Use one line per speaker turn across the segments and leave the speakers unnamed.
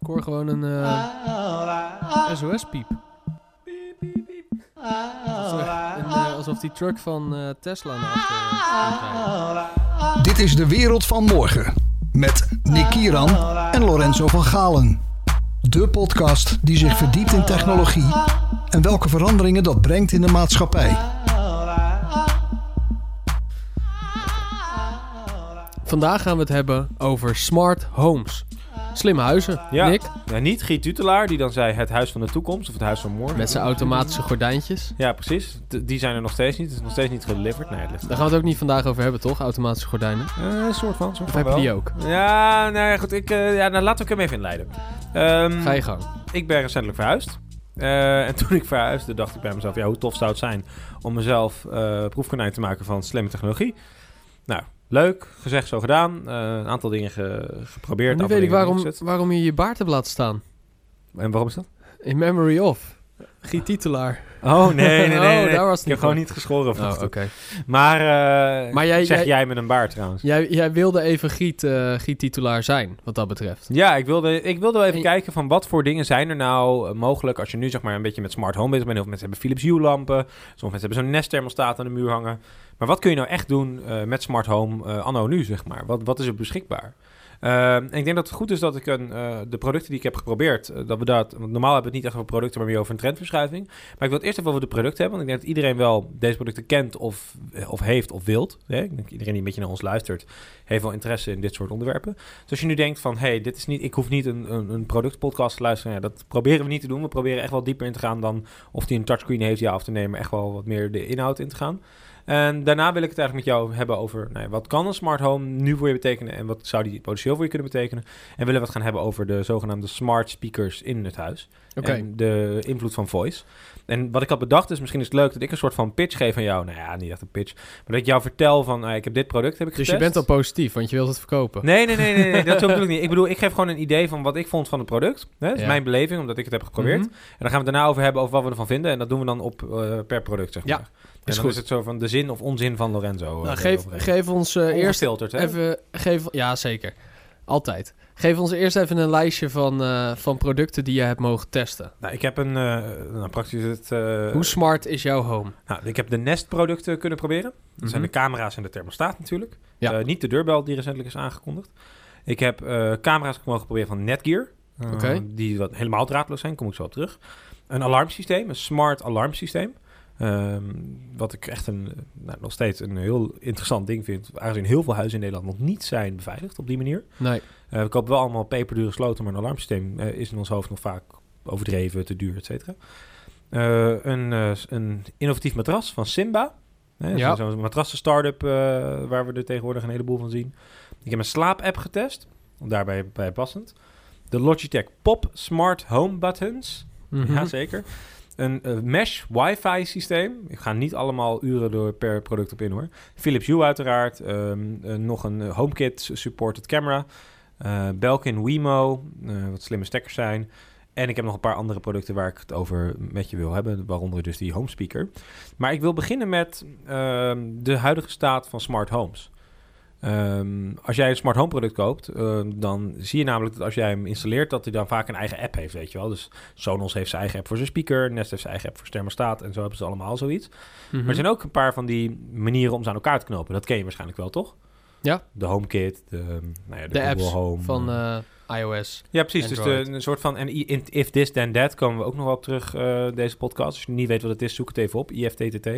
Ik hoor gewoon een eh, SOS-piep. eh, alsof die truck van eh, Tesla naar achteren komt rijden.
Dit is de wereld van morgen met Nick Kieran en Lorenzo van Galen. De podcast die zich verdiept in technologie en welke veranderingen dat brengt in de maatschappij.
Vandaag gaan we het hebben over smart homes. Slimme huizen,
Ja.
Nick.
Ja, niet Giet Tutelaar, die dan zei het huis van de toekomst of het huis van morgen.
Met zijn automatische gordijntjes.
Ja, precies. D- die zijn er nog steeds niet. Het is nog steeds niet geleverd. Nee, het ligt
Daar gaan we het ook niet vandaag over hebben, toch? Automatische gordijnen.
Eh, een soort van, soort
Of
van
heb je
wel.
die ook?
Ja, nou ja, goed. Ik, eh, ja, nou, laten we hem even inleiden. Ehm,
Ga je gang.
Ik ben recentelijk verhuisd. Eh, en toen ik verhuisde, dacht ik bij mezelf... ja, hoe tof zou het zijn om mezelf eh proefkonijn te maken van slimme technologie. Nou, leuk. Gezegd, zo gedaan. Eh, een aantal dingen ge- geprobeerd. een
Nu weet
aantal
ik
dingen
waarom,
ingezet.
waarom je je baard hebt laten staan.
En waarom is dat?
In memory of. Giet Titelaar.
Oh, nee, nee, nee.
Oh,
nee.
daar was het
ik heb
niet
gewoon
voor.
niet geschoren
Oh,
vanochtend.
oké.
Maar, eh,
Maar jij-
zeg
jij-
jij... met een baard trouwens.
Jij, jij wilde even Giet, eh, Giet Titelaar zijn, wat dat betreft.
Ja, ik wilde, ik wilde wel even
En-
kijken van wat voor dingen zijn er nou eh, mogelijk als je nu zeg maar een beetje met smart home bezig bent. Heel veel mensen hebben Philips Hue lampen, sommige mensen hebben zo'n Nest thermostaat aan de muur hangen. Maar wat kun je nou echt doen eh, met smart home eh, anno nu zeg maar? Wat, wat is er beschikbaar? Eh, en ik denk dat het goed is dat ik een, eh, de producten die ik heb geprobeerd, eh, dat we dat, want normaal hebben we het niet echt over producten, maar meer over een trendverschuiving. Maar ik wil het eerst even over de producten hebben, want ik denk dat iedereen wel deze producten kent of, eh, of heeft of wilt. Hè? Ik denk iedereen die een beetje naar ons luistert, heeft wel interesse in dit soort onderwerpen. Dus als je nu denkt van, hé, hey, dit is niet, ik hoef niet een, een, een productpodcast te luisteren. Ja, dat proberen we niet te doen. We proberen echt wel dieper in te gaan dan of die een touchscreen heeft, ja of te nemen. Echt wel wat meer de inhoud in te gaan. En daarna wil ik het eigenlijk met jou hebben over, nou ja, wat kan een smart home nu voor je betekenen en wat zou die potentieel voor je kunnen betekenen? En willen we het gaan hebben over de zogenaamde smart speakers in het huis.
Oké.
En de invloed van voice. En wat ik had bedacht is, misschien is het leuk dat ik een soort van pitch geef aan jou. Nou ja, niet echt een pitch. Maar dat ik jou vertel van, eh, ik heb dit product, heb ik
Dus je
getest.
bent al positief, want je wilt het verkopen.
Nee, nee, nee, nee, nee, dat zo bedoel ik niet. Ik bedoel, ik geef gewoon een idee van wat ik vond van het product. Hè? Dat is
Ja.
mijn beleving, omdat ik het heb geprobeerd.
Mhm.
En dan gaan we het daarna over hebben over wat we ervan vinden. En dat doen we dan op, eh, per product, zeg
Ja,
maar. En
is
dan
goed.
is het zo van de zin of onzin van Lorenzo. eh,
Nou, geef,
eroverheen.
geef ons eh, eerst
Ongefilterd, hè?
even... Geef, ja, zeker. Altijd. Geef ons eerst even een lijstje van, eh, van producten die je hebt mogen testen.
Nou, ik heb een, eh, nou, praktisch het... eh,
Hoe smart is jouw home?
nou, ik heb de Nest producten kunnen proberen. Dat zijn
Mhm.
de camera's en de thermostaat natuurlijk.
Ja.
Eh, niet de deurbel die recentelijk is aangekondigd. Ik heb eh, camera's mogen proberen van Netgear. eh,
Oké.
Die wat helemaal draadloos zijn, kom ik zo op terug. Een alarmsysteem, een smart alarmsysteem. Ehm, wat ik echt een, eh, nou, nog steeds een heel interessant ding vind. Aangezien heel veel huizen in Nederland nog niet zijn beveiligd op die manier.
Nee.
Eh, we kopen wel allemaal peperdure sloten, maar een alarmsysteem eh, is in ons hoofd nog vaak overdreven, te duur, et cetera. Eh, een, eh, s- een innovatief matras van Simba. Hè, zo-
Ja.
Zo'n matrassen start-up eh, waar we er tegenwoordig een heleboel van zien. Ik heb een slaap-app getest, daarbij bij passend. De Logitech Pop Smart Home Buttons.
Mhm.
Jazeker. Een eh, mesh wifi systeem. Ik ga niet allemaal uren door per product op in hoor. Philips Hue uiteraard. ehm, eh, nog een eh, HomeKit supported camera. eh, Belkin Wemo. eh, wat slimme stekkers zijn. En ik heb nog een paar andere producten waar ik het over met je wil hebben. Waaronder dus die home speaker. Maar ik wil beginnen met ehm, de huidige staat van smart homes. Ehm, als jij een smart home product koopt, ehm, dan zie je namelijk dat als jij hem installeert, dat hij dan vaak een eigen app heeft, weet je wel. Dus Sonos heeft zijn eigen app voor zijn speaker, Nest heeft zijn eigen app voor zijn thermostaat en zo hebben ze allemaal zoiets.
Mhm.
Maar er zijn ook een paar van die manieren om ze aan elkaar te knopen. Dat ken je waarschijnlijk wel, toch?
Ja.
De HomeKit, de, ehm, nou ja, de,
De
Google
apps
Home.
van
eh.
eh, iOS.
ja, precies. Dus
Android.
de, een soort van, en i- in- if this then that komen we ook nog wel op terug eh, deze podcast. Als je niet weet wat het is, zoek het even op, IFTTT.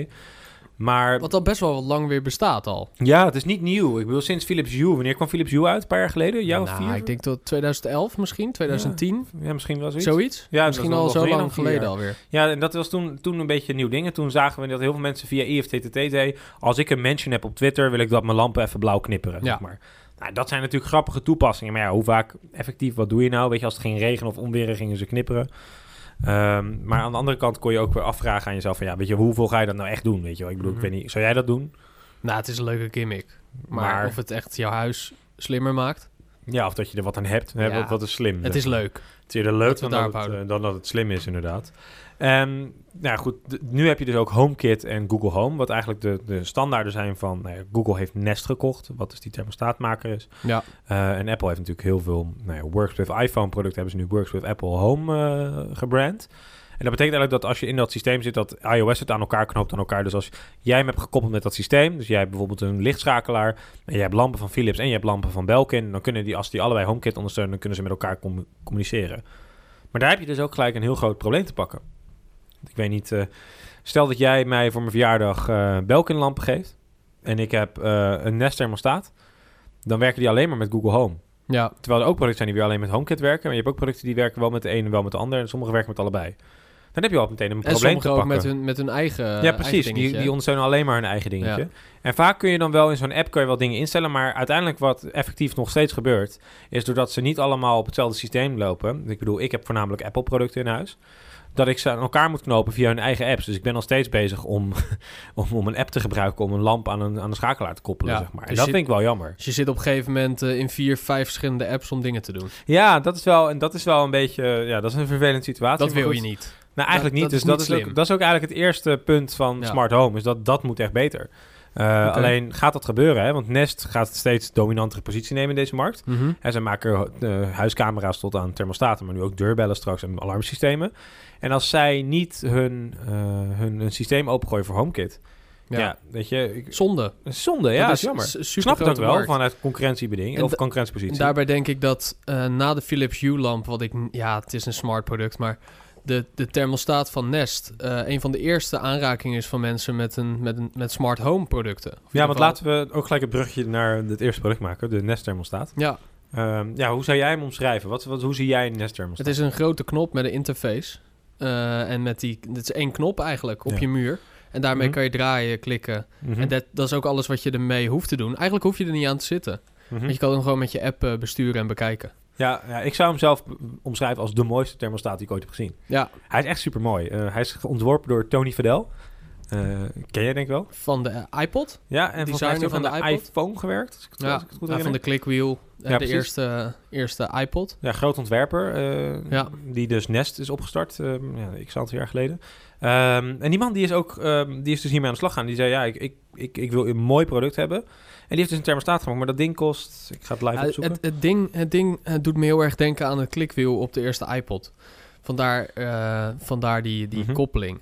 Maar
Wat al best wel wat lang weer bestaat al.
ja, het is niet nieuw. Ik bedoel, sinds Philips Hue. Wanneer kwam Philips Hue uit? Een paar jaar geleden? Jouw
nou,
vier?
ik denk tot 2011 misschien, 2010,
Ja, misschien wel zoiets.
zoiets.
Ja, dat
misschien
was
al
nog
zo
meer dan
lang
vier
geleden
jaar.
alweer.
Ja, en dat was toen, toen een beetje een nieuw ding. En toen zagen we dat heel veel mensen via IFTTT... als ik een mention heb op Twitter... wil ik dat mijn lampen even blauw knipperen,
Ja.
zeg maar. Nou, dat zijn natuurlijk grappige toepassingen. Maar ja, hoe vaak effectief, wat doe je nou? Weet je, als het ging regen of onweren, gingen ze knipperen. Ehm, maar aan de andere kant kon je ook weer afvragen aan jezelf... van ja, weet je, hoeveel ga je dat nou echt doen? Weet je wel, ik bedoel,
Mhm.
ik weet niet... Zou jij dat doen?
Nou, het is een leuke gimmick. Maar,
Maar-
of het echt jouw huis slimmer maakt.
Ja, of dat je er wat aan hebt. Hè,
Ja.
wat, wat is slim.
Het
zeg
is leuk.
Het is eerder leuk
Dat we het
dan
daarop
dat, het,
houden.
eh, dan dat het slim is, inderdaad. Ehm, nou ja, goed, d- nu heb je dus ook HomeKit en Google Home, wat eigenlijk de, de standaarden zijn van... Nou ja, Google heeft Nest gekocht, wat dus die thermostaatmaker is.
Ja.
Eh, en Apple heeft natuurlijk heel veel nou ja, Works with iPhone producten, hebben ze nu Works with Apple Home eh, gebrand. En dat betekent eigenlijk dat als je in dat systeem zit, dat iOS het aan elkaar knoopt aan elkaar. Dus als jij hem hebt gekoppeld met dat systeem, dus jij hebt bijvoorbeeld een lichtschakelaar en je hebt lampen van Philips en je hebt lampen van Belkin, dan kunnen die, als die allebei HomeKit ondersteunen, dan kunnen ze met elkaar com- communiceren. Maar daar heb je dus ook gelijk een heel groot probleem te pakken. Want Ik weet niet, eh, stel dat jij mij voor mijn verjaardag eh Belkin lampen geeft en ik heb eh, een Nest thermostaat, dan werken die alleen maar met Google Home.
Ja,
Terwijl er ook producten zijn die weer alleen met HomeKit werken. Maar je hebt ook producten die werken wel met de ene en wel met de ander. En sommige werken met allebei. Dan heb je al meteen een
en
probleem
sommigen
te
ook
pakken.
met hun, met hun eigen
ja,
eh, eigen
precies. Die,
dingetje.
die ondersteunen alleen maar hun eigen dingetje.
Ja.
En vaak kun je dan wel in zo'n app kun je wel dingen instellen. Maar uiteindelijk wat effectief nog steeds gebeurt... is doordat ze niet allemaal op hetzelfde systeem lopen. Ik bedoel, ik heb voornamelijk Apple-producten in huis. Dat ik ze aan elkaar moet knopen via hun eigen apps. Dus ik ben nog steeds bezig om, om, om een app te gebruiken... om een lamp aan een, aan een schakelaar te koppelen,
Ja,
zeg maar. En
dus
dat
je-
vind ik wel jammer.
Dus je zit op een gegeven moment eh, in vier, vijf verschillende apps om dingen te doen.
Ja, dat is wel, en dat is wel een beetje, eh, ja, dat is een vervelende situatie.
Dat
maar
wil
goed.
je niet.
Nou, eigenlijk
Dat-
niet.
dat
dus
is niet
dat, is ook,
slim.
dat is ook eigenlijk het eerste punt van
Ja.
smart home. Is dat dat moet echt beter. Eh, Alleen gaat dat gebeuren, hè? Want Nest gaat steeds dominantere positie nemen in deze markt. En zij maken eh, huiscamera's tot aan thermostaten, maar nu ook deurbellen straks en alarmsystemen. En als zij niet hun, eh, hun, hun systeem opengooien voor HomeKit, ja,
Ja.
weet je, ik,
Zonde.
zonde, ja,
dat
is jammer.
s-
Ik snap het ook
supergrote
wel
markt.
vanuit concurrentiebeding
En
of
da-
concurrentiepositie.
Daarbij denk ik dat eh, na de Philips Hue-lamp, wat ik... n- Ja, het is een smart product, maar de, de thermostaat van Nest... eh, een van de eerste aanrakingen is van mensen met, een, met, een, met smart home producten. Of in
Ja,
ieder
want
geval-
laten we ook gelijk het brugje naar het eerste product maken, de Nest thermostaat.
Ja,
Ehm, ja, hoe zou jij hem omschrijven? Wat, wat, hoe zie jij een Nest
het
thermostaat?
is een grote knop met een interface. Eh, en met die... Het is één knop eigenlijk op
Ja.
je muur. En daarmee
Mhm.
kan je draaien, klikken.
Mhm,
En dat, dat is ook alles wat je ermee hoeft te doen. Eigenlijk hoef je er niet aan te zitten.
mhm.
Want je kan hem gewoon met je app eh, besturen en bekijken.
ja, ja, ik zou hem zelf b- omschrijven als de mooiste thermostaat die ik ooit heb gezien.
Ja,
Hij is echt super mooi. hij is ontworpen door Tony Fadel. Eh, ken jij denk ik wel?
van de eh, iPod.
Ja, en volgens mij heeft
Designer
hij ook
van
aan de,
de iPod.
iPhone gewerkt. Als ik het,
Ja,
als ik het goed
ja, van de
herinner.
clickwheel. en
Ja,
de
precies.
eerste, eh, eerste iPod.
Ja, groot ontwerper. eh,
Ja.
Die dus Nest is opgestart. ehm ja, ik aantal jaar geleden. Ehm, en die man die is ook, ehm, die is dus hiermee aan de slag gaan. Die zei, ja, ik, ik, ik, ik wil een mooi product hebben. En die heeft dus een thermostaat gemaakt. Maar dat ding kost, ik ga het live
Ja,
opzoeken.
het, het ding, het ding eh, doet me heel erg denken aan het klikwiel op de eerste iPod. Vandaar, eh, vandaar die, die
Mhm. Ah,
koppeling.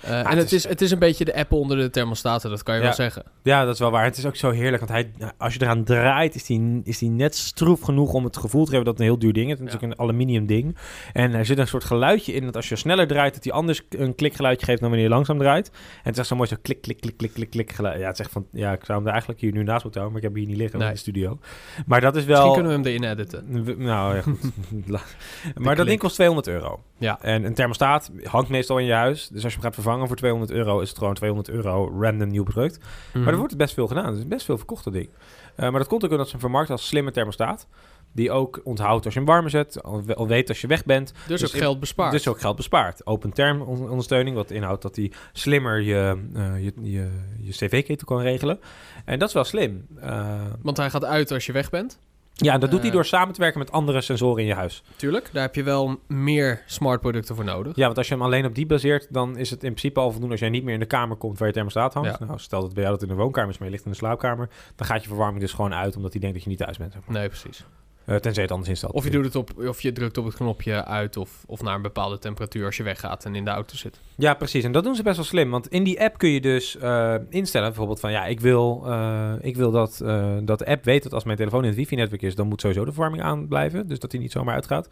Eh, en
het
het,
is-
is, het is een beetje de Apple onder de thermostaten, dat kan je
Ja.
wel zeggen.
Ja, dat is wel waar. Het is ook zo heerlijk, want hij, als je eraan draait, is die, is die net stroef genoeg om het gevoel te hebben dat het een heel duur ding is. Het is
Ja.
ook een aluminium ding. En er zit een soort geluidje in dat als je sneller draait, dat hij anders k- een klikgeluidje geeft dan wanneer je langzaam draait. En het is echt zo mooi zo klik, klik, klik, klik, klik, klik geluid. Ja, het is echt van, ja, ik zou hem er eigenlijk hier nu naast moeten houden, maar ik heb hem hier niet liggen in
Nee.
de studio. Maar dat is wel...
Misschien kunnen we hem erin editen.
We- Nou ja, goed. La- maar dat
klik.
ding kost 200 euro.
Ja.
En een thermostaat hangt meestal in je huis. Dus als je hem gaat vervangen voor 200 euro, is het gewoon 200 euro random nieuw product.
Mhm.
Maar er wordt best veel gedaan. Er is best veel verkocht, dat ding. Eh, maar dat komt ook omdat ze hem vermarkten als slimme thermostaat. Die ook onthoudt als je hem warmer zet. Al al weet als je weg bent.
Mhm. Dus,
dus
ook
in-
geld bespaard.
Dus ook geld bespaart. Open term on- ondersteuning. Wat inhoudt dat hij slimmer je, eh, je, je, je cv-ketel kan regelen. En dat is wel slim. Eh,
Want hij gaat uit als je weg bent.
ja, dat doet hij
Eh.
door samen te werken met andere sensoren in je huis.
Tuurlijk, daar heb je wel meer smart producten voor nodig.
Ja, want als je hem alleen op die baseert, dan is het in principe al voldoende als jij niet meer in de kamer komt waar je thermostaat hangt.
Ja.
Nou, stel dat bij jou dat in de woonkamer is, maar je ligt in de slaapkamer. Dan gaat je verwarming dus gewoon uit, omdat hij denkt dat je niet thuis bent. zeg maar.
Nee, precies.
Eh, tenzij het anders instelt.
Of je, doet het op, of je drukt op het knopje uit of, of naar een bepaalde temperatuur als je weggaat en in de auto zit.
Ja, precies. En dat doen ze best wel slim. Want in die app kun je dus eh, instellen, bijvoorbeeld van ja, ik wil, eh, ik wil dat, eh, dat de app weet dat als mijn telefoon in het wifi-netwerk is, dan moet sowieso de verwarming aan blijven. Dus dat die niet zomaar uitgaat.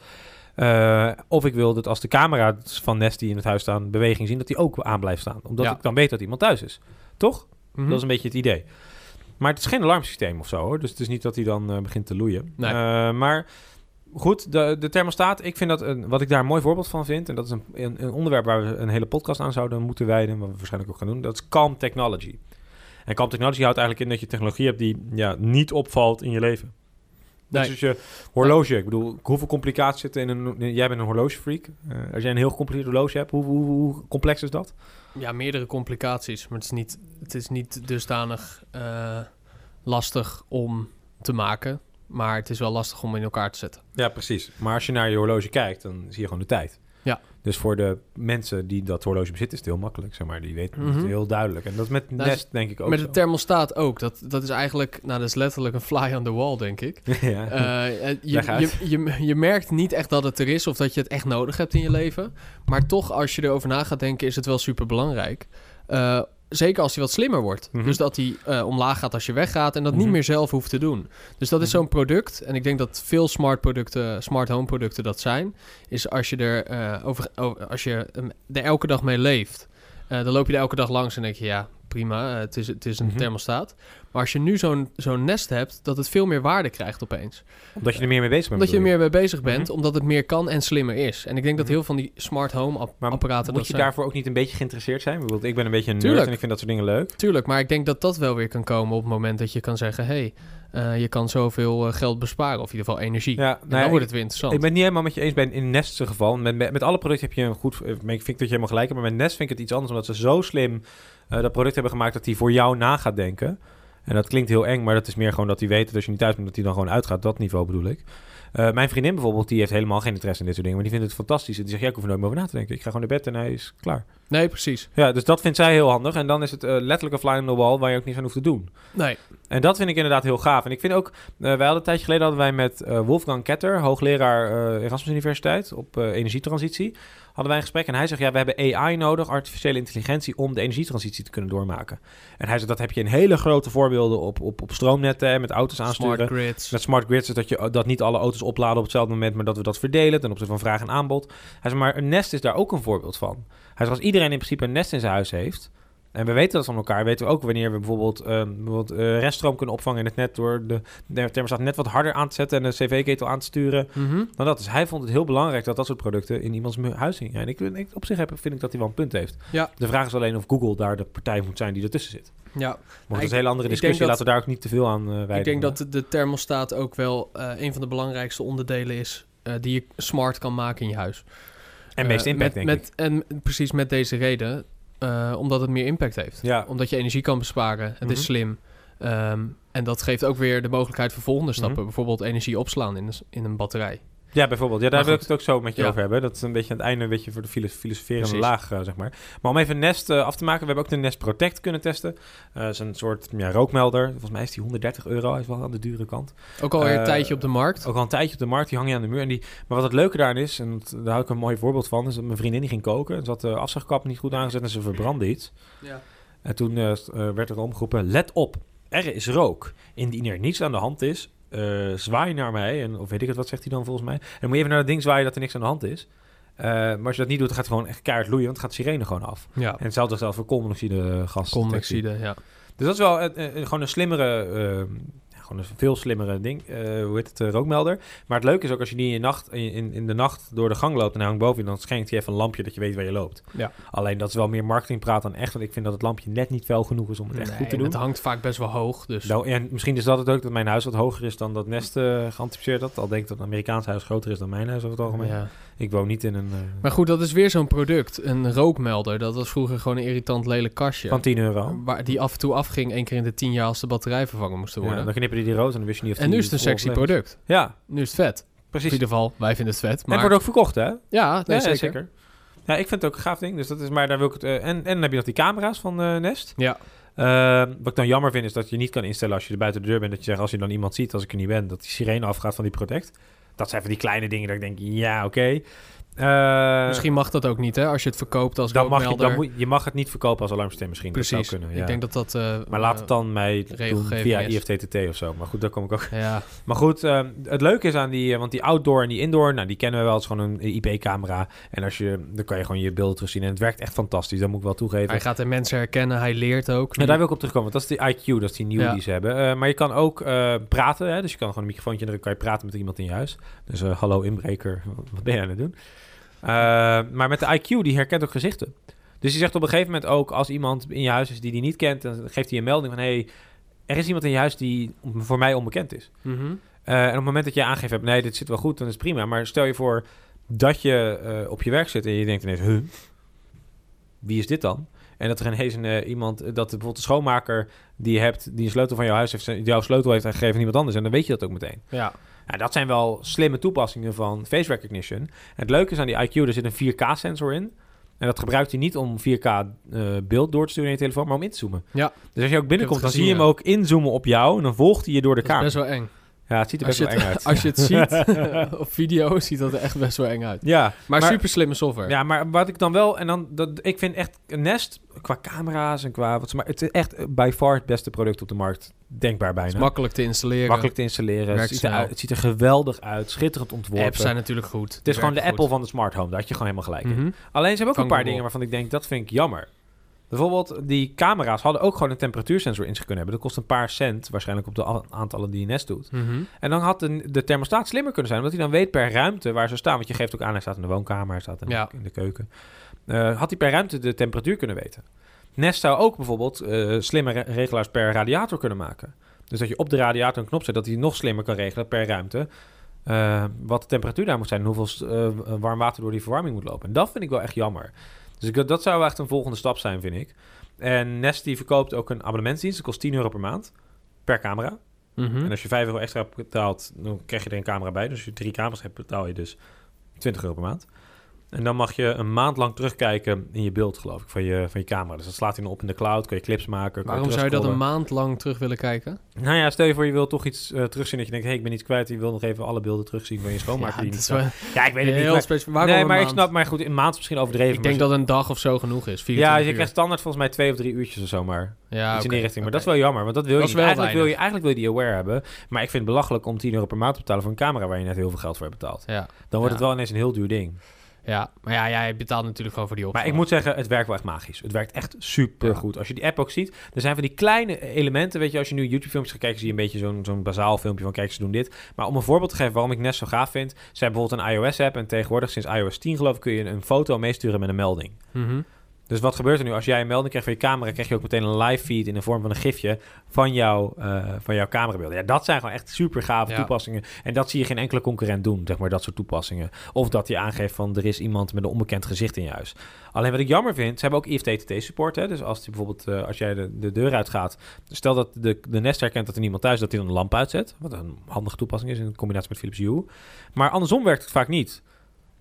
Eh, of ik wil dat als de camera's van Nest die in het huis staan beweging zien, dat die ook aan blijft staan. Omdat
Ja.
ik dan weet dat iemand thuis is. Toch?
Mhm.
Dat is een beetje het idee. Maar het is geen alarmsysteem of zo hoor. Dus het is niet dat hij dan eh, begint te loeien.
Nee.
Eh, maar goed, de, de thermostaat. Ik vind dat een, wat ik daar een mooi voorbeeld van vind. En dat is een, een, een onderwerp waar we een hele podcast aan zouden moeten wijden. Wat we waarschijnlijk ook gaan doen. Dat is Calm Technology. En Calm Technology houdt eigenlijk in dat je technologie hebt die ja, niet opvalt in je leven.
Nee.
Dus als je horloge, ik bedoel, hoeveel complicaties zitten in een... in- jij bent een horlogefreak. Eh, als jij een heel gecompliceerd horloge hebt, hoe, hoe, hoe complex is dat?
Ja, meerdere complicaties. Maar het is niet, het is niet dusdanig eh, lastig om te maken. Maar het is wel lastig om in elkaar te zetten.
Ja, precies. Maar als je naar je horloge kijkt, dan zie je gewoon de tijd.
Ja.
Dus voor de mensen die dat horloge bezitten, is het heel makkelijk, zeg maar. Die weten het
Mhm.
heel duidelijk. En dat is met
Dat is-
Nest, denk ik, ook
Met
zo.
de thermostaat ook. Dat, dat is eigenlijk, nou dat is letterlijk een fly on the wall, denk ik.
ja.
Eh, eh, je,
Leg uit.
je, je, je merkt niet echt dat het er is of dat je het echt nodig hebt in je leven. Maar toch, als je erover na gaat denken, is het wel super belangrijk. zeker als hij wat slimmer wordt.
Mhm.
Dus dat hij eh, omlaag gaat als je weggaat en dat
Mhm.
niet meer zelf hoeft te doen. Dus dat is
Mhm.
zo'n product. En ik denk dat veel smart, producten, smart home producten dat zijn. Is als je er, eh, over, over- als je, ehm, er elke dag mee leeft. eh, dan loop je er elke dag langs en denk je, ja, prima, eh, het, is, het is een
Mhm.
thermostaat. Maar als je nu zo'n zo'n nest hebt, dat het veel meer waarde krijgt opeens
Omdat je er meer mee bezig bent.
omdat je er
bedoel
meer mee bezig bent,
Mhm.
omdat het meer kan en slimmer is. En ik denk dat
Mhm.
heel veel van die smart home app-
Maar
apparaten
Moet
dat
je
zijn.
daarvoor ook niet een beetje geïnteresseerd zijn? Bijvoorbeeld, ik ben een beetje een nerd
Tuurlijk.
en ik vind dat soort dingen leuk.
Tuurlijk, maar ik denk dat dat wel weer kan komen op het moment dat je kan zeggen... hé, hey, eh, je kan zoveel eh, geld besparen, of in ieder geval energie.
Ja,
en
nou
dan
ja,
wordt het weer interessant.
Ik ben het niet helemaal met je eens bij in Nest geval. Met, met, met alle producten heb je een goed... eh, Ik vind dat je helemaal gelijk hebt. Maar met Nest vind ik het iets anders. Omdat ze zo slim eh, dat product hebben gemaakt... dat hij voor jou na gaat denken. En dat klinkt heel eng. Maar dat is meer gewoon dat hij weet dat als je niet thuis bent... dat hij dan gewoon uitgaat. Dat niveau bedoel ik. Eh, mijn vriendin bijvoorbeeld, die heeft helemaal geen interesse in dit soort dingen. Maar die vindt het fantastisch. En die zegt, ja, ik hoef er nooit meer over na te denken. Ik ga gewoon naar bed en hij is klaar.
Nee, precies.
Ja, dus dat vindt zij heel handig. En dan is het eh, letterlijk een fly on the wall... waar je ook niets aan hoeft te doen.
Nee.
En dat vind ik inderdaad heel gaaf. En ik vind ook, eh, wij hadden een tijdje geleden hadden wij met eh, Wolfgang Ketter, hoogleraar eh, Erasmus Universiteit op eh, energietransitie, hadden wij een gesprek. En hij zegt, ja, we hebben AI nodig, artificiële intelligentie, om de energietransitie te kunnen doormaken. En hij zegt, dat heb je in hele grote voorbeelden op, op, op stroomnetten, hè, met auto's aansturen.
Smart grids.
Met smart grids is dat, je, dat niet alle auto's opladen op hetzelfde moment, maar dat we dat verdelen ten opzichte van vraag en aanbod. Hij zegt, maar een Nest is daar ook een voorbeeld van. Hij zegt, als iedereen in principe een Nest in zijn huis heeft, en we weten dat van elkaar, weten we ook wanneer we bijvoorbeeld, ehm, bijvoorbeeld eh, reststroom kunnen opvangen in het net door de, de thermostaat net wat harder aan te zetten en de cv-ketel aan te sturen.
Mhm.
Dan dat. Dus hij vond het heel belangrijk dat dat soort producten in iemands mu- huis hingen. En ik, ik, op zich heb, vind ik dat hij wel een punt heeft.
Ja.
De vraag is alleen of Google daar de partij moet zijn die ertussen zit.
Ja,
Maar
Nou,
dat is
ik-
een hele
ik
andere
denk
discussie,
dat-
laten we daar ook niet te veel aan eh wijden.
ik denk dat de thermostaat ook wel eh, een van de belangrijkste onderdelen is... eh, die je smart kan maken in je huis.
En meest
Eh,
impact,
met,
denk ik.
met, En precies met deze reden, eh, omdat het meer impact heeft.
Ja.
Omdat je energie kan besparen. Het
Mhm.
is slim. Ehm, en dat geeft ook weer de mogelijkheid voor volgende stappen.
Mhm.
Bijvoorbeeld energie opslaan in een, s- in een batterij.
Ja, bijvoorbeeld. Ja, daar
Maar
wil ik
goed.
het ook zo met je
Ja.
over hebben. Dat is een beetje aan het einde een beetje voor de filo- filosoferende
Precies.
laag, eh, zeg maar. Maar om even Nest eh, af te maken, we hebben ook de Nest Protect kunnen testen. Eh dat is een soort ja, rookmelder. Volgens mij is die 130 euro. Hij is wel aan de dure kant.
Ook alweer
Eh,
een tijdje op de markt.
Ook al een tijdje op de markt, die hang je aan de muur. En die, maar wat het leuke daarin is, en dat- daar hou ik een mooi voorbeeld van, is dat mijn vriendin die ging koken. En ze had de afzuigkap niet goed aangezet en ze verbrandde iets. En toen eh, st- eh, werd er omgeroepen, let op, er is rook. Indien er niets aan de hand is, eh, zwaai naar mij. En, of weet ik het, wat zegt hij dan volgens mij? En dan moet je even naar dat ding zwaaien dat er niks aan de hand is. Eh, maar als je dat niet doet, dan gaat het gewoon echt keihard loeien, want dan gaat de sirene gewoon af.
Ja,
En hetzelfde geldt voor koolmonoxide eh, gas.
convexide. Ja.
Dus dat is wel eh, eh, gewoon een slimmere, eh, ja, gewoon een veel slimmere ding. Eh, hoe heet het, eh, rookmelder. Maar het leuke is ook als je die in, je nacht, in, in- in de nacht door de gang loopt en hij hangt boven je, dan schenkt hij even een lampje dat je weet waar je loopt.
Ja.
Alleen dat is wel meer marketingpraat dan echt, want ik vind dat het lampje net niet fel genoeg is om het echt
Nee,
goed te
en
doen.
Het hangt vaak best wel hoog. Dus
Nou, en misschien is dat het ook dat mijn huis wat hoger is dan dat Nest eh geanticipeerd had. Al denk ik dat een Amerikaans huis groter is dan mijn huis over het algemeen.
ja.
Ik woon niet in een... eh,
Maar goed, dat is weer zo'n product. Een rookmelder. Dat was vroeger gewoon een irritant lelijk kastje.
Van 10 euro.
Waar die af en toe afging, één keer in de tien jaar als de batterij vervangen moest
Ja,
worden.
dan knippen die die rood en dan wist je niet of
en
die
nu is het een sexy
overleeft.
product.
Ja,
Nu is het vet. In
precies.
ieder geval, wij vinden het vet.
En het
Maar
wordt ook verkocht, hè?
ja, nee,
ja,
zeker.
zeker. Ja, ik vind het ook een gaaf ding. Dus dat is, maar daar wil ik het, eh, en, en dan heb je nog die camera's van eh, Nest.
Ja.
Eh, wat ik dan jammer vind, is dat je niet kan instellen als je er buiten de deur bent. Dat je zegt, als je dan iemand ziet, als ik er niet ben, dat die sirene afgaat van die protect. Dat zijn van die kleine dingen dat ik denk, ja, oké. Eh,
Misschien mag dat ook niet, hè? Als je het verkoopt als
dan mag je,
rookmelder.
dan moet, je mag het niet verkopen als alarmstem misschien. Dat
Precies.
zou kunnen, ja.
Ik denk dat dat... eh,
maar laat het dan mij doen
regelgeving
via
is.
IFTTT of zo. Maar goed, daar kom ik ook
eh, ja,
maar goed, eh, het leuke is aan die, eh, want die outdoor en die indoor, nou, die kennen we wel. Het is gewoon een IP-camera. En als je, dan kan je gewoon je beelden terugzien. En het werkt echt fantastisch, dat moet ik wel toegeven.
hij gaat de mensen herkennen, hij leert ook.
Nou, daar wil ik op terugkomen, want dat is die IQ, dat is die nieuwe
Ja.
die ze hebben. Eh, maar je kan ook eh, praten, hè? dus je kan gewoon een microfoontje en dan kan je praten met iemand in je huis. Dus eh, hallo inbreker, wat- wat ben jij aan het doen? Eh, maar met de IQ, die herkent ook gezichten. Dus die zegt op een gegeven moment ook, als iemand in je huis is die die niet kent, dan geeft hij een melding van, hé, hey, er is iemand in je huis die voor mij onbekend is.
Mhm.
Eh, en op het moment dat je aangeeft hebt, nee, dit zit wel goed, dan is het prima. Maar stel je voor dat je eh, op je werk zit en je denkt ineens, huh, wie is dit dan? En dat er ineens een, eh, iemand, eh, dat bijvoorbeeld de schoonmaker die je hebt, die een sleutel van jouw huis heeft, eh, jouw sleutel heeft gegeven aan iemand anders. En dan weet je dat ook meteen.
Ja.
Nou, dat zijn wel slimme toepassingen van face recognition. En het leuke is aan die IQ, er zit een 4K-sensor in. En dat gebruikt hij niet om 4K eh, beeld door te sturen in je telefoon, maar om in te zoomen.
Ja.
Dus als je ook binnenkomt,
het gezien,
dan zie je hem
ja.
ook inzoomen op jou en dan volgt hij je door de
Dat is
kamer.
best wel eng.
Ja, het ziet er
Als
best
je,
wel eng
het,
uit.
als je het ziet op video, ziet dat er echt best wel eng uit.
Ja,
Maar,
Maar-
super slimme software.
ja, maar wat ik dan wel... En dan, dat, ik vind echt Nest, qua camera's en qua... Wat, ze- maar het is echt eh, by far het beste product op de markt. Denkbaar
Het
bijna.
is makkelijk te installeren.
Makkelijk te installeren. Het
Werkt
ziet, er,
snel.
uit- het ziet er geweldig uit. Schitterend ontworpen.
nou. Apps zijn natuurlijk goed.
het is gewoon de Apple van de smart home. Daar had je gewoon helemaal gelijk in.
Mhm.
Alleen ze hebben ook
Van
een paar
Google.
dingen waarvan ik denk, dat vind ik jammer. Bijvoorbeeld, die camera's hadden ook gewoon een temperatuursensor in zich kunnen hebben. Dat kost een paar cent, waarschijnlijk op de a- aantallen die je Nest doet.
Mhm.
En dan had de, de thermostaat slimmer kunnen zijn, omdat hij dan weet per ruimte waar ze staan. Want je geeft ook aan, hij staat in de woonkamer, hij staat in,
Ja.
de, in de keuken. Eh, had hij per ruimte de temperatuur kunnen weten. Nest zou ook bijvoorbeeld eh, slimme re- regelaars per radiator kunnen maken. Dus dat je op de radiator een knop zet, dat hij nog slimmer kan regelen per ruimte. eh, wat de temperatuur daar moet zijn en hoeveel s- eh, warm water door die verwarming moet lopen. En dat vind ik wel echt jammer. Dus ik, dat zou echt een volgende stap zijn, vind ik. En Nest die verkoopt ook een abonnementsdienst. Dat kost 10 euro per maand. Per camera.
Mhm.
En als je 5 euro extra betaalt, dan krijg je er een camera bij. Dus als je drie camera's hebt, betaal je dus 20 euro per maand. En dan mag je een maand lang terugkijken in je beeld, geloof ik, van je, van je camera. Dus dat slaat hij dan op in de cloud, kun je clips maken. kun
Waarom zou je dat een
terugscrollen.
maand lang terug willen kijken?
Nou ja, stel je voor, je wil toch iets eh, terugzien dat je denkt, hé, hey, ik ben iets kwijt. Je wil nog even alle beelden terugzien van je schoonmaker.
ja,
die
dat
niet
is
staat.
wel
ja ik weet het niet.
heel
maar-
specifiek. Waarom
nee,
een
maar ik
maand?
snap, maar goed, een maand is misschien overdreven.
Ik
maar
denk
zo-
dat een dag of zo genoeg is.
Ja,
24
je
uur.
krijgt standaard volgens mij twee of drie uurtjes of zo, maar
ja,
iets in
Ah, oké.
die richting. Maar
Oké.
dat is wel jammer, want dat wil je
Dat is
niet.
wel
Eigenlijk wil, je,
weinig.
eigenlijk wil je die aware hebben. Maar ik vind het belachelijk om 10 euro per maand te betalen voor een camera waar je net heel veel geld voor hebt betaald.
Ja,
Dan wordt
Ja.
het wel ineens een heel duur ding.
ja, maar ja, jij betaalt natuurlijk gewoon voor die
Maar
opslag.
ik moet zeggen, het werkt wel echt magisch. Het werkt echt super goed. Als je die app ook ziet, er zijn van die kleine elementen. Weet je, als je nu YouTube-filmpjes gaat kijken, zie je een beetje zo'n zo'n bazaal filmpje van kijk, ze doen dit. Maar om een voorbeeld te geven waarom ik Nest zo gaaf vind. Ze hebben bijvoorbeeld een iOS-app en tegenwoordig sinds iOS 10 geloof ik kun je een foto meesturen met een melding.
Mhm.
Dus wat gebeurt er nu? Als jij een melding krijgt van je camera, krijg je ook meteen een live feed in de vorm van een gifje van, jouw eh van jouw camerabeelden. Ja, dat zijn gewoon echt super gave
Ja.
toepassingen. En dat zie je geen enkele concurrent doen, zeg maar, dat soort toepassingen. Of dat je aangeeft van er is iemand met een onbekend gezicht in je huis. Alleen wat ik jammer vind, ze hebben ook IFTTT support. Hè? Dus als, die bijvoorbeeld, eh, als jij de, de deur uitgaat, stel dat de, de Nest herkent dat er niemand thuis is, dat hij dan een lamp uitzet. Wat een handige toepassing is in combinatie met Philips Hue. Maar andersom werkt het vaak niet.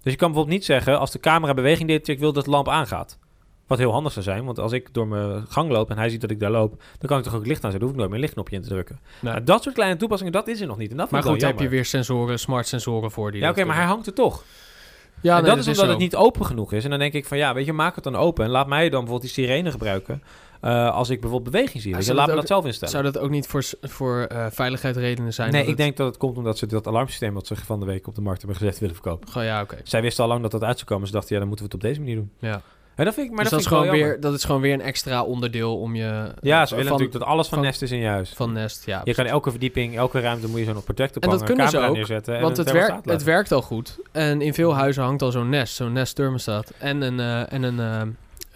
Dus je kan bijvoorbeeld niet zeggen, als de camera beweging deed, ik wil dat de lamp aangaat. Wat heel handig zou zijn, want als ik door mijn gang loop en hij ziet dat ik daar loop, dan kan ik toch ook licht aan zetten. Hoef ik nooit meer een lichtknopje in te drukken.
Nee.
Nou, dat soort kleine toepassingen, dat is er nog niet. En dat
Maar
vind
goed,
ik
daar
wel
heb je
jammer.
weer sensoren, smart sensoren voor die.
Ja, oké,
dat eh,
maar
doen.
hij hangt er toch.
Ja,
en
nee,
dat, is omdat
zo.
het niet open genoeg is. En dan denk ik van ja, weet je, maak het dan open en laat mij dan bijvoorbeeld die sirene gebruiken. eh, als ik bijvoorbeeld beweging zie.
Ah,
Weet je,
zou
laat
dat
me dat
ook-
zelf instellen.
Zou dat ook niet voor, s- voor eh veiligheidsredenen zijn?
nee,
dat
ik
het-
denk dat het komt omdat ze dat alarmsysteem wat ze van de week op de markt hebben gezet willen verkopen.
Gewoon, ja, oké. Dus
Zij wisten al lang dat dat uit zou komen. Ze dachten ja, dan moeten we het op deze manier doen.
Ja.
En dat vind ik, maar
dus dat,
dat,
is
vind ik
gewoon
wel jammer.
weer, dat is gewoon weer een extra onderdeel om je... eh,
Ja, ze
van-
willen natuurlijk dat alles van,
van-
Nest is in je huis.
Van Nest, ja.
Je kan elke verdieping, elke ruimte moet je zo'n protector
En dat
panel, een
kunnen ze
camera
ook,
neerzetten. en
Want
een
het, wer-
thermostaat
het
laten.
werkt al goed. En in veel huizen hangt al zo'n nest, zo'n nest thermostaat en een, eh, en een eh,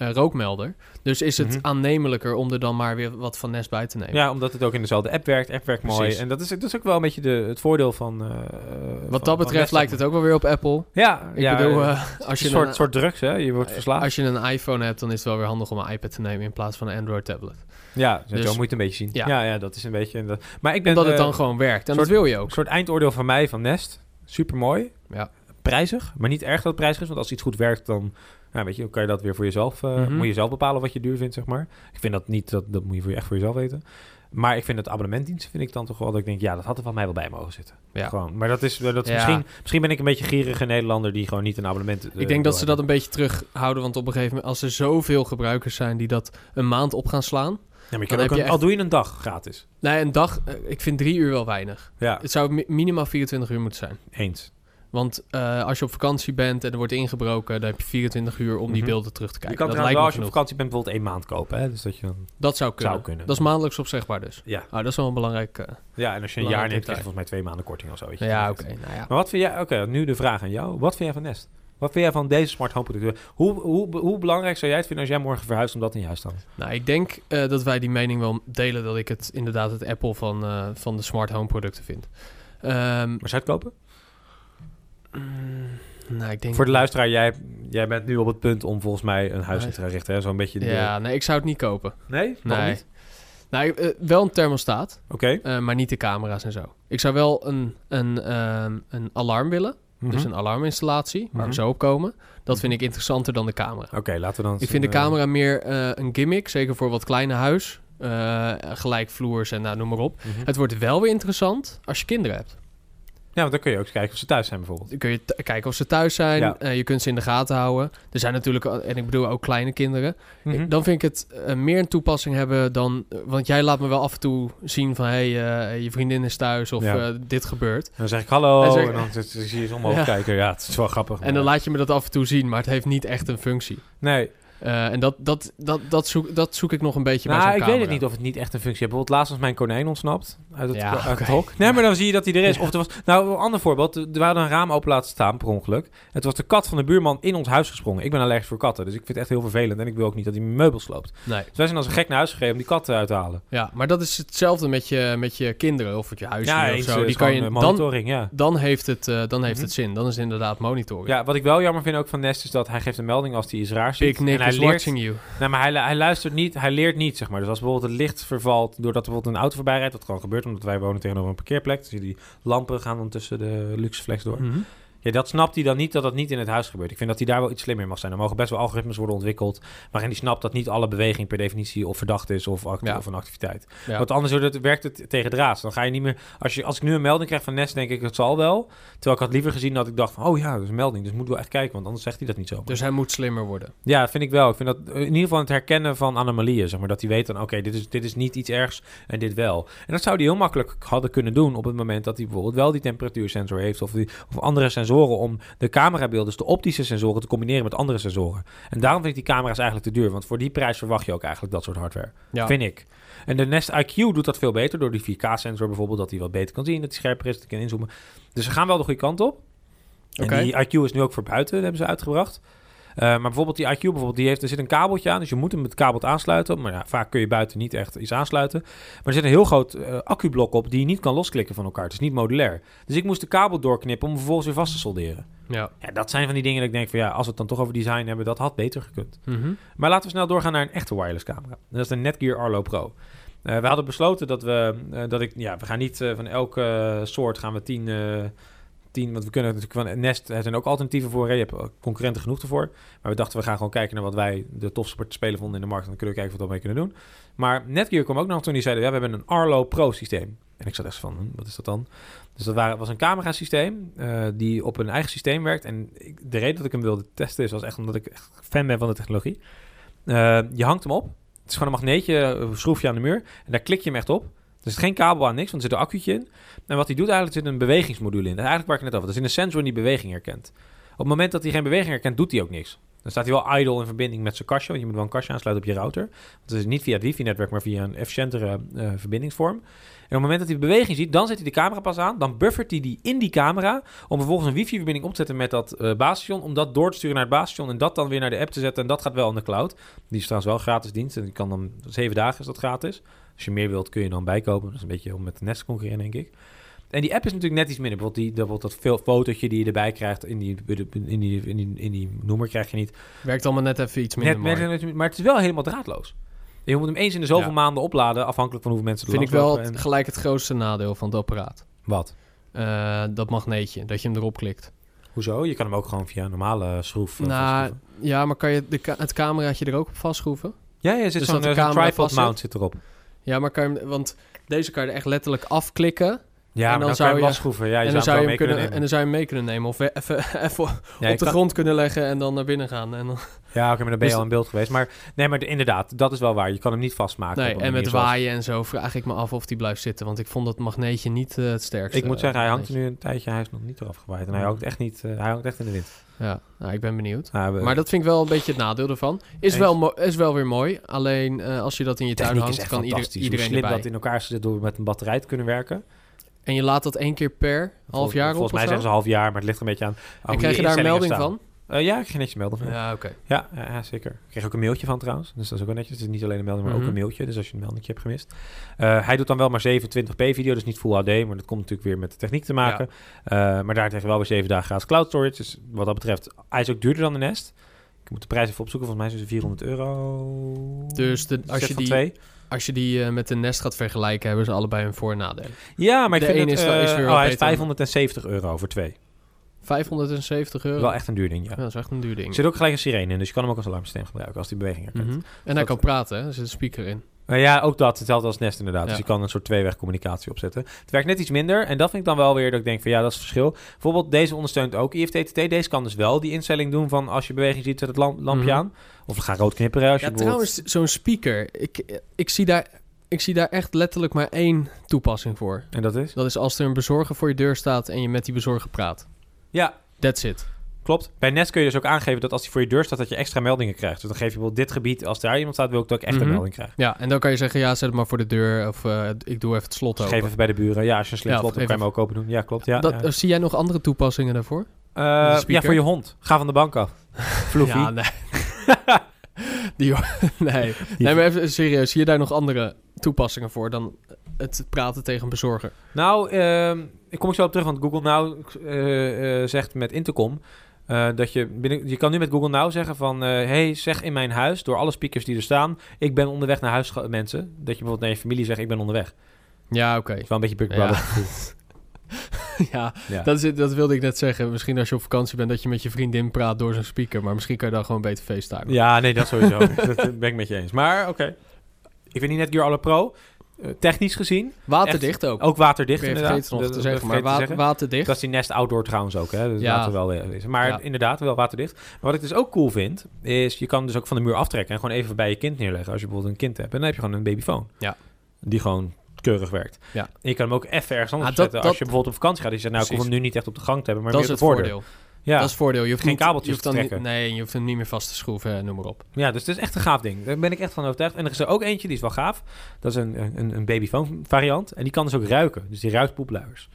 eh, rookmelder. Dus is het
Mhm.
aannemelijker om er dan maar weer wat van nest bij te nemen.
Ja, omdat het ook in dezelfde app werkt. App werkt mooi.
Precies.
En dat is, dat is ook wel een beetje de, het voordeel van... eh, van-
Wat dat
van
betreft
Nest,
lijkt
zeg
het ook wel weer op Apple.
maar. Ja,
Ik
ja,
bedoel,
eh,
eh,
het
als,
is een
je
soort,
een,
soort drugs, hè? Je wordt verslaafd.
Eh, als je een iPhone hebt, dan is het wel weer handig om een iPad te nemen in plaats van een Android tablet.
ja, dus,
dus-
zo moet je het een beetje zien. Ja,
Ja.
ja, dat is een beetje... en dat- maar ik ben...
Omdat het
eh,
dan gewoon werkt. En
soort-
dat wil je ook.
Een soort eindoordeel van mij van Nest. Supermooi.
Ja.
Prijzig, maar niet erg dat het prijzig is. Want als iets goed werkt, dan, nou, weet je, dan kan je dat weer voor jezelf... eh,
Mhm.
Moet je zelf bepalen wat je duur vindt, zeg maar. Ik vind dat niet... Dat, dat moet je voor je echt voor jezelf weten. Maar ik vind het abonnementdiensten vind ik dan toch wel... Dat ik denk, ja, dat had er van mij wel bij mogen zitten.
Ja.
Gewoon. Maar dat is, dat is
Ja.
misschien, misschien ben ik een beetje gierige Nederlander die gewoon niet een abonnement. eh,
Ik denk dat
wil
ze dat
hebben.
een beetje terughouden, want op een gegeven moment, als er zoveel gebruikers zijn die dat een maand op gaan slaan.
Ja, maar je
dan
kan ook
heb je
een-
echt-
Al doe je een dag gratis.
Nee, een dag, eh, ik vind drie uur wel weinig.
Ja,
Het zou mi- minimaal 24 uur moeten zijn.
eens.
Want eh, als je op vakantie bent en er wordt ingebroken, dan heb je 24 uur om die
Mhm.
beelden terug te
je
kijken.
kan
Dat
trouwens
lijkt
wel
me
als je op
genoeg.
vakantie bent bijvoorbeeld één maand kopen. Hè? Dus dat je dan...
Dat zou kunnen.
Zou kunnen.
Dat is maandelijks opzegbaar dus.
ja.
Nou, dat is wel een belangrijk... eh,
ja, en als je
Belangrijk
een jaar neemt,
detail.
krijg je volgens mij twee maanden korting of zo. Weet je.
ja,
Dat
oké.
is het.
nou ja.
Maar wat vind jij... Oké, nu de vraag aan jou. Wat vind jij van Nest? Wat vind jij van deze smart home producten? Hoe, hoe, hoe belangrijk zou jij het vinden als jij morgen verhuist om dat in je huis te hangen?
Nou, ik denk eh, dat wij die mening wel delen dat ik het inderdaad het Apple van, eh, van de smart home producten vind. Ehm,
Maar zou je het kopen?
mm, nou, ik denk...
Voor de luisteraar, jij, jij bent nu op het punt om volgens mij een huis in te gaan richten. hè? Zo'n beetje. de-
Ja, nee, ik zou het niet kopen.
Nee? Waarom
nee.
niet?
Nou, ik- eh, wel een thermostaat,
Oké.
eh, maar niet de camera's en zo. Ik zou wel een, een, ehm, een alarm willen,
Mhm.
dus een alarminstallatie, waar
Mhm.
we zo op komen. Dat vind ik interessanter dan de camera.
Oké, laten we dan. eens
Ik vind de
een,
camera meer eh, een gimmick, zeker voor wat kleine huis. eh gelijkvloers en nou, noem maar op.
eh, mhm.
Het wordt wel weer interessant als je kinderen hebt.
Ja, want dan kun je ook eens kijken of ze thuis zijn bijvoorbeeld.
Dan kun je t- kijken of ze thuis zijn.
Ja.
eh, je kunt ze in de gaten houden. Er zijn natuurlijk, al- en ik bedoel ook kleine kinderen. Ik-
Mhm.
Dan vind ik het eh, meer een toepassing hebben dan... eh, Want jij laat me wel af en toe zien van... hé, hey, eh, je vriendin is thuis of
Ja.
eh, dit gebeurt.
En dan zeg ik hallo
En
en,
zeg ik-
dan zit- zie je ze omhoog
Ja.
kijken. Ja, het is wel grappig.
En dan
maar-
laat je me dat af en toe zien, maar het heeft niet echt een functie.
Nee,
Eh, en dat, dat, dat, dat, zoek, dat zoek ik nog een beetje bij
nou,
zo'n
ik
camera.
weet het niet of het niet echt een functie heeft. Bijvoorbeeld laatst was mijn konijn ontsnapt uit het,
Ja,
uit het
oké.
hok. Nee, maar dan zie je dat hij er is. Of er was, nou, een ander voorbeeld. Er waren een raam open laten staan, per ongeluk. Het was de kat van de buurman in ons huis gesprongen. Ik ben allergisch voor katten, dus ik vind het echt heel vervelend. En ik wil ook niet dat hij mijn meubels sloopt.
Nee.
Dus wij zijn als een gek naar huis gegaan om die kat uit te halen.
Ja, maar dat is hetzelfde met je, met je kinderen of met je huisdieren
eens,
of
eh,
zo. Die
is
kan
gewoon,
je,
eh,
dan,
monitoring, ja.
dan heeft het, eh, dan heeft
Mhm.
het zin. Dan is het inderdaad monitoren.
Ja, wat ik wel jammer vind ook van Nest is dat hij geeft een melding als hij iets raars ziet.
Big Nick
en hij
is
leert,
watching you.
Nee, maar hij, lu- hij luistert niet, hij leert niet, zeg maar. Dus als bijvoorbeeld het licht vervalt doordat er bijvoorbeeld een auto voorbij rijdt, wat gewoon gebeurt omdat wij wonen tegenover een parkeerplek, dus die lampen gaan dan tussen de luxe flex door.
Mhm.
Ja, dat snapt hij dan niet dat dat niet in het huis gebeurt. Ik vind dat hij daar wel iets slimmer in mag zijn. Er mogen best wel algoritmes worden ontwikkeld waarin hij snapt dat niet alle beweging per definitie of verdacht is of, act-
Ja.
of een activiteit.
Ja.
Want anders wordt het, werkt het tegen draad. Dan ga je niet meer. Als, je, als ik nu een melding krijg van Nest, denk ik het zal wel. Terwijl ik had liever gezien dat ik dacht van, oh ja, dat is een melding, dus moet wel echt kijken, want anders zegt hij dat niet zo.
Dus hij moet slimmer worden.
Ja, dat vind ik wel. Ik vind dat eh, in ieder geval het herkennen van anomalieën. Zeg maar, dat hij weet dan, oké, dit, is, dit is niet iets ergs en dit wel. En dat zou hij heel makkelijk hadden kunnen doen op het moment dat hij bijvoorbeeld wel die temperatuursensor heeft. Of, die, of andere sensoren om de camerabeelden, dus de optische sensoren, te combineren met andere sensoren. En daarom vind ik die camera's eigenlijk te duur. Want voor die prijs verwacht je ook eigenlijk dat soort hardware.
Ja.
Vind ik. En de Nest IQ doet dat veel beter door die 4K-sensor bijvoorbeeld, dat hij wat beter kan zien, dat hij scherper is, dat hij kan inzoomen. Dus ze gaan wel de goede kant op.
Oké.
En die IQ is nu ook voor buiten, dat hebben ze uitgebracht. Eh, maar bijvoorbeeld die IQ, bijvoorbeeld, die heeft, er zit een kabeltje aan, dus je moet hem met kabel aansluiten. Maar ja, vaak kun je buiten niet echt iets aansluiten. Maar er zit een heel groot eh, accublok op die je niet kan losklikken van elkaar. Het is niet modulair. Dus ik moest de kabel doorknippen om hem vervolgens weer vast te solderen.
Ja.
Ja, dat zijn van die dingen dat ik denk van ja, als we het dan toch over design hebben, dat had beter gekund.
Mhm.
Maar laten we snel doorgaan naar een echte wireless camera. Dat is de Netgear Arlo Pro. Eh, we hadden besloten dat we, eh, dat ik, ja, we gaan niet eh, van elke eh, soort gaan we tien, eh, tien, want we kunnen natuurlijk van Nest, er zijn ook alternatieven voor, hè, je hebt ook concurrenten genoeg ervoor. Maar we dachten we gaan gewoon kijken naar wat wij de tofste spelen vonden in de markt en dan kunnen we kijken wat we daarmee kunnen doen. Maar Netgear kwam ook nog toen die zeiden, ja, we hebben een Arlo Pro systeem. En ik zat echt van, hm, wat is dat dan? Dus dat waren, was een camerasysteem eh die op een eigen systeem werkt. En ik, de reden dat ik hem wilde testen is was echt omdat ik echt fan ben van de technologie. Eh, je hangt hem op. Het is gewoon een magneetje, een schroefje aan de muur. En daar klik je hem echt op. Er zit geen kabel aan niks, want er zit een accu'tje in. En wat hij doet eigenlijk, er zit een bewegingsmodule in. Eigenlijk waar ik het net over had. Er zit een sensor die beweging herkent. Op het moment dat hij geen beweging herkent, doet hij ook niks. Dan staat hij wel idle in verbinding met zijn kastje. Want je moet wel een kastje aansluiten op je router. Want het is niet via het wifi-netwerk, maar via een efficiëntere eh, verbindingsvorm. En op het moment dat hij beweging ziet, dan zet hij de camera pas aan. Dan buffert hij die in die camera. Om vervolgens een wifi-verbinding op te zetten met dat eh basisstation. Om dat door te sturen naar het basisstation. En dat dan weer naar de app te zetten. En dat gaat wel in de cloud. Die is trouwens wel een gratis dienst. En die kan dan zeven dagen is dat gratis. Als je meer wilt, kun je dan bijkopen. Dat is een beetje om met de Nest te concurreren, denk ik. En die app is natuurlijk net iets minder. Bijvoorbeeld, die, bijvoorbeeld dat veel fotootje die je erbij krijgt in die, in die, in die, in die noemer krijg je niet.
Werkt allemaal net even iets minder
Net-
mooi.
net- net- maar het is wel helemaal draadloos. Je moet hem eens in de zoveel
Ja.
maanden opladen, afhankelijk van hoeveel mensen er
Vind ik wel
langslopen
het-
en-
gelijk het grootste nadeel van het apparaat.
Wat?
Eh, dat magneetje, dat je hem erop klikt.
Hoezo? Je kan hem ook gewoon via een normale schroef... eh,
nou,
vastschroeven.
ja, maar kan je de ka- het cameraatje er ook op vastschroeven?
Ja, ja, er zit
dus
zo'n
dat de
eh, zo'n
camera
tripod
vastzit?
mount zit erop.
Ja, maar kan je hem... Want deze kan je er echt letterlijk afklikken.
Ja, maar
dan zou
dan, zou je
je-
hem vastschroeven. Ja, je
en, dan
zou
zou
hem
je
mee
hem
kunnen
kunnen, en dan
nemen.
zou je hem mee kunnen nemen. Of we- even, even
Ja, je
op de
kan-
grond kunnen leggen en dan naar binnen gaan. En dan,
Ja, oké, maar dan ben
Dus
je al in beeld geweest. Maar nee, maar de- inderdaad, dat is wel waar. Je kan Ah, hem niet vastmaken.
nee,
op een
en
manier
met
zoals-
waaien en zo vraag ik me af of die blijft zitten. Want ik vond dat magneetje niet eh, Mm. het sterkste.
Ik moet zeggen, hij hangt er
magneetje.
nu een tijdje. Hij is nog niet eraf gewaaid. En hij hangt echt niet. eh, hij hangt echt in de wind.
Ja, nou, ik ben benieuwd.
Nou, we-
Maar dat vind ik wel een beetje het nadeel ervan. Is,
Eens.
wel, mo- is wel weer mooi. Alleen eh, als je dat in je tuin
techniek is
hangt,
echt
kan ieder,
fantastisch.
iedereen
Hoe slim
erbij.
dat in elkaar zit door met een batterij te kunnen werken.
En je laat dat één keer per half
Volgens-
jaar op
Volgens mij
of
zeggen
zo?
ze half jaar, maar het ligt een beetje aan. aan
En
hoe
krijg je daar een melding
instellingen
van?
staan. Eh, ja, ik kreeg netjes melding van hem.
Ja, oké.
Ja, ja, ja, zeker. Ik kreeg ook een mailtje van trouwens. Dus dat is ook wel netjes. Het is niet alleen een melding, maar
Mhm.
ook een mailtje. Dus als je een melding hebt gemist. Eh, hij doet dan wel maar 720p video, dus niet Full HD. Maar dat komt natuurlijk weer met de techniek te maken. Eh, maar daar tegen wel weer 7 dagen gratis cloud storage. Dus wat dat betreft, hij is ook duurder dan de Nest. Ik moet de prijs even opzoeken. Volgens mij is het 400 euro.
Dus de- als
Set
je
van
die-
twee.
Als je die eh, met de Nest gaat vergelijken, hebben ze allebei hun voor- en nadelen.
Ja, maar ik
de
vind
een
het,
is wel-
eh,
is weer
oh,
wat
hij is
beter.
570 euro voor twee.
570 euro.
Wel echt een duur ding, ja.
Ja, dat is echt een duur ding.
Er zit ook gelijk een sirene in, dus je kan hem ook als alarmsysteem gebruiken als die beweging herkent.
Mhm. En hij
Dat-
kan praten, hè? er zit een speaker in.
Maar Nou ja, ook dat. Hetzelfde als Nest inderdaad.
Ja.
Dus je kan een soort tweeweg communicatie opzetten. Het werkt net iets minder. En dat vind ik dan wel weer dat ik denk van ja, dat is het verschil. Bijvoorbeeld deze ondersteunt ook IFTTT. Deze kan dus wel die instelling doen van als je beweging ziet, zet het lam- lampje
Mhm.
aan. Of ga rood knipperen als je
Ja,
bijvoorbeeld-
trouwens, zo'n speaker. Ik, ik, zie daar, ik zie daar echt letterlijk maar één toepassing voor.
En dat is?
Dat is als er een bezorger voor je deur staat en je met die bezorger praat.
Ja,
That's it.
klopt. Bij Nest kun je dus ook aangeven dat als die voor je deur staat, dat je extra meldingen krijgt. Dus dan geef je bijvoorbeeld dit gebied, als daar iemand staat, wil ik dat ik echt
Mhm.
een melding krijg. Dus
Ja, en dan kan je zeggen, ja, zet het maar voor de deur. Of eh, ik doe even het slot
Dus
open.
geef even bij de buren. Ja, als je een slim
Ja,
slot hebt, kan je
even-
hem ook open doen. Ja, klopt. Ja,
dat, eh,
ja.
Zie jij nog andere toepassingen daarvoor?
Eh,
Een speaker?
ja, voor je hond. Ga van de bank af. Floofy.
Ja, nee. die, hoor- nee. nee, maar even serieus. Zie je daar nog andere toepassingen voor dan het praten tegen een bezorger?
Nou, ehm, ik kom ik zo op terug, want Google Now eh, eh, zegt met Intercom... eh, dat je, binnen, je kan nu met Google Now zeggen van... eh, hey, zeg in mijn huis, door alle speakers die er staan... ik ben onderweg naar huis, ge- mensen. Dat je bijvoorbeeld naar je familie zegt, ik ben onderweg. Dat
Ja, oké.
is wel een beetje Big
Ja.
Brother gevoel.
ja,
Ja.
dat, is, dat wilde ik net zeggen. Misschien als je op vakantie bent dat je met je vriendin praat door zo'n speaker. Maar misschien kan je dan gewoon beter facetimen.
Ja, nee, dat sowieso. dat eh, ben ik met je eens. Maar, oké. Ik vind niet net Gear Alle Pro... eh, technisch gezien,
Waterdicht ook.
ook waterdicht
Ik ben
Oh, inderdaad.
vergeten nog
Dat-
te
dat
zeggen, maar
vergeten te
wa-
zeggen.
waterdicht.
Dat is die Nest Outdoor trouwens ook, hè? Dus
Ja.
laten we wel eh, wezen. Maar
Ja.
inderdaad, wel waterdicht. Maar wat ik dus ook cool vind, is je kan dus ook van de muur aftrekken... en gewoon even bij je kind neerleggen als je bijvoorbeeld een kind hebt. En dan heb je gewoon een babyfoon.
Ja.
Die gewoon keurig werkt.
Ja.
En je kan hem ook even ergens anders
Ah, dat-
zetten.
dat-
Als je bijvoorbeeld op vakantie gaat, die zegt... nou, ik hoef
Precies.
hem nu niet echt op de gang te hebben, maar
dat is
meer
het
op de voordeur.
voordeel.
Ja.
Dat is het voordeel. Je hoeft
Geen
niet,
kabeltjes
je hoeft
te
dan niet-
trekken.
Nee, je hoeft hem niet meer vast te schroeven, eh, noem maar op.
ja, dus het is echt een gaaf ding. Daar ben ik echt van overtuigd. En er is er ook eentje, die is wel gaaf. Dat is een, een, een babyfoon variant. En die kan dus ook ruiken. Dus die ruikt poepluiers.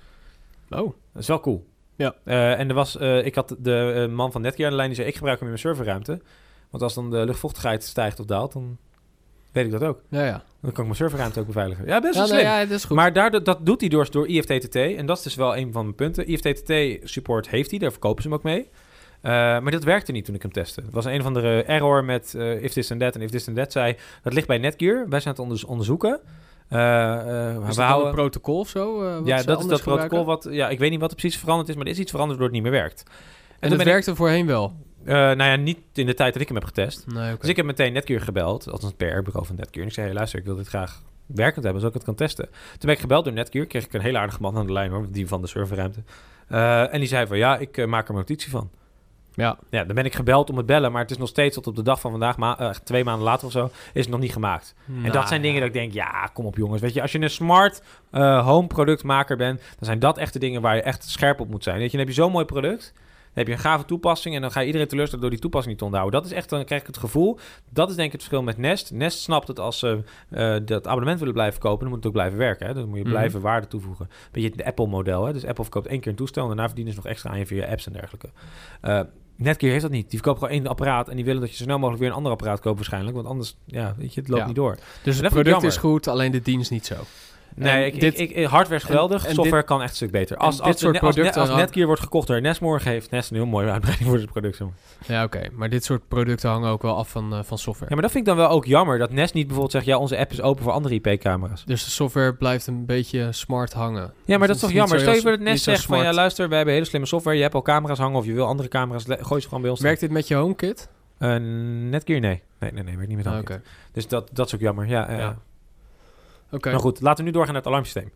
Oh.
Dat is wel cool.
Ja.
Eh, en er was, eh, ik had de eh, man van Netgear aan de lijn die zei: ik gebruik hem in mijn serverruimte. Want als dan de luchtvochtigheid stijgt of daalt, dan weet ik dat ook.
Ja, ja.
Dan kan ik mijn serverruimte ook beveiligen. Ja, best wel
ja,
slim.
nee, ja, dat is goed.
Maar daardoor, dat doet hij door, door IFTTT. En dat is dus wel een van mijn punten. IFTTT-support heeft hij, daar verkopen ze hem ook mee. Eh, maar dat werkte niet toen ik hem testte. Het was een of andere error met eh, if this and that en if this and that. Zei, dat ligt bij Netgear. Wij zijn het onderzo- onderzoeken. Eh, eh,
is
we
dat dan
houden...
een protocol of zo? eh, wat
Ja,
ze
dat is
anders
dat
gebruiken?
protocol wat... Ja, ik weet niet wat er precies veranderd is, maar er is iets veranderd waardoor het niet meer werkt. En,
En,
toen
dat
ben
werkte voorheen wel?
Ik, eh, nou ja, niet in de tijd dat ik hem heb getest.
Nee, oké.
Dus ik heb meteen Netgear gebeld, althans het PR-bureau van Netgear. En ik zei, hey, luister, ik wil dit graag werkend hebben, zodat ik het kan testen. Toen ben ik gebeld door Netgear, kreeg ik een heel aardige man aan de lijn, hoor, die van de serverruimte. Eh, en die zei van, ja, ik eh, maak er een notitie van.
Ja,
Ja, dan ben ik gebeld om het bellen, maar het is nog steeds tot op de dag van vandaag, ma eh, twee maanden later of zo, is het nog niet gemaakt.
Nou.
En dat zijn dingen dat ik denk, ja, kom op jongens. Weet je, als je een smart eh, home productmaker bent, dan zijn dat echt de dingen waar je echt scherp op moet zijn. Weet je, dan heb je zo'n mooi product, dan heb je een gave toepassing en dan ga je iedereen teleurstellen door die toepassing niet te onthouden. Dat is echt, dan krijg ik het gevoel, dat is denk ik het verschil met Nest. Nest snapt het als ze eh, dat abonnement willen blijven kopen, dan moet het ook blijven werken. Hè? Dan moet je
Mhm.
blijven waarde toevoegen. Beetje het Apple-model, hè. Dus Apple verkoopt één keer een toestel en daarna verdienen ze nog extra aan je via apps en dergelijke. Eh, Netgear heeft dat niet. Die verkoopt gewoon één apparaat en die willen dat je zo snel mogelijk weer een ander apparaat koopt waarschijnlijk. Want anders, ja, weet je, het loopt
Ja.
niet door.
Dus het
vind ik
product is
jammer.
goed, alleen de dienst niet zo.
Nee,
En
ik,
dit-
ik, ik- hardware is geweldig.
en- en
software kan echt een stuk beter. Als,
dit
als,
soort
soort als,
producten
als
dan-
Netgear wordt gekocht door Nest morgen, heeft Nest een heel mooie uitbreiding voor zijn product. zeg maar.
Ja, oké. Maar dit soort producten hangen ook wel af van, eh, van software.
Ja, maar dat vind ik dan wel ook jammer. Dat Nest niet bijvoorbeeld zegt, ja, onze app is open voor andere IP-camera's.
Dus de software blijft een beetje smart hangen.
Ja, maar dat
Dus
is toch
niet zo
jammer. Stel je
heel
voor dat
s- niet
Nest
zo
zegt van,
smart.
ja, luister, we hebben hele slimme software. Je hebt al camera's hangen of je wil andere camera's. le- Gooi ze gewoon bij ons.
Werkt dit met je HomeKit?
Eh, Netgear, nee. Nee, nee, nee, werkt niet met
Ah,
andere.
Oké.
Dus dat, dat is ook jammer. Ja, eh,
Ja. Oké.
Maar goed, laten we nu doorgaan naar het alarmsysteem.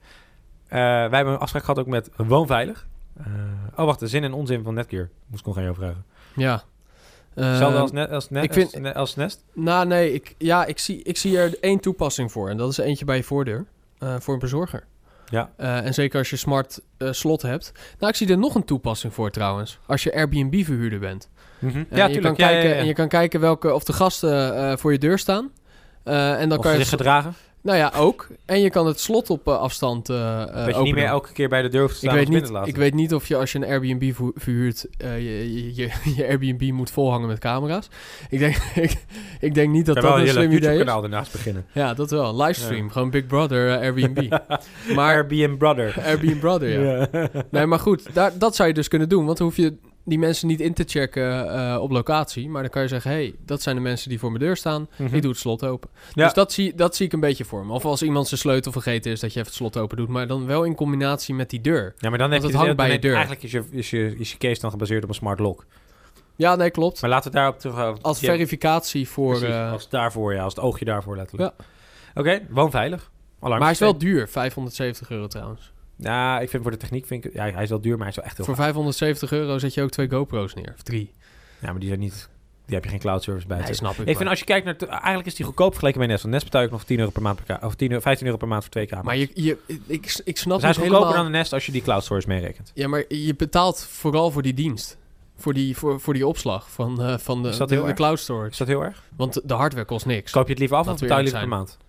Eh, wij hebben een afspraak gehad ook met Woonveilig. Eh, oh, wacht, de zin en onzin van Netgear. Moest ik nog aan jou vragen.
Ja. Eh,
Hetzelfde als, net, als, net,
ik vind-
als, net- als Nest?
Nou, nee. Ik, ja, ik zie, ik zie er één toepassing voor. En dat is eentje bij je voordeur. eh, voor een bezorger.
Ja.
Eh, en zeker als je smart eh, slot hebt. Nou, ik zie er nog een toepassing voor trouwens. Als je Airbnb-verhuurder bent. En
Ja,
je
tuurlijk.
Kan
Ja, ja,
kijken,
ja, ja.
En je kan kijken welke, of de gasten eh, voor je deur staan. Eh, en dan
Of
kan
ze
je
zich gedragen.
Nou ja, ook. En je kan het slot op eh, afstand eh eh,
dat je niet
openen.
meer elke keer bij de deur hoeft te
ik
staan
weet,
om binnen
niet,
te laten.
ik weet niet of je als je een Airbnb vu- verhuurt, eh, je, je, je, je Airbnb moet volhangen met camera's. Ik denk, ik, ik denk niet dat
kan
dat
wel
een
een
slim idee is.
YouTube-kanaal daarnaast beginnen.
Ja, dat wel. Livestream,
Ja.
gewoon Big Brother eh, Airbnb. maar
Airbnb Brother.
Airbnb Brother, ja. Nee, maar goed, daar, dat zou je dus kunnen doen. Want dan hoef je die mensen niet in te checken eh, op locatie. Maar dan kan je zeggen, hey, dat zijn de mensen die voor mijn deur staan.
Mhm.
Ik doe het slot open.
Ja.
Dus dat zie, dat zie ik een beetje voor me. Of als iemand zijn sleutel vergeten is, dat je even het slot open doet. Maar dan wel in combinatie met die deur.
Ja, maar dan heb
Want het
je de-
hangt bij
dan
je
heb-
deur.
Eigenlijk is je, is, je, is je case dan gebaseerd op een smart lock.
Ja, nee, klopt.
Maar laten we daarop terug... eh,
Als
je-
verificatie voor...
precies,
eh,
als daarvoor, ja. Als het oogje daarvoor letterlijk. Oké, woonveilig. Alarm.
maar hij is wel duur, 570 euro trouwens.
Ja, ik vind voor de techniek... Vind ik, ja, hij is wel duur, maar hij is wel echt heel...
Voor 570 euro zet je ook twee GoPro's neer. Of drie.
Ja, maar die zijn niet... Die heb je geen cloud service bij.
Nee,
zeg.
snap ik.
ik
maar.
vind als je kijkt naar... het- Eigenlijk is die goedkoop vergeleken bij Nest. Want Nest betaal ik nog 10 euro per maand per ka- Of 10, euro- 15 euro per maand voor twee kamers.
Maar je, je, ik, ik snap
dus hij
niet
is goedkoper
helemaal...
dan een Nest als je die cloud storage meerekent.
Ja, maar je betaalt vooral voor die dienst. Voor die, voor, voor die opslag van, eh, van de,
Is dat
de,
heel
de
erg?
cloud storage.
Is dat heel erg?
Want de hardware kost niks.
Koop je het liever af
Laten
of
we
betaal je
eerlijk
liever per maand?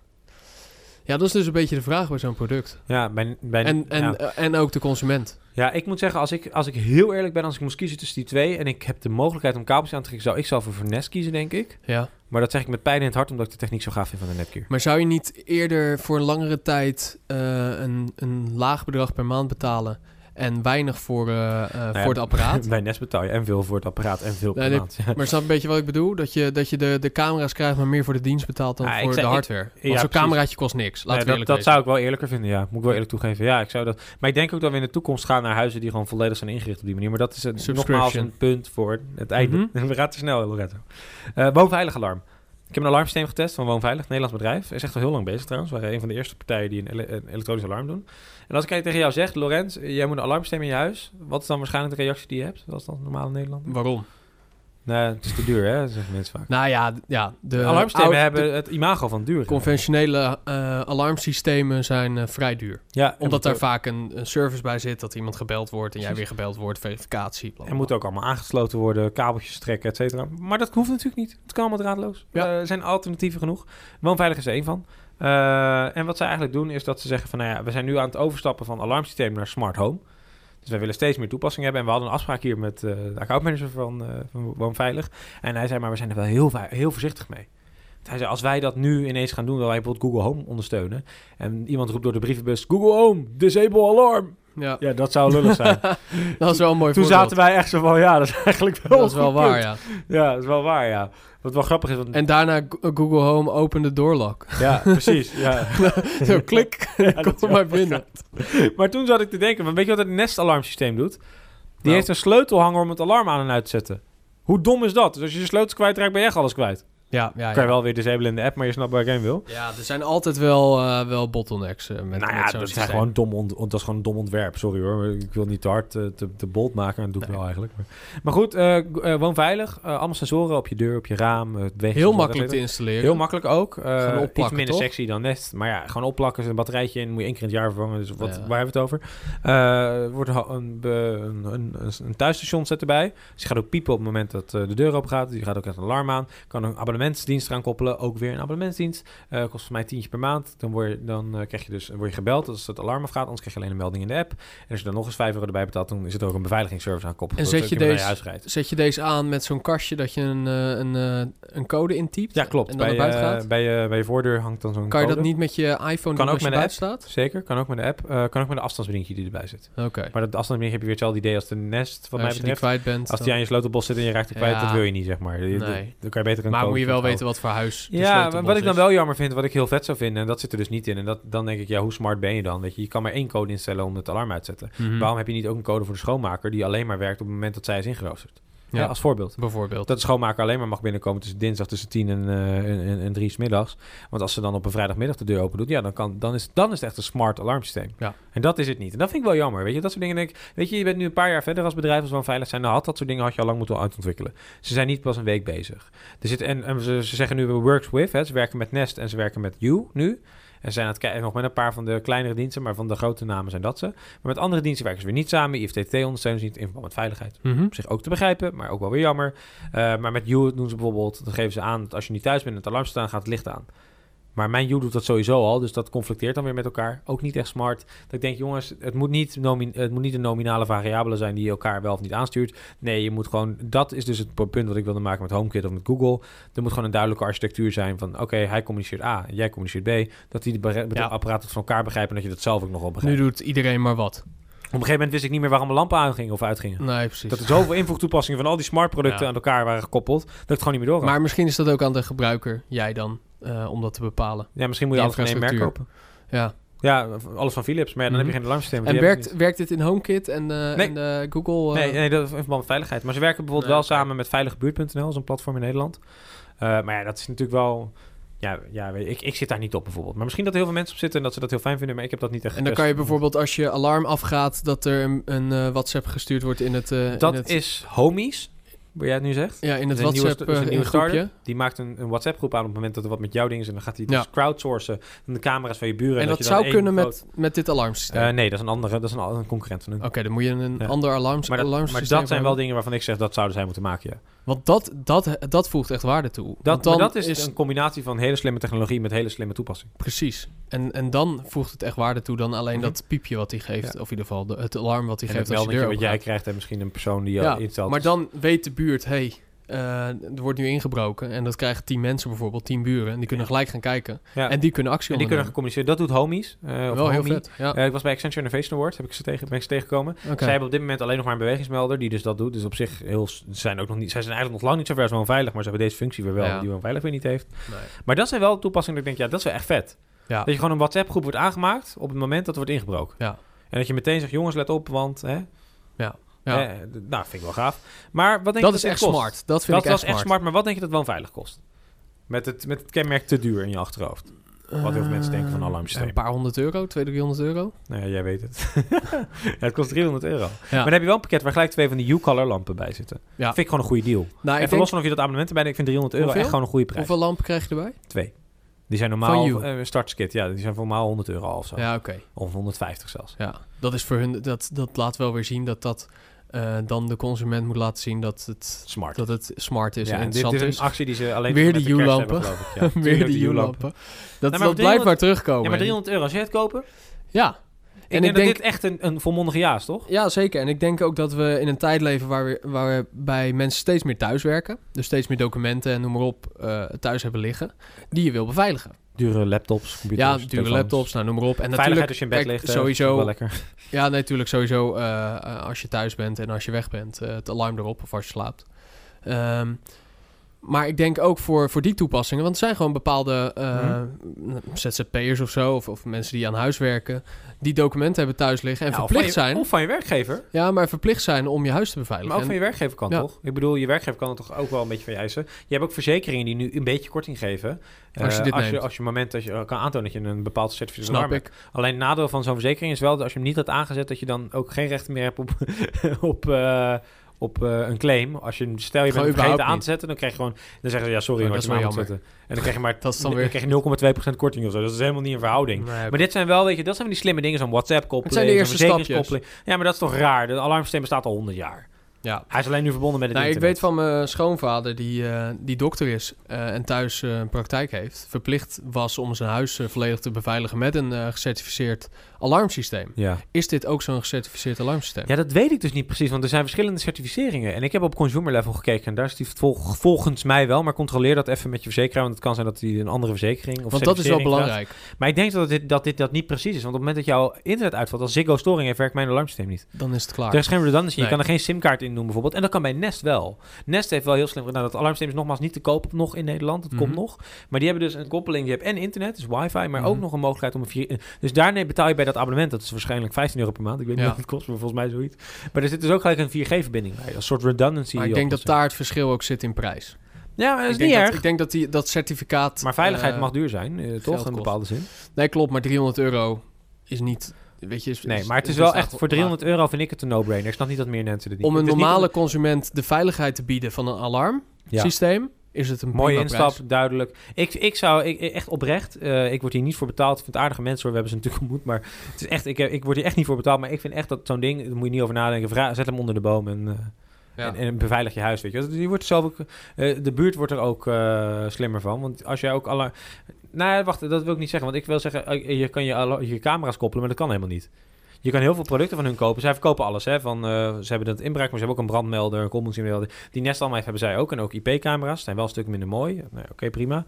Ja, dat is dus een beetje de vraag bij zo'n product.
Ja, bij, bij,
En, en,
ja.
eh, en ook de consument.
Ja, ik moet zeggen, als ik, als ik heel eerlijk ben, als ik moest kiezen tussen die twee en ik heb de mogelijkheid om kabels aan te trekken, zou ik zelf voor Nest kiezen, denk ik.
Ja.
Maar dat zeg ik met pijn in het hart, omdat ik de techniek zo gaaf vind van de Netgear.
Maar zou je niet eerder voor een langere tijd eh, een, een laag bedrag per maand betalen en weinig voor, eh, eh,
Nou ja,
voor het apparaat?
Bij Nest betaal je en veel voor het apparaat en veel per
Nee, nee,
maand. Ja.
maar snap een beetje wat ik bedoel? Dat je, dat je de, de camera's krijgt, maar meer voor de dienst betaalt dan
Ja, ik
voor
zei-
de
ik-
hardware. Want
ja,
zo'n
precies.
cameraatje kost niks. Laten we
Nee, dat,
eerlijk
dat
wezen.
zou ik wel eerlijker vinden, ja. Moet ik wel eerlijk toegeven. Ja, ik zou dat... Maar ik denk ook dat we in de toekomst gaan naar huizen die gewoon volledig zijn ingericht op die manier. Maar dat is een,
Subscription. Mhm.
nogmaals een punt voor het einde. We gaan te snel, Loretto. Eh, woonveilig alarm. Ik heb een alarmsysteem getest van Woonveilig, een Nederlands bedrijf. Is echt al heel lang bezig trouwens. We waren een van de eerste partijen die een, ele- een elektronisch alarm doen. En als ik tegen jou zeg, Lorenz, jij moet een alarmsysteem in je huis. Wat is dan waarschijnlijk de reactie die je hebt? Dat is dan normaal in Nederland.
Waarom?
Nee, het is te duur, hè? Zeggen mensen vaak.
Nou ja, d- ja de
Alarmsystemen
oude- de
hebben het imago van duur.
Conventionele eh, alarmsystemen zijn eh, vrij duur.
ja, en
Omdat
moet
daar
ook-
vaak een, een service bij zit dat iemand gebeld wordt en jij weer gebeld wordt, verificatie. bla, bla,
En moet ook allemaal aangesloten worden, kabeltjes trekken, et cetera. Maar dat hoeft natuurlijk niet. Het kan allemaal draadloos.
Ja.
Eh, er zijn alternatieven genoeg. Woonveilig is er één van. Eh, en wat ze eigenlijk doen is dat ze zeggen van... nou ja, we zijn nu aan het overstappen van alarmsysteem naar smart home. Dus wij willen steeds meer toepassingen hebben. En we hadden een afspraak hier met eh, de accountmanager van, eh, van Woonveilig. En hij zei, maar we zijn er wel heel, vei- heel voorzichtig mee. Want Hij zei, als wij dat nu ineens gaan doen... dan wij bijvoorbeeld Google Home ondersteunen. En iemand roept door de brievenbus... Google Home, disable alarm.
bla. Ja,
Ja, dat zou lullig zijn.
dat is wel een mooi
Toen
voorbeeld.
zaten wij echt zo van, ja, dat is eigenlijk wel
dat is
een
wel
goed
waar,
punt.
ja.
Ja, dat is wel waar, ja. Wat wel grappig is, want...
En daarna Go- Google Home opende doorlock.
Ja, precies, ja.
Zo klik,
Ja, dat is
kom
wel
maar binnen.
Maar toen zat ik te denken, want weet je wat het Nest-alarmsysteem doet? Die
Nou.
heeft een sleutelhanger om het alarm aan en uit te zetten. Hoe dom is dat? Dus als je je sleutels kwijtraakt, ben je echt alles kwijt.
Ja, Ah, ja,
Kan je
ja.
wel weer disablen in de app, maar je snapt waar ik heen wil.
ja, er zijn altijd wel, eh, wel bottlenecks eh, met,
nou
met
ja,
zo'n
dat is,
systeem.
gewoon dom ont- ont- dat is gewoon een dom ontwerp. Sorry hoor, ik wil niet te hard, eh, te, te bold maken. Dat doe ik
Nee.
wel eigenlijk. Maar, maar goed, eh, g- eh, woonveilig. eh, allemaal sensoren op je deur, op je raam. eh, het
Heel
wegensensoren,
makkelijk te
et
installeren.
Heel makkelijk ook. Eh,
Gewoon opplakken,
iets minder
toch?
sexy dan Nest. Maar ja, gewoon opplakken. Er Een batterijtje in. Moet je één keer in het jaar vervangen. Dus wat,
Ja.
waar hebben we het over? Eh, er wordt een, een, een, een, een thuisstation zet erbij. Dus je gaat ook piepen op het moment dat eh, de deur open gaat. Dus je gaat ook echt een alarm aan. Kan een abonnementsdienst eraan koppelen. Ook weer een abonnementsdienst. Eh, kost volgens mij tientje per maand. Dan, word je, dan eh, krijg je dus, word je gebeld als het alarm afgaat. Anders krijg je alleen een melding in de app. En als je dan nog eens 5 euro erbij betaalt, dan is er ook een beveiligingsservice aan koppelen.
En
zodat
zet je
ook iemand
deze-
naar je huis rijdt.
Zet je deze aan met zo'n kastje dat je een, eh, een, eh, een code intypt?
Ja, klopt.
En dan
Bij,
naar buiten
eh,
gaat?
bij, je- bij je voordeur hangt dan zo'n
Kan je dat
code.
niet met je iPhone
Kan
doen
ook
als je
met een app.
buiten staat?
Zeker, kan ook met de app. Eh, kan ook met de afstandsbediening die erbij zit.
Oké.
Maar dat afstandsbediening heb je weer hetzelfde idee als de Nest, wat
Nou,
mij
als je die
betreft.
kwijt bent.
als die
dan-
aan je sleutelbos zit en je raakt er kwijt,
Ja.
dat wil je niet, zeg maar. Je-
Nee.
Dan kan je beter een
maar
code
moet je wel
vertrouwen.
weten wat voor huis. de
Ja, maar
sleutelbos
wat ik dan
is.
wel jammer vind, wat ik heel vet zou vinden, en dat zit er dus niet in. En dat, dan denk ik, ja, hoe smart ben je dan? Weet je, je kan maar één code instellen om het alarm uit te zetten.
Mhm.
Waarom heb je niet ook een code voor de schoonmaker die alleen maar werkt op het moment dat zij is ingeroosterd? Ja.
Ja.
als voorbeeld.
Bijvoorbeeld.
Dat de schoonmaker alleen maar mag binnenkomen tussen dinsdag tussen 10 en, eh en, en, en 3 's middags. Want als ze dan op een vrijdagmiddag de deur open doet, ja, dan, kan, dan, is, dan is het echt een smart alarmsysteem.
Ja.
En dat is het niet. En dat vind ik wel jammer. Weet je, dat soort dingen denk ik. Weet je, je bent nu een paar jaar verder als bedrijf als veilig zijn. Dan had dat soort dingen had je al lang moeten uitontwikkelen. Ze zijn niet pas een week bezig. Er zit, en en ze, ze zeggen nu we works with. Hè, ze werken met Nest en ze werken met You nu. En ze zijn aan het kijken nog met een paar van de kleinere diensten, maar van de grote namen zijn dat ze. Maar met andere diensten werken ze weer niet samen. IFTT ondersteunen ze niet in verband met veiligheid
Mhm.
op zich ook te begrijpen, maar ook wel weer jammer. Eh, maar met You doen ze bijvoorbeeld, dan geven ze aan dat als je niet thuis bent en het alarm staat, gaat het licht aan. Maar mijn Hue doet dat sowieso al, dus dat conflicteert dan weer met elkaar. Ook niet echt smart. Dat ik denk, jongens, het moet niet, nomi- het moet niet een nominale variabele zijn die elkaar wel of niet aanstuurt. Nee, je moet gewoon, dat is dus het po- punt wat ik wilde maken met HomeKit of met Google. Er moet gewoon een duidelijke architectuur zijn van, oké, hij communiceert A en jij communiceert B. Dat die de bere-
Ja.
apparaten van elkaar begrijpen en dat je dat zelf ook nog wel begrijpt.
Nu doet iedereen maar wat.
Op een gegeven moment wist ik niet meer waarom mijn lampen aangingen of uitgingen.
Nee, precies.
Dat er zoveel invoegtoepassingen van al die smart producten
Ja.
aan elkaar waren gekoppeld, dat ik het gewoon niet meer door had.
Maar misschien is dat ook aan de gebruiker, jij dan, eh, om dat te bepalen.
ja, misschien moet je
die
alles van één merk kopen.
infrastructuur. Ja.
Ja, alles van Philips, maar ja, dan
Mhm.
heb je geen alarmsysteem. want
En
die hebben ze
werkt, werkt dit in HomeKit en, eh,
Nee.
en eh, Google? eh,
Nee, nee, dat is in verband met veiligheid. Maar ze werken bijvoorbeeld
Nee,
wel samen met veiligbuurt.nl, zo'n platform in Nederland. Eh, maar ja, dat is natuurlijk wel... Ja, ja weet je, ik, ik zit daar niet op bijvoorbeeld. Maar misschien dat er heel veel mensen op zitten en dat ze dat heel fijn vinden, maar ik heb dat niet echt
En dan
getest.
kan je bijvoorbeeld als je alarm afgaat, dat er een, een eh, WhatsApp gestuurd wordt in het, eh,
Dat
in het,
is Homies, hoe jij het nu zegt.
ja, in het
is een nieuwe
WhatsApp
st- is een
eh,
nieuwe
groepje.
starter. Die maakt een, een WhatsApp-groep aan op het moment dat er wat met jouw ding is. En dan gaat hij
Ja.
dus crowdsourcen en de camera's van je buren.
En dat,
je dan
zou
één
kunnen
groot-
met, met dit alarmsysteem.
Eh, nee, dat is een andere, dat is een, een concurrent van hun.
Oké, dan moet je een
Ja.
ander alarms,
Maar dat,
alarmsysteem
maar
voor
dat zijn wel
Oh, hebben.
dingen waarvan ik zeg dat zouden zij moeten maken. Ja.
Want dat, dat, dat voegt echt waarde toe.
Dat,
Want
maar
dan
dat is, dus een combinatie van hele slimme technologie met hele slimme toepassing.
Precies. En, en dan voegt het echt waarde toe dan alleen dat piepje wat hij geeft. Of in ieder geval de- het alarm wat hij
Mhm. En het
geeft als je
meldingje
deur
wat jij
opengaat.
krijgt en misschien een persoon die je
Ja,
instelt.
Maar dan weet de buurt, hé, hey, eh, er wordt nu ingebroken. En dat krijgen tien mensen bijvoorbeeld, tien buren. En die kunnen gelijk gaan kijken.
Ja.
En die kunnen actie
En die
ondernemen.
kunnen gecommuniceerd. Dat doet homies. eh, of
Wel heel
homie.
vet. Ja.
Eh, ik was bij Accenture Innovation Awards, heb ik ze tegen, ben ik ze tegengekomen.
Oké.
Zij hebben op dit moment alleen nog maar een bewegingsmelder die dus dat doet. Dus op zich heel, s- ze zijn ook nog niet, zij zijn eigenlijk nog lang niet zo ver als onveilig, maar ze hebben deze functie weer wel,
Ja.
die onveilig weer niet heeft.
Nee.
Maar dat zijn wel toepassingen dat ik denk, ja, dat is wel echt vet.
Ja.
Dat je gewoon een WhatsApp-groep wordt aangemaakt op het moment dat er wordt ingebroken.
Ja.
En dat je meteen zegt, jongens, let op, want... Hè,
Ja. Ja.
hè, d- nou, vind ik wel gaaf. Maar wat denk
Dat
je
is
dat dit
echt
kost?
smart. Dat vind
Dat
ik echt
was echt
smart.
smart, maar wat denk je dat woonveilig kost? Met het, met het kenmerk te duur in je achterhoofd. Wat heel veel mensen denken van
Eh,
alarmsysteem.
Een paar honderd euro, 200, 300 euro.
Nou ja, jij weet het. ja, het kost 300 euro. Maar
Ja.
dan heb je wel een pakket waar gelijk twee van die U-Color lampen bij zitten.
Ja.
Vind ik gewoon een goede deal.
Nou, ik
Even
denk,
los van of je dat abonnement erbij neemt, ik vind 300 euro
Hoeveel?
echt gewoon een goede prijs.
hoeveel lampen krijg je erbij?
Twee. Die zijn normaal,
Van
eh, starterskit, ja, die zijn normaal 100 euro al of zo.
Ja, oké.
Of 150 zelfs.
Ja, dat is voor hun, dat, dat laat wel weer zien dat dat eh, dan de consument moet laten zien dat het,
Smart.
dat het smart is
ja,
en
en dit,
interessant
dit is
is.
een actie die ze alleen
Weer
met
die
de kerst hebben,
U-lampen.
geloof ik. Ja,
Weer
tuurlijk
de
die
U-lampen. Dat,
maar
dat
300
blijft maar terugkomen.
Ja, maar 300 euro, als jij het kopen?
Ja.
Ik
ik
denk, dat
denk-
dit echt een, een volmondige ja is, toch?
Ja, zeker. En ik denk ook dat we in een tijd leven waar we, waar we bij mensen steeds meer thuis werken. Dus steeds meer documenten en noem maar op eh, thuis hebben liggen. Die je wil beveiligen.
Dure laptops, computers,
ja, dure
telefoons.
laptops, nou noem maar op. En
Veiligheid
natuurlijk,
als je in bed
kijk,
ligt, eh, is wel
Sowieso,
lekker.
ja, nee, natuurlijk sowieso eh, eh, als je thuis bent en als je weg bent. eh, het alarm erop of als je slaapt. Ehm, maar ik denk ook voor, voor die toepassingen, want het zijn gewoon bepaalde eh,
Mhm.
ZZP'ers of zo, of, of mensen die aan huis werken, die documenten hebben thuis liggen en
Ja, of van
verplicht
je-
zijn.
Of van je werkgever.
Ja, maar verplicht zijn om je huis te beveiligen.
Maar ook
En-
van je werkgever kan
Ja.
toch? Ik bedoel, je werkgever kan het toch ook wel een beetje van je eisen. Je hebt ook verzekeringen die nu een beetje korting geven. Eh,
Als je dit
als je,
neemt.
als je moment dat je eh, kan aantonen dat je een bepaald certificaat
Snap
alarm
ik.
hebt. Alleen het nadeel van zo'n verzekering is wel dat als je hem niet had aangezet, dat je dan ook geen rechten meer hebt op, op, eh, op eh, een claim. Als je hem- stel je
Gewoon
bent hem vergeten
überhaupt
aan
niet.
te zetten, dan krijg je gewoon, dan zeggen ze ja sorry,
Oh,
maar
dat
je
is
hem
wel
aan moet zetten. En dan krijg je maar
Dat is dan
dan
weer-
krijg je 0,2% korting of zo. Dat is helemaal niet in verhouding. Maar dit zijn wel, weet je, dat zijn van die slimme dingen, zo'n WhatsApp koppeling,
Het zijn de eerste
Ja, maar dat is toch raar. Het alarmsysteem bestaat al 100 jaar.
ja.
Hij is alleen nu verbonden met het
Nou, ik weet
internet.
van mijn schoonvader, die, eh, die dokter is eh, en thuis eh, een praktijk heeft, verplicht was om zijn huis eh, volledig te beveiligen met een eh, gecertificeerd alarmsysteem.
Ja.
Is dit ook zo'n gecertificeerd alarmsysteem?
ja, dat weet ik dus niet precies, want er zijn verschillende certificeringen. En ik heb op consumer level gekeken en daar is die vol- volgens mij wel. Maar controleer dat even met je verzekeraar, want het kan zijn dat hij een andere verzekering of
Want dat is wel
certificering vraagt.
belangrijk.
Maar ik denk dat dit, dat dit dat niet precies is, want op het moment dat jouw internet uitvalt, als Ziggo storing heeft, werkt mijn alarmsysteem niet.
Dan is het klaar.
Er is geen redundancy.
Nee.
Je kan er geen simkaart in doen bijvoorbeeld. En dat kan bij Nest wel. Nest heeft wel heel slim gedaan. Dat alarmsysteem is nogmaals niet te koop nog in Nederland. Dat
Mhm.
komt nog. Maar die hebben dus een koppeling. Je hebt en internet, dus wifi, maar
Mhm.
ook nog een mogelijkheid om een vier... Dus daarmee betaal je bij dat abonnement. Dat is waarschijnlijk 15 euro per maand. Ik weet
Ja.
niet wat het kost, maar volgens mij zoiets. Maar er zit dus ook gelijk een 4G-verbinding bij. Een soort redundancy.
maar ik
die
denk dat
oplossing.
daar het verschil ook zit in prijs.
Ja, maar dat is
ik, denk
niet
dat,
erg.
ik denk dat die, dat certificaat...
Maar veiligheid
eh,
mag duur zijn, eh,
geld
toch? In
kost.
bepaalde zin.
Nee, klopt, maar 300 euro is niet... Weet je, Dus is,
Nee, maar het is
dat
wel echt... Voor
laag.
300 euro vind ik het een no-brainer. Ik snap niet dat meer mensen dit niet...
Om een
het is niet
normale consument de veiligheid te bieden van een
Ja.
alarmsysteem, is het een
Mooie
prima
instap,
prijs.
duidelijk. Ik, ik zou ik, echt oprecht, eh, ik word hier niet voor betaald. Ik vind het aardige mensen hoor, we hebben ze natuurlijk ontmoet. Maar het is echt, ik, heb- ik word hier echt niet voor betaald. Maar ik vind echt dat zo'n ding, daar moet je niet over nadenken. Vra- zet hem onder de boom en, eh, en, en beveilig je huis. Weet je. wel. Je wordt zelf ook, eh, de buurt wordt er ook eh, slimmer van. Want als jij ook alle. nee, wacht, dat wil ik niet zeggen. Want ik wil zeggen, eh, je kan je, alo- je camera's koppelen, maar dat kan helemaal niet. Je kan heel veel producten van hun kopen. Zij verkopen alles. Hè, van, eh, ze hebben dat inbraak, maar ze hebben ook een brandmelder, een koolmonoxidemelder. Die Nest allemaal heeft, hebben zij ook. En ook IP-camera's. Zijn wel een stuk minder mooi. Nee, Oké, prima.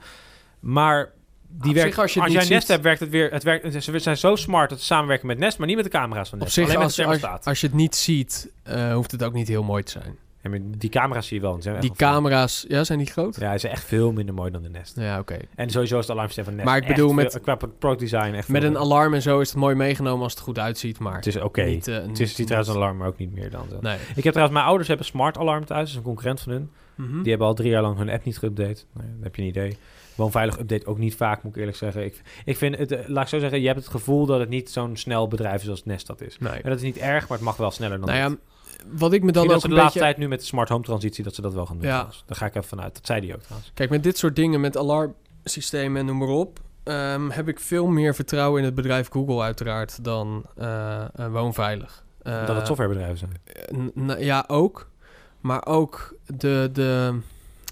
Maar die
Op
werkt,
zich, als je het
jij
niet
Nest
ziet-
hebt, werkt het weer. Het werkt, ze zijn zo smart dat ze samenwerken met Nest, maar niet met de camera's van
Op
Nest.
zich,
Alleen
als,
met de
als,
thermostaat.
als je het niet ziet, eh, hoeft het ook niet heel mooi te zijn.
Ja, maar die camera's zie je wel. die zijn echt
Die
wel fijn.
camera's, ja, zijn die groot? Ja,
Ja, hij is echt veel minder mooi dan de Nest.
oké.
En sowieso is het alarmsysteem van Nest.
Maar ik
echt
bedoel met-
veel- qua product design echt.
Met
veel
een
beter.
alarm en zo is het mooi meegenomen als het goed uitziet, maar...
Het is oké.
niet, eh,
Het
niet-
is het ziet eruit als een alarm, maar ook niet meer dan. zo.
Nee.
Ik heb trouwens mijn ouders hebben smart alarm thuis, dat is een concurrent van hun.
Mhm.
Die hebben al drie jaar lang hun app niet geüpdate. Nou ja, dan heb je een idee. Woonveilig update ook niet vaak, moet ik eerlijk zeggen. Ik, ik vind het, eh, laat ik zo zeggen, je hebt het gevoel dat het niet zo'n snel bedrijf is als Nest dat is.
Nee.
En dat is niet erg, maar het mag wel sneller dan.
Nou ja,
dat.
wat ik me dan
Misschien
ook
dat ze
een
de laatste
beetje...
tijd nu met de smart home transitie dat ze dat wel gaan doen.
Ja.
trouwens. Daar ga ik even vanuit. Dat zei die ook trouwens.
Kijk, met dit soort dingen, met alarmsystemen en noem maar op, ehm, heb ik veel meer vertrouwen in het bedrijf Google uiteraard dan eh, eh, Woonveilig. Eh,
dat het softwarebedrijven zijn.
eh, n- n- ja, ook. Maar ook de, de,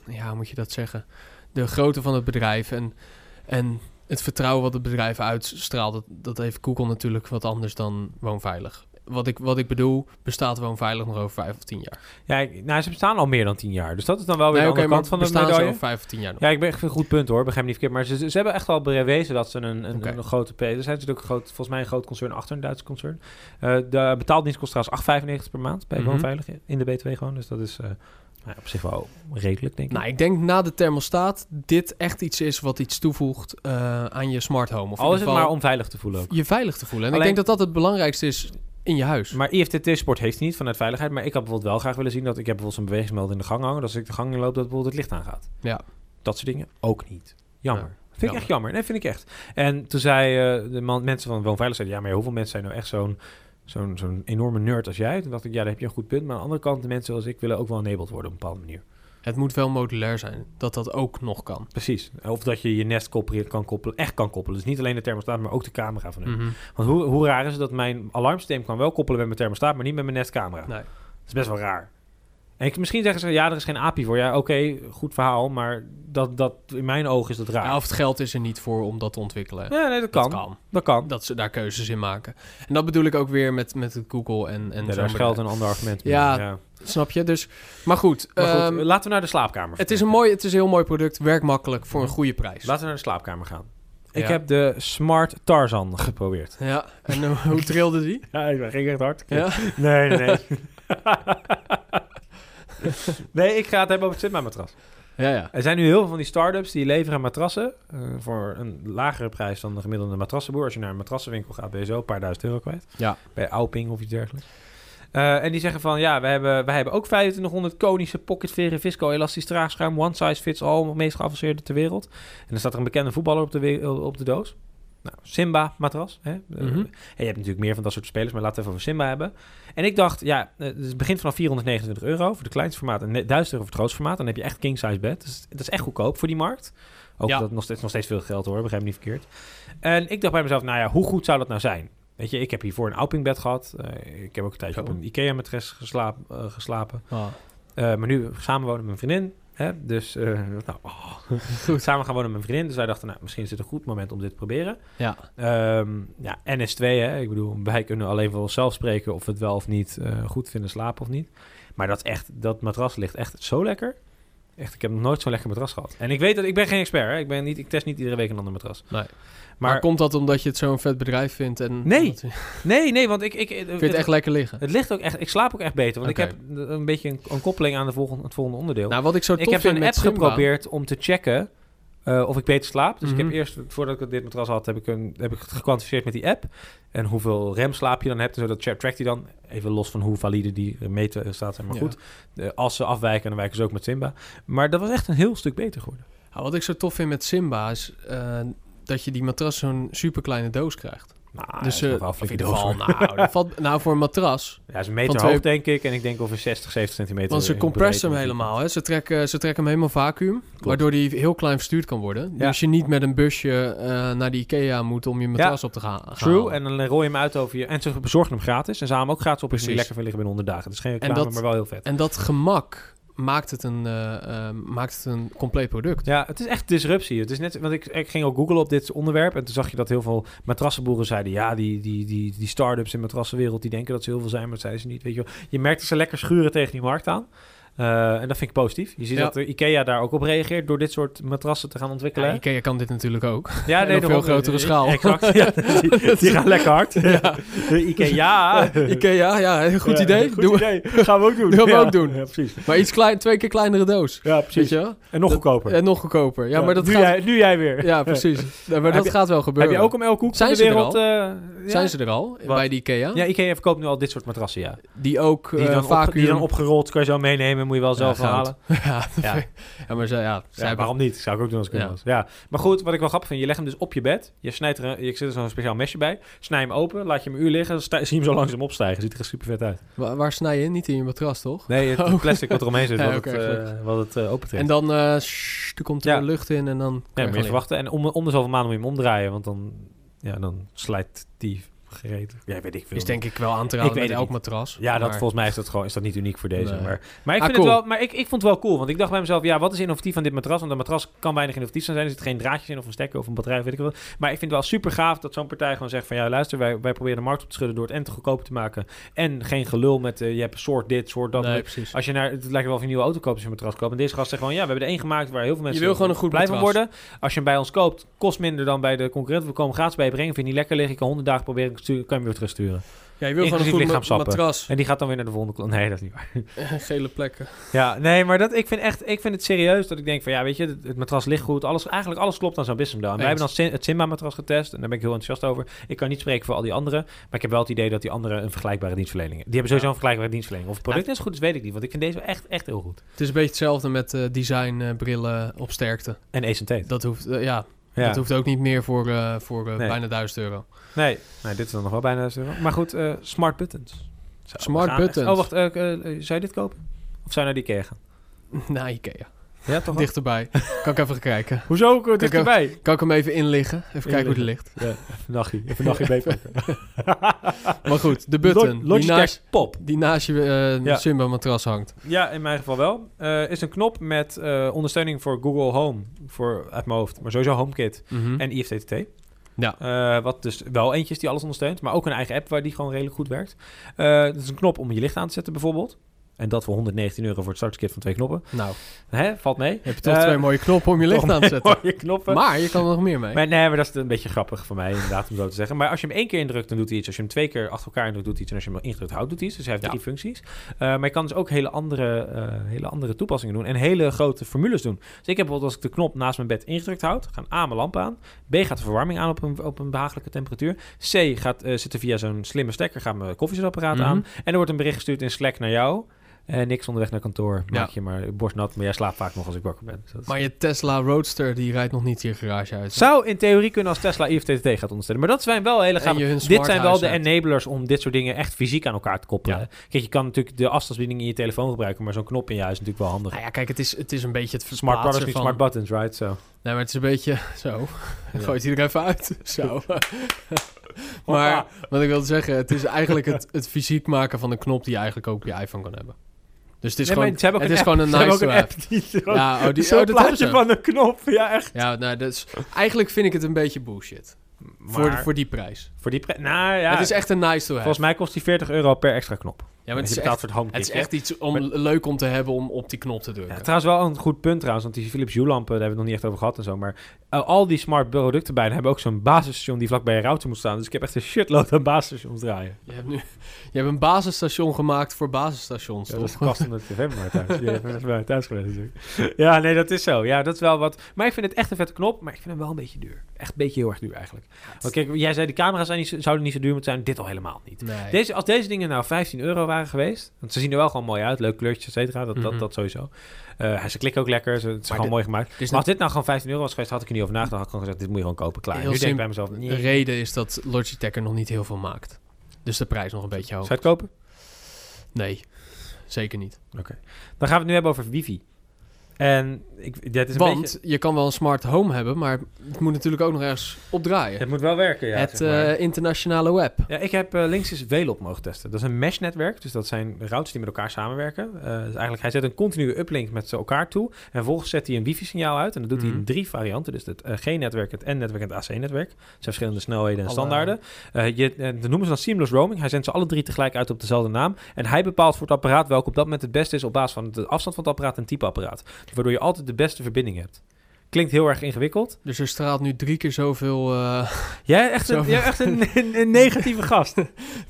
ja, hoe moet je dat zeggen? De grootte van het bedrijf en, en het vertrouwen wat het bedrijf uitstraalt, dat, dat heeft Google natuurlijk wat anders dan Woonveilig. Wat ik, wat ik bedoel, bestaat Woonveilig nog over vijf of tien jaar.
Ja, ik- nou, ze bestaan al meer dan tien jaar. Dus dat is dan wel weer
Nee,
de
oké,
andere
maar
kant van de
bestaan ze
medaille.
over vijf of tien jaar nog?
Ja, ik ben echt een goed punt hoor. Begrijp me niet verkeerd. Maar ze, ze hebben echt al bewezen dat ze een, een,
Oké.
een grote... P- Er zijn natuurlijk een groot, volgens mij een groot concern achter, een Duitse concern. Eh de betaaldienst kost trouwens 8,95 per maand bij
Mhm.
Woonveilig in de B2 gewoon. Dus dat is eh, nou ja, op zich wel redelijk, denk ik.
Nou, ik denk na de thermostaat dit echt iets is wat iets toevoegt eh, aan je smart home. Of in
al is het
ieder
maar
geval
om veilig te voelen ook.
je veilig te voelen. En
Alleen-
ik denk dat dat het belangrijkste is in je huis.
Maar IFTT-sport heeft hij niet vanuit veiligheid. Maar ik had bijvoorbeeld wel graag willen zien dat... Ik heb bijvoorbeeld zo'n bewegingsmelder in de gang hangen. Dat als ik de gang in loop, dat bijvoorbeeld het licht aangaat.
Ja.
Dat soort dingen ook niet. Jammer.
Ja,
Vind ik echt jammer. Nee, vind ik echt. En toen zei eh, de man, mensen van Woonveilig... Zeiden, ja, maar hoeveel mensen zijn nou echt zo'n zo'n zo'n enorme nerd als jij? Toen dacht ik, ja, daar heb je een goed punt. Maar aan de andere kant, de mensen zoals ik willen ook wel enabled worden op een bepaalde manier.
Het moet wel modulair zijn, dat dat ook nog kan.
Precies. Of dat je je nest koppelen, kan koppelen, echt kan koppelen. Dus niet alleen de thermostaat, maar ook de camera van hem.
Mhm.
Want hoe, hoe raar is het dat mijn alarmsysteem kan wel koppelen met mijn thermostaat... maar niet met mijn nestcamera?
Nee.
Dat is best wel raar. En ik, misschien zeggen ze, ja, er is geen API voor. Ja, oké, goed verhaal, maar dat, dat, in mijn ogen is dat raar.
Ja, of het geld is er niet voor om dat te ontwikkelen.
ja, nee, dat
Dat
kan. Dat kan.
kan. Dat ze daar keuzes in maken. En dat bedoel ik ook weer met, met het Google en, en
ja,
zo'n
daar is
bedrijf.
geld een ander argument mee.
Ja,
ja.
Snap je? Dus, maar goed,
Maar goed,
ehm,
laten we naar de slaapkamer.
het, is een mooi, het is een heel mooi product. Werkt makkelijk voor een
Mhm.
goede prijs.
Laten we naar de slaapkamer gaan. Ik
Ja.
heb de Smart Tarzan geprobeerd.
Ja, en eh, hoe trilde die?
Ja, ik ging echt hard.
Ja?
Nee, nee, nee. nee, ik ga het hebben over het Sitma-matras.
Ja, ja.
Er zijn nu heel veel van die start-ups die leveren matrassen eh, voor een lagere prijs dan de gemiddelde matrassenboer. Als je naar een matrassenwinkel gaat, ben je zo een paar duizend euro kwijt.
Ja.
Bij Alping of iets dergelijks. Eh, en die zeggen van, ja, wij hebben, wij hebben ook 2500 konische pocketveren, visco, elastisch draagschuim, one size fits all, meest geavanceerde ter wereld. En dan staat er een bekende voetballer op de, we- eh, op de doos. Nou, Simba matras. Hè? Eh,
Mhm.
en je hebt natuurlijk meer van dat soort spelers, maar laten we even over Simba hebben. En ik dacht, ja, eh, het begint vanaf 429 euro voor de kleinste formaat en ne- 1000 euro voor het grootste formaat. Dan heb je echt king size bed. Dus dat is echt goedkoop voor die markt. Ook
Ja.
dat nog steeds, nog steeds veel geld hoor, begrijp me niet verkeerd. En ik dacht bij mezelf, nou ja, hoe goed zou dat nou zijn? Weet je, ik heb hiervoor een Alpingbed gehad. Eh, ik heb ook een tijdje
Zo.
op een IKEA-matres geslaap, eh, geslapen.
Ah,
Eh, maar nu samenwonen met mijn vriendin. Hè? Dus eh, nou, oh. samen gaan wonen met mijn vriendin. Dus wij dachten, nou, misschien is dit een goed moment om dit te proberen.
ja.
Ehm, ja, NS2, hè? ik bedoel, wij kunnen alleen voor onszelf spreken of we het wel of niet eh, goed vinden slapen of niet. Maar dat, is echt, dat matras ligt echt zo lekker. Echt, ik heb nog nooit zo'n lekker matras gehad. En ik weet dat ik ben geen expert. Hè? Ik, ben niet, ik test niet iedere week een ander matras.
Nee. Maar,
Maar,
komt dat omdat je het zo'n vet bedrijf vindt? En
Nee.
omdat- Vind
nee, nee, want ik. ik, ik
je het echt lekker liggen?
het ligt ook echt. Ik slaap ook echt beter. Want
Oké.
ik heb een beetje een, een koppeling aan de volgende, het volgende onderdeel.
Nou, wat ik zo tof
ik heb
vind
zo'n
met
app
Simba-
geprobeerd om te checken eh, of ik beter slaap. Dus ik
Mhm.
heb eerst, voordat ik dit matras had, heb ik, een, heb ik het gekwantificeerd met die app. En hoeveel remslaap je dan hebt. En zo, dat tra- trackt hij dan. Even los van hoe valide die meten staat. zijn, Maar
Ja.
goed, De- als ze afwijken, dan wijken ze ook met Simba. Maar dat was echt een heel stuk beter geworden.
Nou, wat ik zo tof vind met Simba is eh, dat je die matras zo'n super kleine doos krijgt.
Nou,
dus
dat is
eh,
nog wel
of in
flinke
ieder
doos,
geval,
hoor.
nou, dat valt, nou, voor een matras.
Ja, is een
van
meter
twee-
hoog, denk ik. En ik denk over 60, 70 centimeter.
eh, Want ze
in
compressen hem
breedte.
helemaal. Hè? Ze, trekken, ze trekken hem helemaal vacuüm. Waardoor die heel klein verstuurd kan worden.
Ja.
Dus je niet met een busje eh, naar de Ikea moet om je matras op te gaan. gaan
True,
halen.
en dan rooi je hem uit over je... En ze bezorgen hem gratis. En ze halen hem ook gratis op als je die
Precies.
lekker wil liggen binnen 100 dagen. Het is
En
geen reclame,
dat-
maar wel heel vet.
En dat gemak maakt het een, eh, eh, maakt het een compleet product.
Ja, het is echt disruptie. Het is net, want ik, ik ging ook googlen op dit onderwerp en toen zag je dat heel veel matrassenboeren zeiden, ja, die, die, die, die start-ups in de matrassenwereld, die denken dat ze heel veel zijn, maar dat zijn ze niet. Weet je, wel. je merkt dat ze lekker schuren tegen die markt aan. Eh, en dat vind ik positief. Je ziet
Ja.
dat de IKEA daar ook op reageert door dit soort matrassen te gaan ontwikkelen.
Ja, Ikea kan dit natuurlijk ook.
Ja,
En op veel
daarom.
grotere schaal.
Exact. Ja, die, die gaan lekker hard.
Ja.
De IKEA.
Ikea, ja, heel goed
Ja,
idee.
Goed
Doen we-
idee. Gaan we ook doen.
Gaan we
Ja.
ook doen.
Ja, precies.
Maar iets klein, twee keer kleinere doos.
Ja,
Weet
precies.
je wel?
En nog
Dat-
goedkoper.
En nog goedkoper. Ja, maar dat
nu,
gaat...
jij, nu jij weer.
Ja, precies. Ja, maar
Heb
dat
je-
gaat wel
Heb
gebeuren.
je ook om elke hoek
Zijn
van de
ze er
wereld...
al?
eh, ja?
Zijn ze er al bij de Ikea?
Ja, IKEA verkoopt nu al dit soort matrassen, ja.
Die ook
Die dan,
eh,
op,
vacuüm...
die dan opgerold kan je zo meenemen, moet je wel
Ja,
zelf wel
goud.
halen.
ja,
Ja.
ja, maar ze, ja, ze
Ja,
hebben-
waarom niet? Zou ik ook doen als ik
Ja.
hem was. Ja. Maar goed, wat ik wel grappig vind, je legt hem dus op je bed. Je snijdt er, een- je zet er zo'n speciaal mesje bij. Snij hem open, laat je hem een uur liggen. sta- zie je hem zo langzaam opstijgen. Ziet er echt super vet uit.
Wa- waar snij je? Niet in je matras, toch?
Nee, het, het plastic wat er omheen zit,
Oh. Ja,
wat,
oké,
het, eh, wat het eh opentrekt.
En dan eh, sssst, er komt er
Ja.
lucht in en dan...
Nee, moet je even
verwacht.
wachten. En om, om de zoveel maanden moet je hem omdraaien, want dan, ja, dan slijt die gereed. Ja, weet ik veel.
Is denk ik wel aan te
Ik
raden
weet
met
het
elk
niet.
matras.
Ja, dat,
maar-
volgens mij is dat, gewoon, is dat niet uniek voor deze.
Nee.
Maar, maar, ik,
Ah,
vind
cool.
het wel, maar ik, ik vond het wel cool. Want ik dacht bij mezelf, ja, wat is innovatief aan dit matras? Want een matras kan weinig innovatief zijn. Er zitten geen draadjes in of een stekker of een batterij, weet ik wel. Maar ik vind het wel super gaaf dat zo'n partij gewoon zegt van... Ja, luister, wij, wij proberen de markt op te schudden door het en te goedkoper te maken. En geen gelul met eh, je hebt soort dit, soort dat.
Nee, precies.
Als je naar, het lijkt wel of je een nieuwe auto koopt als je een matras koopt. En deze gast zegt gewoon, ja, we hebben er één gemaakt waar heel veel mensen
Je wil gewoon een goed
blij van
matras.
worden. Als je hem bij ons koopt, kost minder dan bij de concurrent. We komen gratis bij je brengen. Vind je niet lekker liggen, je kan honderd dagen proberen, kan je hem weer terugsturen.
Ja, je wil gewoon
Inclusief
een goed ma-
lichaamsappen.
matras.
En die gaat dan weer naar de volgende klant. Nee, dat is niet waar.
Gele plekken.
Ja, nee, maar dat, ik, vind echt, ik vind het serieus dat ik denk van... Ja, weet je, het, het matras ligt goed. Alles, eigenlijk alles klopt aan zo'n business model. En wij
Eens.
hebben dan Sim- het Simba-matras getest. En daar ben ik heel enthousiast over. Ik kan niet spreken voor al die anderen. Maar ik heb wel het idee dat die anderen een vergelijkbare dienstverlening hebben. Die hebben sowieso
Ja.
een vergelijkbare dienstverlening. Of het product net zo goed is, weet ik niet. Want ik vind deze echt, echt heel goed.
Het is een beetje hetzelfde met eh, design, eh, brillen op sterkte.
En Ace Tate.
Dat hoeft, eh, ja,
Ja.
dat hoeft ook niet meer voor, eh, voor eh,
Nee.
bijna 1000 euro.
Nee. nee, dit is dan nog wel bijna... Maar goed, eh, smart buttons. Zo,
Smart
we gaan echt-
buttons.
Oh, wacht. eh, eh, eh, zou je dit kopen? Of zou je naar die Ikea gaan?
Na Ikea.
Ja, toch wel?
Dichterbij. kan ik even kijken.
Hoezo ook eh,
Kijk, eh,
dichterbij?
Kan ik hem even inliggen? Even kijken hoe het ligt.
Ja, even nachtje. Even nachtje
Maar goed, de button. die, naast,
Logitech Pop.
die naast je eh,
Ja.
Simba matras hangt.
Ja, in mijn geval wel. Eh, is een knop met eh, ondersteuning voor Google Home. Voor, uit mijn hoofd. Maar sowieso HomeKit
En,
Mhm. en IFTTT.
Hm? Ja.
Eh, wat dus wel eentje is die alles ondersteunt. Maar ook een eigen app waar die gewoon redelijk goed werkt. Eh dat is een knop om je licht aan te zetten bijvoorbeeld. En dat voor 119 euro voor het starterskit van twee knoppen.
nou,
Hè, valt mee.
heb je toch
Eh,
twee mooie knoppen om je licht
Toch
aan te zetten.
Mooie knoppen.
Maar je kan er nog meer mee.
Maar nee, maar dat is een beetje grappig voor mij inderdaad om zo te zeggen. Maar als je hem één keer indrukt, dan doet hij iets. Als je hem twee keer achter elkaar indrukt, doet hij iets. En als je hem ingedrukt houdt, doet hij iets. Dus hij heeft
Ja.
drie functies. Eh, maar je kan dus ook hele andere, eh, hele andere toepassingen doen. En hele grote formules doen. Dus ik heb bijvoorbeeld als ik de knop naast mijn bed ingedrukt houd, gaan A mijn lamp aan. B gaat de verwarming aan op een, op een behagelijke temperatuur. C gaat, eh, zit er via zo'n slimme stekker, gaat mijn koffiezetapparaat
Mhm.
aan. En er wordt een bericht gestuurd in Slack naar jou. Eh, niks onderweg naar kantoor. Maak
Ja.
je maar borstnat. Maar jij slaapt vaak nog als ik wakker ben. Dus dat is-
Maar je Tesla Roadster, die rijdt nog niet je garage uit.
zou in theorie kunnen als Tesla IFTTT gaat ondersteunen. Maar dat zijn wel hele
En je
gaaf.
hun
Dit zijn wel
smarthuis
de
hebt.
enablers om dit soort dingen echt fysiek aan elkaar te koppelen.
Ja.
Kijk, je kan natuurlijk de afstandsbediening in je telefoon gebruiken, maar zo'n knop in je huis is natuurlijk wel handig.
Nou ja, kijk, het is, het is een beetje het
Smart
verplaatsen
products, niet
van...
smart buttons, right? Zo.
Nee, Nou, maar het is een beetje zo.
Ja.
Gooit hij er even uit. Zo. maar wat ik wilde zeggen, het is eigenlijk het, het fysiek maken van een knop die je eigenlijk ook op je iPhone kan hebben. Dus het is
Nee, maar
gewoon,
ze hebben ook
het is
een app.
gewoon een
Ze hebben
nice to have.
ook een app die zo-
Ja, oh, die,
zo'n
oh, dat hebben
plaatje
ze.
van een knop. Ja, echt.
Ja, nou, dat is, eigenlijk vind ik het een beetje bullshit. Voor,
Maar-
voor die prijs.
voor die prijs. Nou ja,
het is echt een nice to have.
volgens mij kost die 40 euro per extra knop.
ja, maar
je
het, is
betaalt
echt,
voor het home
het is
kit, hè?
echt iets om,
Maar-
leuk om te hebben om op die knop te drukken.
Ja, trouwens wel een goed punt trouwens, want die Philips Hue lampen, daar hebben we het nog niet echt over gehad en zo, maar eh, al die smart producten bijna hebben ook zo'n basisstation die vlakbij je router moet staan, dus ik heb echt een shitload aan basisstations draaien.
Je, hebt nu, je hebt een basisstation gemaakt voor basisstations,
Ja, dat
toch?
is kast onder de tv maar thuis. Die heeft bij mij thuis geweest natuurlijk. Ja, nee, dat is zo. Ja, dat is wel wat. Maar ik vind het echt een vette knop, maar ik vind hem wel een beetje duur. Echt een beetje heel erg duur eigenlijk. Want kijk, jij zei de camera's zijn niet, zo- zouden niet zo duur moeten zijn, dit al helemaal niet.
Nee.
Deze, als deze dingen nou 15 euro waren geweest, want ze zien er wel gewoon mooi uit, leuk kleurtjes, et cetera, dat,
Mhm.
dat, dat sowieso. Eh, ze klikken ook lekker, ze, het
Maar
is gewoon
dit-
mooi gemaakt.
Dus
Maar als dit nou gewoon 15 euro was geweest, had ik er niet over nagedacht. Had ik gewoon gezegd, dit moet je gewoon kopen, klaar.
Heel
nu denk ik
sim-
bij mezelf, nee.
De reden is dat Logitech er nog niet heel veel maakt. Dus de prijs nog een beetje
Zou
hoog.
je het kopen?
Nee, zeker niet.
Dan gaan we het nu hebben over wifi. En ik, dit is een
Want
beetje,
je kan wel een smart home hebben, maar het moet natuurlijk ook nog ergens opdraaien.
het moet wel werken, ja.
het
zeg maar.
eh, internationale web.
Ja, ik heb eh, links eens Velop mogen testen. Dat is een mesh-netwerk, dus dat zijn routers die met elkaar samenwerken. Eh, dus eigenlijk, hij zet een continue uplink met ze elkaar toe. En vervolgens zet hij een wifi-signaal uit. En dat doet hij in
Mhm.
drie varianten. Dus het eh, G-netwerk, het N-netwerk en het AC-netwerk. Dat zijn verschillende snelheden en
Alle-
standaarden. Eh, je, eh, dat noemen ze dan seamless roaming. Hij zendt ze alle drie tegelijk uit op dezelfde naam. En hij bepaalt voor het apparaat welke op dat moment het beste is... op basis van de afstand van het apparaat en type apparaat. Waardoor je altijd de beste verbinding hebt. Klinkt heel erg ingewikkeld.
Dus er straalt nu drie keer zoveel, eh,
Jij echt een,
Zo.
jij echt een, een- een negatieve gast.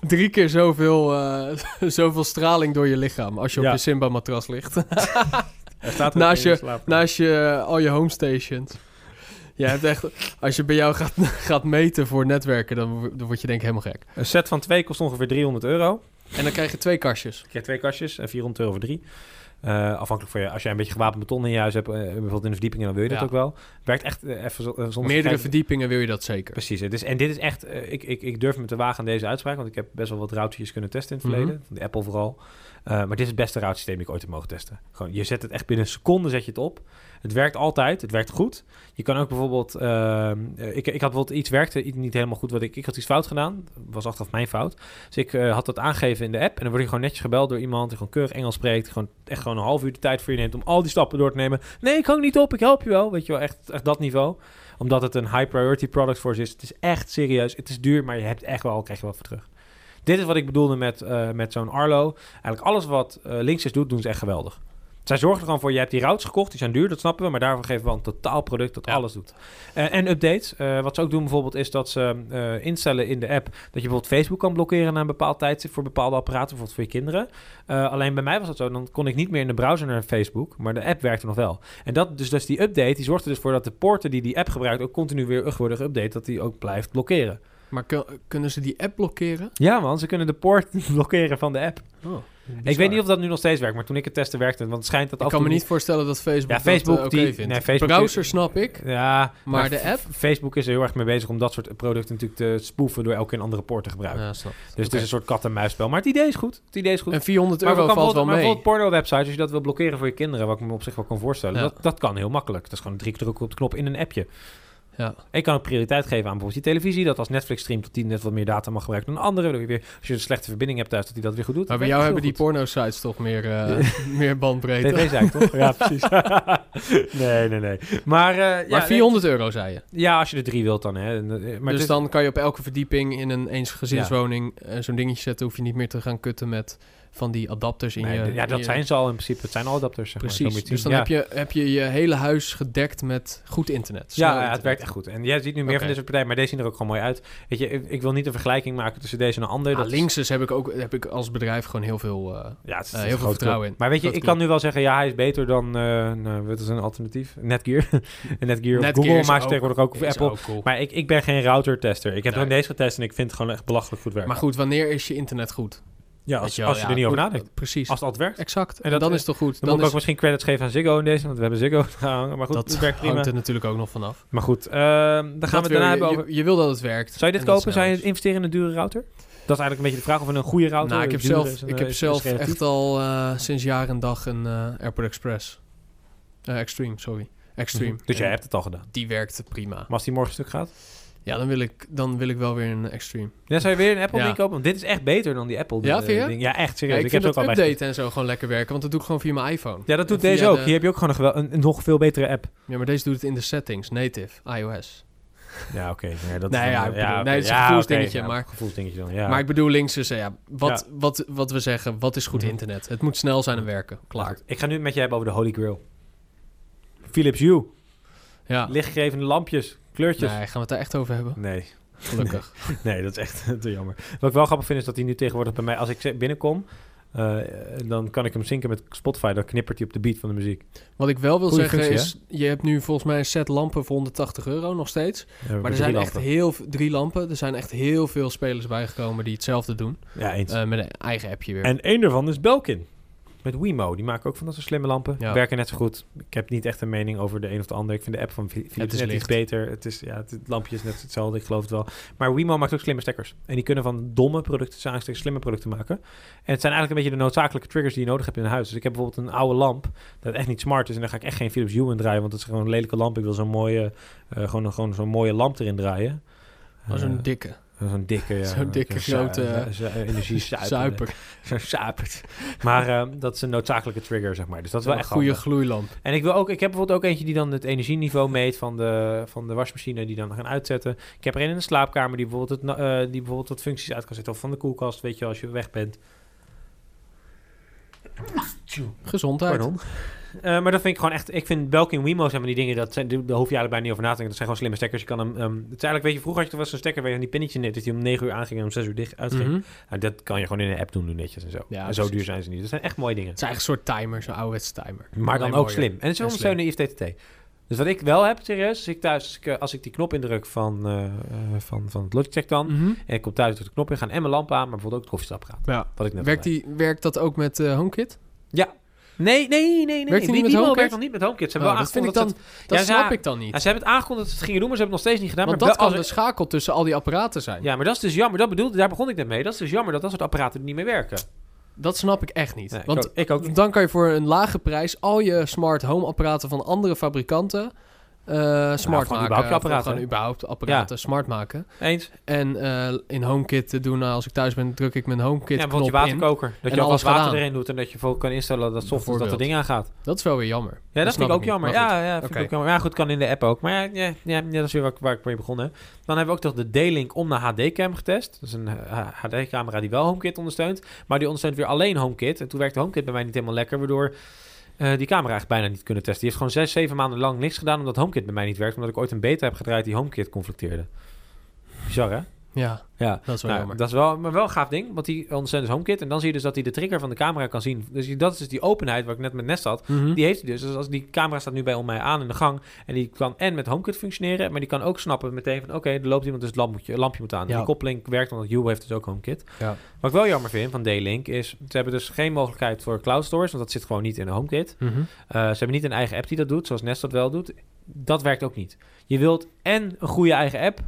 drie keer zoveel, eh, zoveel straling door je lichaam als je
Ja.
op je Simba-matras ligt.
Er staat
Naast
ook in
je-
slaap.
Naast je, eh, al je homestations. Jij hebt echt, als je bij jou gaat, gaat meten voor netwerken, dan, wo- dan word je denk ik helemaal gek.
Een set van twee kost ongeveer 300 euro.
En dan krijg je twee kastjes.
Ik krijg twee kastjes en 400 euro voor drie. Eh, afhankelijk van je, als jij een beetje gewapend beton in je huis hebt, eh, bijvoorbeeld in een verdieping, dan wil je dat
Ja.
ook wel. Werkt echt eh, even zo- eh, zonder
Meerdere
gekke-
verdiepingen wil je dat zeker.
Precies, het is, en dit is echt, eh, ik, ik, ik durf me te wagen aan deze uitspraak, want ik heb best wel wat routertjes kunnen testen in het verleden, van de Apple vooral. Eh, maar dit is het beste routersysteem dat ik ooit heb mogen testen. Gewoon, je zet het echt binnen een seconde zet je het op. Het werkt altijd, het werkt goed. Je kan ook bijvoorbeeld, ehm, eh, ik, ik had bijvoorbeeld iets werkte i- niet helemaal goed, wat ik, ik had iets fout gedaan, was achteraf mijn fout. Dus ik eh, had dat aangegeven in de app en dan word je gewoon netjes gebeld door iemand die gewoon keurig Engels spreekt, gewoon echt gewoon een half uur de tijd voor je neemt om al die stappen door te nemen. Nee, ik hang niet op, ik help je wel, weet je wel, echt, echt dat niveau omdat het een high priority product voor ze is. Het is echt serieus. Het is duur, maar je hebt echt wel, krijg je wat voor terug. Dit is wat ik bedoelde met, eh, met zo'n Arlo. Eigenlijk alles wat eh Linksys doet, doen ze echt geweldig. Zij zorgen er gewoon voor, je hebt die routes gekocht, die zijn duur, dat snappen we. Maar daarvoor geven we wel een totaal product dat
Ja.
alles doet. Eh, en updates. Eh, wat ze ook doen bijvoorbeeld is dat ze eh, instellen in de app... dat je bijvoorbeeld Facebook kan blokkeren na een bepaald tijdstip... voor bepaalde apparaten, bijvoorbeeld voor je kinderen. Eh, alleen bij mij was dat zo, dan kon ik niet meer in de browser naar Facebook... maar de app werkte nog wel. En dat, dus, dus die update, die zorgt er dus voor dat de poorten die die app gebruikt... ook continu weer worden geüpdate, dat die ook blijft blokkeren.
Maar kun- kunnen ze die app blokkeren?
Ja man, ze kunnen de poort blokkeren van de app. Ik weet niet
of
of Oh. dat nu nog steeds werkt, maar toen ik het testte werkte... het, want het schijnt dat
Ik
af en
kan me
toe
niet voorstellen dat Facebook,
Ja,
ja,
Facebook
Facebook dat eh,
die-
oké vindt.
nee, Facebook
Browser
is-
snap ik.
Ja,
Maar de
F-
app?
Facebook is er heel erg mee bezig om dat soort producten natuurlijk te spoeven door elke keer een andere poort te gebruiken.
Ja, snap.
Dus het
Oké.
is een soort kat-en-muisspel. Maar het idee is goed. Het idee is goed.
En 400
maar we
euro
kan
valt wel
bijvoorbeeld- maar
mee.
bijvoorbeeld porno-websites, als je dat wil blokkeren voor je kinderen, wat ik me op zich wel kan voorstellen,
Ja.
dat, dat kan heel makkelijk. Dat is gewoon drie keer drukken op de knop in een appje.
Ja.
Ik kan ook prioriteit geven aan bijvoorbeeld je televisie, dat als Netflix streamt, dat die net wat meer data mag gebruiken dan anderen. Dat je weer, als je een slechte verbinding hebt thuis, dat die dat weer goed doet.
Maar bij
Dat
jou
werkt
hebben die
heel
porno-sites toch meer, eh, meer bandbreedte.
goed. TV zei ik toch? Ja, precies. nee, nee, nee. Maar, eh, ja,
maar
nee.
400 euro, zei je.
ja, als je er drie wilt dan. Hè. En, eh, Maar
dus
het is-
dan kan je op elke verdieping in een eensgezinswoning eh, zo'n dingetje zetten. Hoef je niet meer te gaan kutten met van die adapters in
Nee,
je...
d- ja,
in
dat
je-
zijn ze al in principe. Het zijn al adapters. Zeg maar, zo
Precies.
moet je
Dus
het zien.
dan heb, je, heb je je hele huis gedekt met goed internet. snel
ja. Ja, ja, het
internet.
werkt echt goed. En jij ziet nu meer van
Oké.
deze soort partijen, maar deze zien er ook gewoon mooi uit. Weet je, ik, ik wil niet een vergelijking maken tussen deze en een ander.
Ah,
dat is-
Linksys heb ik, ook, heb ik als bedrijf gewoon heel veel... eh,
Ja, het is,
Eh,
het is
heel veel
groot
vertrouwen
klap.
in.
Maar weet je,
Groot
ik kan nu wel zeggen, ja, hij is beter dan, eh nou, wat is een alternatief? Netgear. En Netgear, of
Netgear
Google
is
maakt ze
ook-
tegenwoordig ook, of
is
Apple.
ook cool.
Maar ik, ik ben geen routertester. Ik heb
Nee.
gewoon deze getest en ik vind het gewoon echt belachelijk goed werken.
Maar goed, wanneer is je internet goed?
ja,
Weet
als,
wel,
als je
ja,
er niet over
goed,
nadenkt.
Precies.
Als het altijd werkt.
Exact.
En
En,
dat
dan
is-
is het toch goed. Dan,
Dan, moet ik
is,
ook misschien credits geven aan Ziggo in deze, want we hebben Ziggo gehangen. Maar goed,
dat
het werkt prima.
hangt er natuurlijk ook nog vanaf.
Maar goed, eh, dan gaan we het daarna hebben over...
je, je, je wil dat het werkt.
Zou je
En
dit
dat
kopen?
is
Zou je
alles.
investeren in een dure router? Dat is eigenlijk een beetje de vraag of we een goede router
Nou, ik heb
duurder
zelf,
is en,
ik
eh,
heb
is-
zelf
is relatief.
echt al eh, sinds jaar en dag een eh, Airport Express. Eh, Extreme, sorry. Extreme.
Dus jij
En
hebt het al gedaan.
Die werkt prima.
Maar als die morgen stuk gaat.
Ja, dan wil ik, dan wil ik wel weer een Extreme.
Ja, zou je weer een Apple
Ja.
ding kopen? Want dit is echt beter dan die Apple
Ja,
eh,
vind je?
ding. Ja, echt
Ja,
serieus.
ik,
ik heb
vind
ze ook
dat
al bij
updaten en zo gewoon lekker werken. Want dat doe ik gewoon via mijn iPhone.
gezien. Ja, dat doet
Via
deze ook.
de-
Hier heb je ook gewoon een, gewel- een, een nog veel betere app.
Ja, maar deze doet het in de settings. Native, iOS.
Ja, oké. Ja, dat
Nee,
is-
ja, ik bedoel-
oké.
nee, het is een
Ja, oké.
gevoelsdingetje,
Ja,
maar-
gevoelsdingetje dan, ja.
Maar ik bedoel links is, eh, ja, wat,
Ja.
Wat, wat we zeggen, wat is goed
Mhm.
internet? Het moet snel zijn en werken. Klaar.
Goed, Ik ga nu met je hebben over de Holy Grail. Philips Hue.
Ja.
Lichtgevende lampjes, kleurtjes.
Nee, gaan we het daar echt over hebben?
nee.
Gelukkig.
Nee, dat is echt te jammer. Wat ik wel grappig vind, is dat hij nu tegenwoordig bij mij... Als ik binnenkom, eh, dan kan ik hem zinken met Spotify. Dan knippert hij op de beat van de muziek. Eh,
Wat ik wel wil
Goeie
zeggen
functie,
is, je hebt nu volgens mij een set lampen voor 180 euro nog steeds. Maar er zijn echt heel v- drie lampen. Er zijn echt heel veel spelers bijgekomen die hetzelfde doen.
Ja, eens.
Eh, met een eigen appje weer.
en één daarvan is Belkin. Met Wemo, die maken ook van dat soort slimme lampen.
Ja.
Werken net zo goed. Ik heb niet echt een mening over de een of de ander. Ik vind de app van Phil- Philips
is
net
licht.
iets beter. Het, is, ja, het, het lampje is net hetzelfde, ik geloof het wel. Maar Wemo maakt ook slimme stekkers. En die kunnen van domme producten zaakstukken slimme producten maken. En het zijn eigenlijk een beetje de noodzakelijke triggers die je nodig hebt in huis. Dus ik heb bijvoorbeeld een oude lamp dat echt niet smart is. En daar ga ik echt geen Philips Hue in draaien, want dat is gewoon een lelijke lamp. Ik wil zo'n mooie, eh, gewoon, gewoon zo'n mooie lamp erin draaien.
Oh, zo'n
Eh,
dikke
Zo'n dikke, ja.
Zo'n dikke
zu-
grote,
zu- energiezuiper.
zuiper.
Zo'n sapert. Maar ehm, dat is een noodzakelijke trigger, zeg maar. Dus dat is wel
Een
echt
goede
handig.
gloeilamp.
En ik, wil ook, ik heb bijvoorbeeld ook eentje die dan het energieniveau meet van de, van de wasmachine, die dan gaan uitzetten. Ik heb er een in de slaapkamer die bijvoorbeeld, het, na- eh, die bijvoorbeeld wat functies uit kan zetten. Of van de koelkast, weet je, als je weg bent.
Gezondheid. Mhm.
Eh, maar dat vind ik gewoon echt... Ik vind Belkin en Wemo zijn van die dingen... Dat zijn, daar hoef je eigenlijk bijna niet over na te denken. Dat zijn gewoon slimme stekkers. Je kan hem... ehm, het is eigenlijk, weet je, vroeger had je toch wel zo'n stekker... waar je aan die pinnetje net... dat die om 9 uur aanging en om 6 uur dicht uitging.
Mhm.
Nou, dat kan je gewoon in een app doen, doen netjes en zo.
Ja,
en zo
precies.
duur zijn ze niet. Dat zijn echt mooie dingen.
Het is eigenlijk een soort timer, zo'n ouderwetse timer.
Maar dan
Alleen
ook
mooier.
slim. En het is wel
En
zo
slim.
de IFTTT. Dus wat ik wel heb, serieus, als ik thuis, als ik, eh, als ik die knop indruk van, eh, eh, van, van het Logitech dan,
Mhm.
en ik kom thuis door de knop in, gaan en mijn lamp aan, maar bijvoorbeeld ook het koffietapparaat.
Ja.
Wat ik net
Werkt,
al
die, werkt dat ook met eh, HomeKit?
zei. Ja. Nee, nee, nee, nee.
die
nee.
niet met
Wimo
HomeKit?
werkt nog niet met HomeKit. Ze hebben
Oh,
wel
dat vind ik dan,
aangekondigd
dat
ja, ze-
snap ik dan
Ja,
niet.
ze hebben het aangekondigd dat ze het gingen doen, maar ze hebben het nog steeds niet gedaan.
Want
maar
dat
wel
kan dus- de
als-
schakel tussen al die apparaten zijn.
Ja, maar dat is dus jammer. Dat bedoelde, daar begon ik net mee. Dat is dus jammer dat dat soort apparaten er niet meer werken.
Dat snap ik echt niet.
Nee, ik
Want
ook- ik ook niet.
dan kan je voor een lage prijs al je smart home apparaten van andere fabrikanten eh, smart
gewoon
maken.
überhaupt
Of
je apparaten,
Gewoon
hè?
überhaupt apparaten smart maken.
Eens.
En eh, in HomeKit te doen, nou, als ik thuis ben, druk ik mijn HomeKit
Ja, bijvoorbeeld
knop
je
in.
waterkoker. Dat
En
je alvast
alles
water
gedaan.
erin doet en dat je voor kan instellen dat software dat
Bijvoorbeeld.
dat ding aangaat.
Dat is wel weer jammer.
Ja, dat,
snap
vind ik ook jammer.
niet, maar goed.
Ja, ja, vind
Oké.
ik ook jammer. Maar ja, goed, kan in de app ook. Maar ja, ja, ja, ja, dat is weer waar, ik- waar ik mee begon. Hè. Dan hebben we ook toch de D-Link om naar HD-cam getest. Dat is een eh, HD-camera die wel HomeKit ondersteunt. Maar die ondersteunt weer alleen HomeKit. En toen werkte HomeKit bij mij niet helemaal lekker, waardoor... eh, die camera echt bijna niet kunnen testen. Die heeft gewoon zes, zeven maanden lang niks gedaan... omdat HomeKit bij mij niet werkt. Omdat ik ooit een beta heb gedraaid die HomeKit conflicteerde. Bizar, hè?
Ja,
Ja.
dat is wel
Nou,
jammer.
dat is wel, maar wel een gaaf ding, want die ondersteunt dus HomeKit. En dan zie je dus dat hij de trigger van de camera kan zien. Dus die- dat is dus die openheid waar ik net met Nest had.
Mhm.
Die heeft hij dus. Dus als die camera staat nu bij om mij aan in de gang. En die kan en met HomeKit functioneren. Maar die kan ook snappen meteen van... Oké, er loopt iemand, dus het lampje, lampje moet aan. En
Ja.
die koppeling werkt omdat Hue heeft dus ook HomeKit.
Ja.
Wat ik wel jammer vind van D-Link is... Ze hebben dus geen mogelijkheid voor cloud storage. Want dat zit gewoon niet in de HomeKit.
Mhm.
Eh, ze hebben niet een eigen app die dat doet. Zoals Nest dat wel doet. Dat werkt ook niet. Je wilt en een goede eigen app.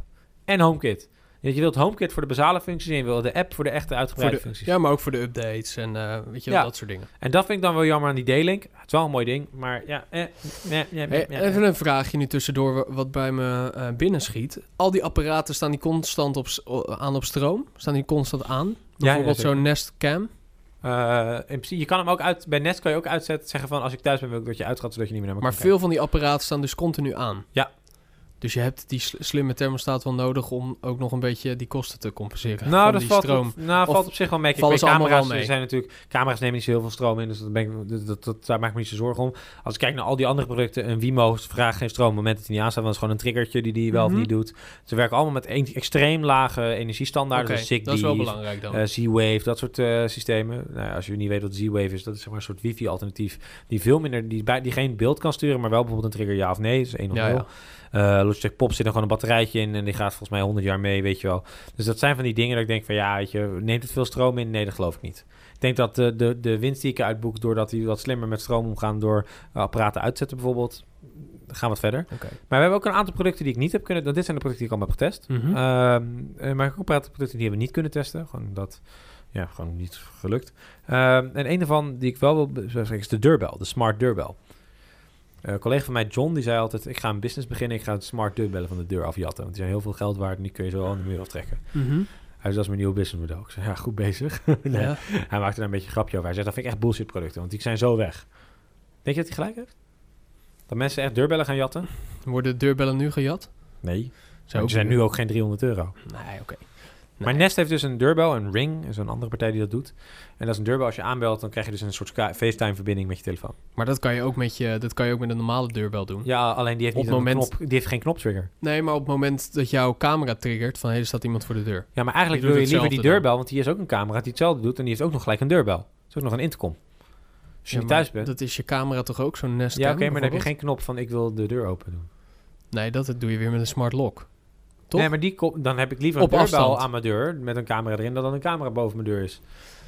En HomeKit. Je wilt HomeKit voor de basale functies. En je wilt de app voor de echte
Voor
uitgebreide
de,
functies.
ja, maar ook voor de updates en eh, weet je,
Ja.
dat soort dingen.
En dat vind ik dan wel jammer aan die D-Link. Het is wel een mooi ding. Maar ja... Eh, eh, eh, eh, eh,
Hey,
eh.
even een vraagje nu tussendoor wa- wat bij me eh binnenschiet. Al die apparaten staan die constant op, s- o- aan op stroom? Staan die constant aan? Bijvoorbeeld
zeker.
zo'n Nest Cam?
Eh, in principe, je kan hem ook uit... Bij Nest kan je ook uitzetten, zeggen van... als ik thuis ben, wil ik dat je uitgaat... zodat je niet meer naar me
Maar
kan
veel van die apparaten staan dus continu aan.
Ja.
Dus je hebt die sl- slimme thermostaat wel nodig om ook nog een beetje die kosten te compenseren.
kijken. Nou,
van
dat
die
valt,
stroom.
Op, nou,
Of
valt op zich wel mee. Kijk,
vallen
bij
ze allemaal
camera's
wel mee.
zijn natuurlijk... Camera's nemen niet zo heel veel stroom in. Dus dat ben ik, dat, dat, dat- daar maak ik me niet zo zorgen om. Als ik kijk naar al die andere producten... een Wimo vraagt geen stroom. Op het moment dat hij niet aanstaat... want het is gewoon een triggertje die die wel
Mhm.
of niet doet. Ze werken allemaal met een- extreem lage energiestandaarden.
Oké,
dus Zigbee,
dat is wel belangrijk dan.
eh, Z-Wave, dat soort eh, systemen. Nou, ja, als je niet weet wat Z-Wave is, dat is zeg maar een soort wifi-alternatief. Die veel minder, die, bij, die geen beeld kan sturen, maar wel bijvoorbeeld een trigger ja of nee. Dus 1 of
Ja,
0.
ja.
Eh, Logitech Pop zit er gewoon een batterijtje in en die gaat volgens mij 100 jaar mee, weet je wel. Dus dat zijn van die dingen dat ik denk van ja, weet je, neemt het veel stroom in? Nee, dat geloof ik niet. Ik denk dat de, de, de winst die ik uitboek doordat die wat slimmer met stroom omgaan door eh, apparaten uitzetten bijvoorbeeld, dan gaan we wat verder.
Oké.
Maar we hebben ook een aantal producten die ik niet heb kunnen, want dit zijn de producten die ik allemaal heb getest.
Mhm.
Ehm, eh, maar ook een aantal producten die hebben we niet kunnen testen. Gewoon dat, ja, gewoon niet gelukt. Ehm, en een daarvan die ik wel wil zeggen is de deurbel, de smart deurbel. Eh, een collega van mij, John, die zei altijd... ik ga een business beginnen, ik ga het smart deurbellen van de deur afjatten. Want die zijn heel veel geld waard en die kun je zo aan de muur aftrekken.
Mhm.
Hij zei, dat is mijn nieuwe businessmodel. Ik zei, ja, goed bezig. nee.
Ja.
Hij maakte daar een beetje een grapje over. Hij zei, dat vind ik echt bullshit producten, want die zijn zo weg. Denk je dat hij gelijk heeft? Dat mensen echt deurbellen gaan jatten?
Worden deurbellen nu gejat?
Nee.
Zou
Ze
ook
zijn
niet.
nu ook geen 300 euro.
Nee, oké.
Maar Nest heeft dus een deurbel, een Ring, zo'n andere partij die dat doet. En dat is een deurbel, als je aanbelt, dan krijg je dus een soort Sky- FaceTime-verbinding met je telefoon.
Maar dat kan je ook met, je, dat kan je ook met een normale deurbel doen.
Ja, alleen die heeft,
Hm. Op
niet
moment-
een knop, die heeft geen knoptrigger.
Nee, maar op het moment dat jouw camera triggert, van hé, er staat iemand voor de deur.
Ja, maar eigenlijk
Die doet
wil je liever
hetzelfde
die deurbel, want hier is ook een camera die hetzelfde doet. En die heeft ook nog gelijk een deurbel. Dat is ook nog een intercom. Als je
Ja,
niet
maar
thuis bent...
Dat is je camera toch ook, zo'n Nest
ja, oké,
Cam
maar dan heb je
bijvoorbeeld?
geen knop van ik wil de deur open doen.
Nee, dat doe je weer met een smart lock. Toch?
Nee, maar die kom- dan heb ik liever een
Op
deurbel
afstand.
aan mijn deur met een camera erin dan dat een camera boven mijn deur is.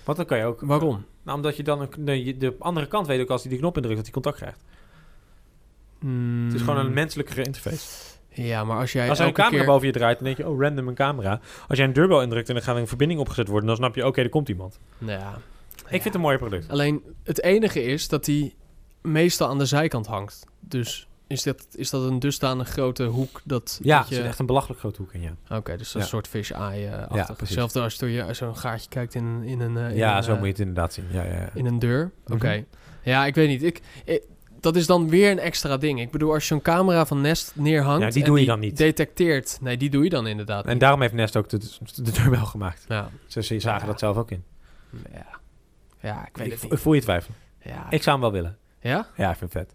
Want dan kan je ook...
Waarom?
Nou, omdat je dan een, de, de andere kant weet ook als hij die knop indrukt dat hij contact krijgt. Het is gewoon een menselijkere interface.
Ja, maar als jij
Mm. Als er een
Hmm. elke
camera
keer...
boven je draait, dan denk je, oh, random een camera. Als jij een deurbel indrukt en dan gaat een verbinding opgezet worden, dan snap je, oké, er komt iemand.
Nou ja.
Ik vind het een mooi product.
Alleen het enige is dat die meestal aan de zijkant hangt. Dus is dat, is dat een dusdanig grote hoek dat,
Ja,
dat
er zit
je...
echt een belachelijk groot hoek in, ja.
Oké, dus dat is
Ja.
een soort fish-eye eh
Ja,
achter.
precies.
Hetzelfde als je door je- zo'n gaatje kijkt in, in een... eh, in
ja,
een,
zo
eh,
moet je het inderdaad zien. Ja, ja, ja.
In een deur? Oké.
Mhm.
Ja, ik weet niet. Ik, ik- dat is dan weer een extra ding. Ik bedoel, als je een camera van Nest neerhangt...
Ja, die
en
doe je dan niet.
detecteert... Nee, die doe je dan inderdaad
En daarom heeft Nest ook de, de deurbel gemaakt.
niet. Ja.
Ze, ze zagen
Ja.
dat zelf ook in.
ja. Ja, ik weet
Ik,
het
vo-
niet.
ik voel je twijfel.
Ja,
Ik zou hem wel willen.
ja?
Ja, ik vind het vet.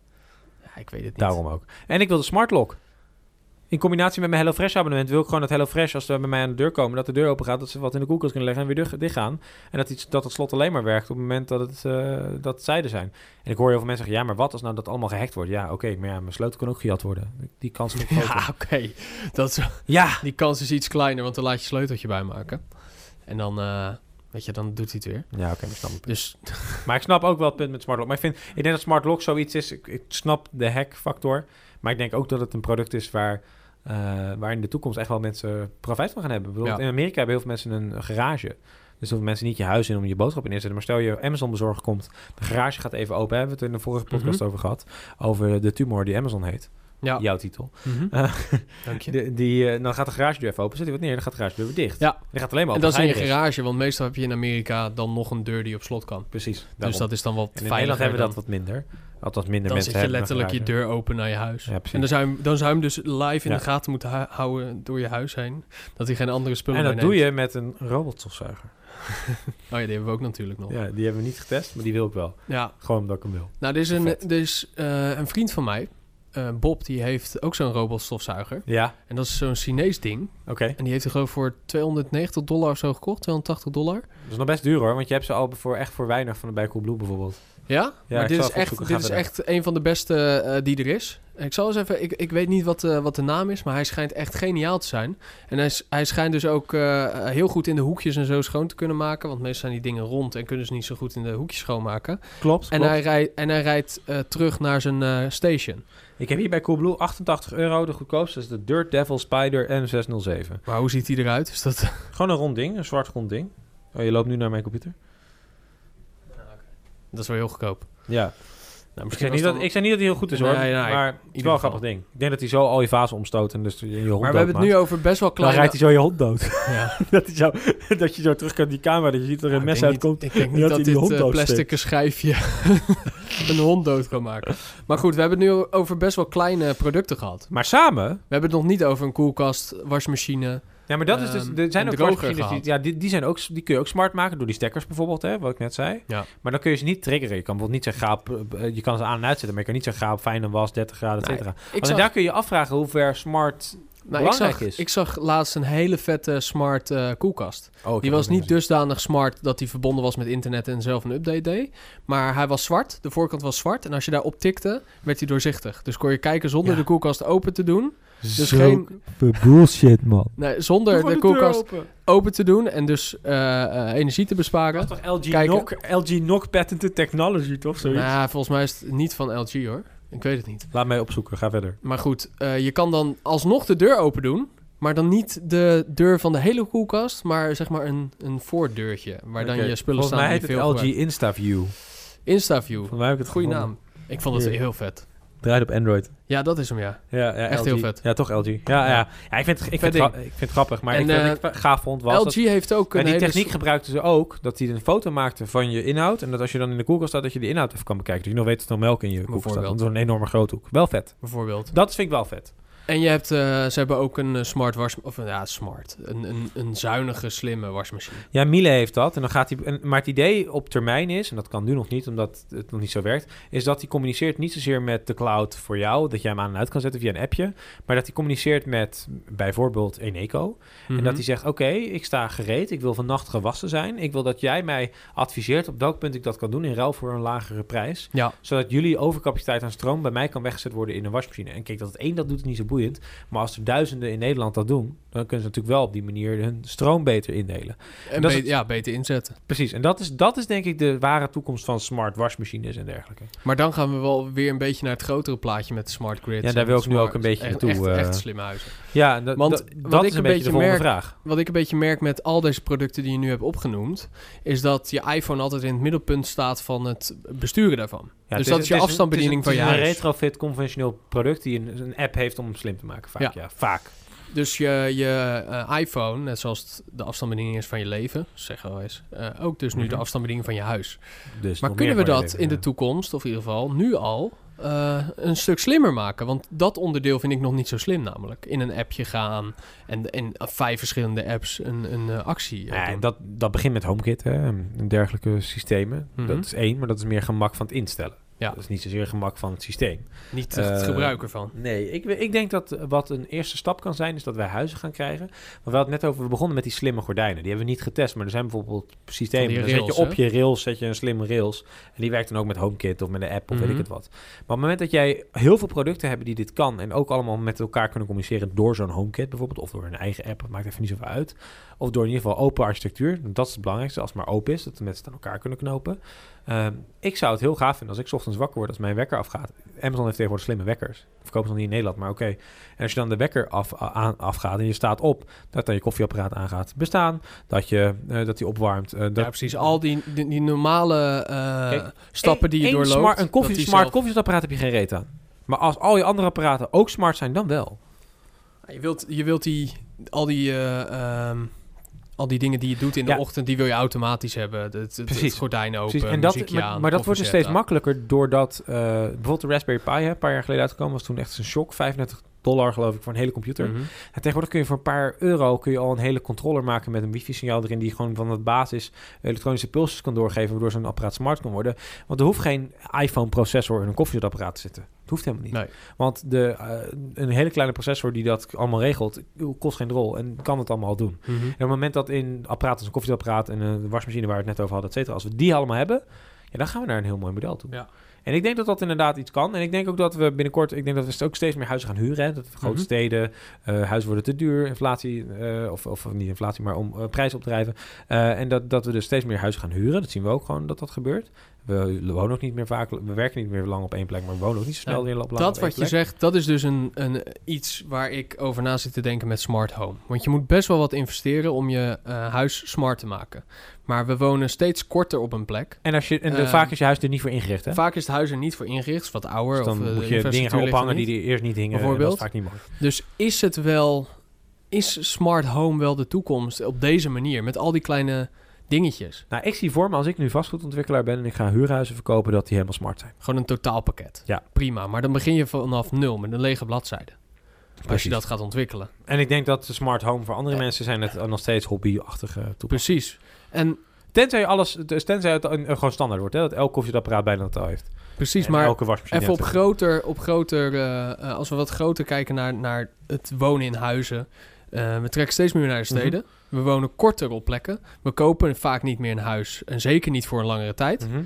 Ja, ik weet het niet.
Daarom ook. En ik wil de smart lock. In combinatie met mijn HelloFresh abonnement wil ik gewoon dat HelloFresh, als ze bij mij aan de deur komen, dat de deur open gaat, dat ze wat in de koelkast kunnen leggen en weer dicht- dicht gaan. En dat, iets, dat het slot alleen maar werkt op het moment dat, het, eh, dat zij er zijn. En ik hoor heel veel mensen zeggen, ja, maar wat als nou dat allemaal gehackt wordt? Ja, oké, maar ja, mijn sleutel kan ook gejat worden. Die kans is ook
Ja,
groter.
oké. Dat is
Ja,
Die kans is iets kleiner, want dan laat je sleuteltje bij maken. En dan, eh, weet je, dan doet hij het weer.
ja oké, maar snap ik.
Dus
Maar ik snap ook wel het punt met Smart Lock. Maar ik, vind, ik denk dat Smart Lock zoiets is. Ik, ik snap de hack-factor. Maar ik denk ook dat het een product is waar, eh, waar in de toekomst echt wel mensen profijt van gaan hebben. Bijvoorbeeld
Ja.
In Amerika hebben heel veel mensen een garage. Dus hoeven mensen niet je huis in om je boodschap in te zetten. Maar stel je Amazon-bezorger komt, de garage gaat even open. Hebben we het in de vorige podcast
Mhm.
over gehad. Over de tumor die Amazon heet.
ja,
Jouw titel.
Mhm.
Eh,
dank je.
De- die, eh, dan gaat de garage deur even open. Zet hij wat neer, dan gaat de garage deur weer dicht.
Ja.
Die gaat alleen maar
en dat
open.
is in je
als hij er
garage, want meestal heb je in Amerika dan nog een deur die op slot kan.
Precies.
Dus
daarom.
dat is dan wat
en in
veiliger
Nederland hebben we dat
dan-
wat minder. Althans minder
Dan
mensen
zet je
hebben een
letterlijk je
garage.
deur open naar je huis.
Ja, precies.
en dan zou, je, hem- dan zou je hem dus live in
Ja.
de gaten moeten hu- houden door je huis heen. Dat hij geen andere spullen
En dat
meer
doe
neemt.
je met een robotstofzuiger.
Oh ja, die hebben we ook natuurlijk nog. Ja.
Ja, die hebben we niet getest, maar die wil ik wel. Gewoon omdat ik hem wil.
Nou, er is, een,
Vet.
er is eh, een vriend van mij, eh, Bob, die heeft ook zo'n robotstofzuiger.
Ja,
En dat is zo'n Chinees ding.
oké.
En die heeft hij geloof ik voor 290 dollar of zo gekocht, 280 dollar.
Dat is nog best duur hoor, want je hebt ze al voor, echt voor weinig van de bij Coolblue bijvoorbeeld.
Ja, maar
ik
dit
zal
is,
even
echt,
opzoeken.
dit
Ga
is
verder.
echt een van de beste eh, die er is. Ik zal eens even, ik, ik weet niet wat, eh, wat de naam is, maar hij schijnt echt geniaal te zijn. En hij, s- hij schijnt dus ook eh, heel goed in de hoekjes en zo schoon te kunnen maken. Want meestal zijn die dingen rond en kunnen ze niet zo goed in de hoekjes schoonmaken.
Klopt,
En hij, rijdt, en hij rijdt eh, terug naar zijn eh, station.
Ik heb hier bij Coolblue 88 euro, de goedkoopste is de Dirt Devil Spider M607.
Maar hoe ziet hij eruit? Is dat...
Gewoon een rond ding, een zwart rond ding. Oh, je loopt nu naar mijn computer?
dat is wel heel goedkoop.
Ja.
Nou,
Ik zeg, niet dat, ik zeg niet dat hij heel goed is hoor,
Nee, nee,
maar het is wel
ieder
een grappig ding. Ik denk dat hij zo al je vazen omstoot en dus je, je hond
Maar we hebben het nu over best wel
Dan
kleine...
rijdt hij zo je hond dood.
Ja.
dat, hij zo, dat je zo terug kan die camera, dat je ziet er een
Ja, Nou, ik
mes
denk
uitkomt.
niet- Ik denk
en
niet
dat
dat,
hij die hond
dit eh,
doodsteekt.
plastic schijfje een hond dood kan maken. Maar goed, we hebben het nu over best wel kleine producten gehad.
Maar samen
We hebben het nog niet over een koelkast, wasmachine.
Ja, maar dat is dus.
Ehm,
Er zijn
een
ook
droger
wasmachines die,
gehad.
ja, die, die, zijn ook, die kun je ook smart maken door die stekkers bijvoorbeeld, hè, wat ik net zei.
Ja.
Maar dan kun je ze niet triggeren. Je kan bijvoorbeeld niet zeggen gaap. eh, eh, Je kan ze aan en uitzetten, maar je kan niet zeggen gaap, fijn en was, 30 graden, et
Nee,
cetera.
Ik
Alleen
zag,
daar kun je afvragen hoe ver smart.
nou, ik,
belangrijk
zag,
is.
ik zag laatst een hele vette smart eh, koelkast.
Oh,
Die was niet dusdanig smart dat hij verbonden was met internet en zelf een update deed. Maar hij was zwart, de voorkant was zwart. En als je daarop tikte, werd hij doorzichtig. Dus kon je kijken zonder
Ja.
de koelkast open te doen. Dus
Zulke
geen,
bullshit, man.
nee, zonder de koelkast open te doen en dus eh, eh, energie te besparen.
Dat is toch LG
Kijken.
Knock, LG Knock Patented Technology, toch? Zoiets?
Nou, volgens mij is het niet van LG hoor. Ik weet het niet.
Laat mij opzoeken, ga verder.
Maar goed, eh, je kan dan alsnog de deur open doen. Maar dan niet de deur van de hele koelkast, maar zeg maar een, een voordeurtje. Waar dan
Oké,
je spullen
Volgens
staan
mij
die
heet het
veel
LG
gebruikt.
InstaView.
InstaView.
Volgens mij heb ik het
Goeie
gevonden.
naam. Ik vond het
Hier.
heel vet.
Draait op Android.
Ja, dat is hem ja.
Ja, ja,
Echt
LG.
heel vet.
Ja, toch LG. Ja, ja. ja. ik, vind het, ik, vind het,
ding.
gra- ik vind het grappig, maar
En,
ik, vind
eh,
het ik gaaf vond was dat-
LG heeft ook
en
een
die
hele...
techniek gebruikten ze ook, dat hij een foto maakte van je inhoud. En dat als je dan in de koelkast staat, dat je de inhoud even kan bekijken. Dat je nog weet dat er melk in je koelkast staat.
Bijvoorbeeld.
Want dat is een enorme groothoek. Wel vet.
bijvoorbeeld.
Dat vind ik wel vet.
En je hebt, eh, ze hebben ook een eh, smart was... Of eh, ja, smart. Een, een, een zuinige, slimme wasmachine.
Ja, Miele heeft dat. En dan gaat hij, en- maar het idee op termijn is, en dat kan nu nog niet, omdat het nog niet zo werkt, is dat hij communiceert niet zozeer met de cloud voor jou, dat jij hem aan en uit kan zetten via een appje, maar dat hij communiceert met bijvoorbeeld Eneco. En
Mhm.
dat hij zegt, oké, ik sta gereed, ik wil vannacht gewassen zijn. Ik wil dat jij mij adviseert op welk punt ik dat kan doen in ruil voor een lagere prijs.
Ja.
Zodat jullie overcapaciteit aan stroom bij mij kan weggezet worden in een wasmachine. En kijk, dat het één dat doet is niet zo boeiend. Maar als er duizenden in Nederland dat doen, dan kunnen ze natuurlijk wel op die manier hun stroom beter indelen.
En
dat is
be-
het-
ja, beter inzetten.
Precies, en dat is, dat is denk ik de ware toekomst van smart wasmachines en dergelijke.
Maar dan gaan we wel weer een beetje naar het grotere plaatje met de smart grids.
Ja, daar
en
wil ik nu
smart-
ook een beetje
echt,
naartoe,
Echt,
eh.
echt slim huizen.
Ja, en dat,
Want
dat,
wat
dat
ik
is
een
een beetje,
beetje
de volgende
merk-
vraag.
Wat ik een beetje merk met al deze producten die je nu hebt opgenoemd... is dat je iPhone altijd in het middelpunt staat van het besturen daarvan. Dus
Ja, het
dat is je
het
afstandsbediening
het is-
van je
Het is
huis.
een retrofit conventioneel product die een, een app heeft om hem slim te maken. Vaak, ja.
Ja.
Vaak.
Dus je, je eh, iPhone, net zoals het de afstandsbediening is van je leven... zeggen we wel eens, eh, ook dus nu
Mhm.
de afstandsbediening van je huis.
Dus
Maar kunnen
nog
we
meer
dat
van je leven,
in de
ja.
toekomst, of in ieder geval nu al, eh, een stuk slimmer maken? Want dat onderdeel vind ik nog niet zo slim, namelijk. In een appje gaan en in vijf verschillende apps een, een eh, actie. eh,
Ja, en
doen.
dat, dat begint met HomeKit hè, en dergelijke systemen.
Mhm.
Dat is één, maar dat is meer gemak van het instellen.
Ja.
Dat is niet zozeer gemak van het systeem.
Niet het
eh,
gebruik ervan.
Nee, ik, we- ik denk dat eh, wat een eerste stap kan zijn, is dat wij huizen gaan krijgen. Want we hadden het net over, we begonnen met die slimme gordijnen. Die hebben we niet getest, maar er zijn bijvoorbeeld systemen.
Van
Dan
die
zet je
rails,
op je rails, zet je een slimme rails. En die werkt dan ook met HomeKit of met een app of weet
Mhm.
ik het wat. Maar op het moment dat jij heel veel producten hebt die dit kan... en ook allemaal met elkaar kunnen communiceren door zo'n HomeKit bijvoorbeeld... of door een eigen app, dat maakt even niet zoveel uit. Of door in ieder geval open architectuur. Dat is het belangrijkste, als het maar open is. Dat de mensen het aan elkaar kunnen knopen. Ehm, ik zou het heel gaaf vinden als ik 's ochtends wakker word als mijn wekker afgaat. Amazon heeft tegenwoordig slimme wekkers. Verkopen ze nog niet in Nederland, maar oké. En als je dan de wekker af, a- aan, afgaat en je staat op... dat dan je koffieapparaat aan gaat bestaan. Dat, je, eh, dat die opwarmt. eh, dat,
ja, precies. Al die, die, die normale eh,
Kijk,
stappen die je
Eén
doorloopt.
smart- een koffie,
dat die
smart
zelf-
koffiezetapparaat heb je geen reet aan. Maar als al je andere apparaten ook smart zijn, dan wel.
Ja, Je wilt, je wilt die, al, die, eh, ehm, al die dingen die je doet in de
Ja.
ochtend, die wil je automatisch hebben. Het, het, het,
Precies.
gordijn open,
Precies. En
muziekje
dat, maar,
aan,
maar dat wordt dus
koffiezet
steeds
aan.
makkelijker doordat eh, bijvoorbeeld de Raspberry Pi, hè, een paar jaar geleden uitgekomen, was toen echt een shock. 35 dollar geloof ik voor een hele computer.
Mhm.
En tegenwoordig kun je voor een paar euro kun je al een hele controller maken met een wifi-signaal erin die gewoon van het basis elektronische pulsjes kan doorgeven, waardoor zo'n apparaat smart kan worden. Want er hoeft geen iPhone-processor in een koffiezetapparaat te zitten. Het hoeft helemaal niet.
Nee.
Want de, eh, een hele kleine processor die dat allemaal regelt, kost geen rol en kan het allemaal doen.
Mhm.
En op het moment dat in apparaten als een koffietapparaat en een wasmachine waar we het net over hadden, et cetera, als we die allemaal hebben, ja, dan gaan we naar een heel mooi model toe.
Ja.
En ik denk dat dat inderdaad iets kan. En ik denk ook dat we binnenkort, ik denk dat we ook steeds meer huizen gaan huren. Hè? Dat grote
Mhm.
steden, eh, huizen worden te duur, inflatie, eh, of, of niet inflatie, maar om eh, prijzen op te drijven. Eh, en dat, dat we dus steeds meer huizen gaan huren. Dat zien we ook gewoon dat dat gebeurt. We wonen ook niet meer vaak, we werken niet meer lang op één plek, maar we wonen ook niet zo snel
Ja,
heel lang op
Dat
één
wat je
plek.
zegt, dat is dus een, een iets waar ik over na zit te denken met smart home. Want je moet best wel wat investeren om je eh, huis smart te maken. Maar we wonen steeds korter op een plek.
En, als je, en de-
Eh,
vaak is je huis er niet voor ingericht, hè?
Vaak is het huis er niet voor ingericht, is wat ouder.
Dus dan
of, eh, de
moet je dingen
infrastructuur
gaan
ligt er
ophangen
niet.
die er eerst niet hingen. en Dat
Bijvoorbeeld.
is vaak niet mooi.
Dus is het wel, is smart home wel de toekomst op deze manier? Met al die kleine dingetjes.
Nou, ik zie voor me als ik nu vastgoedontwikkelaar ben en ik ga huurhuizen verkopen, dat die helemaal smart zijn.
Gewoon een totaalpakket.
Ja.
Prima, maar dan begin je vanaf nul met een lege bladzijde. Als
Precies.
je dat gaat ontwikkelen.
En ik denk dat de smart home voor andere
Ja.
mensen zijn het eh, nog steeds hobbyachtige toepassing.
Precies. En
Tenzij je alles, dus tenzij het een, een gewoon standaard wordt, hè, dat elk koffiezetapparaat bijna dat al heeft.
precies,
En
maar
elke wasmachine.
Even op
heeft het.
groter, op groter eh, eh, als we wat groter kijken naar, naar het wonen in huizen. Eh, we trekken steeds meer naar
Mhm.
de steden. We wonen korter op plekken. We kopen vaak niet meer een huis. En zeker niet voor een langere tijd.
Mhm.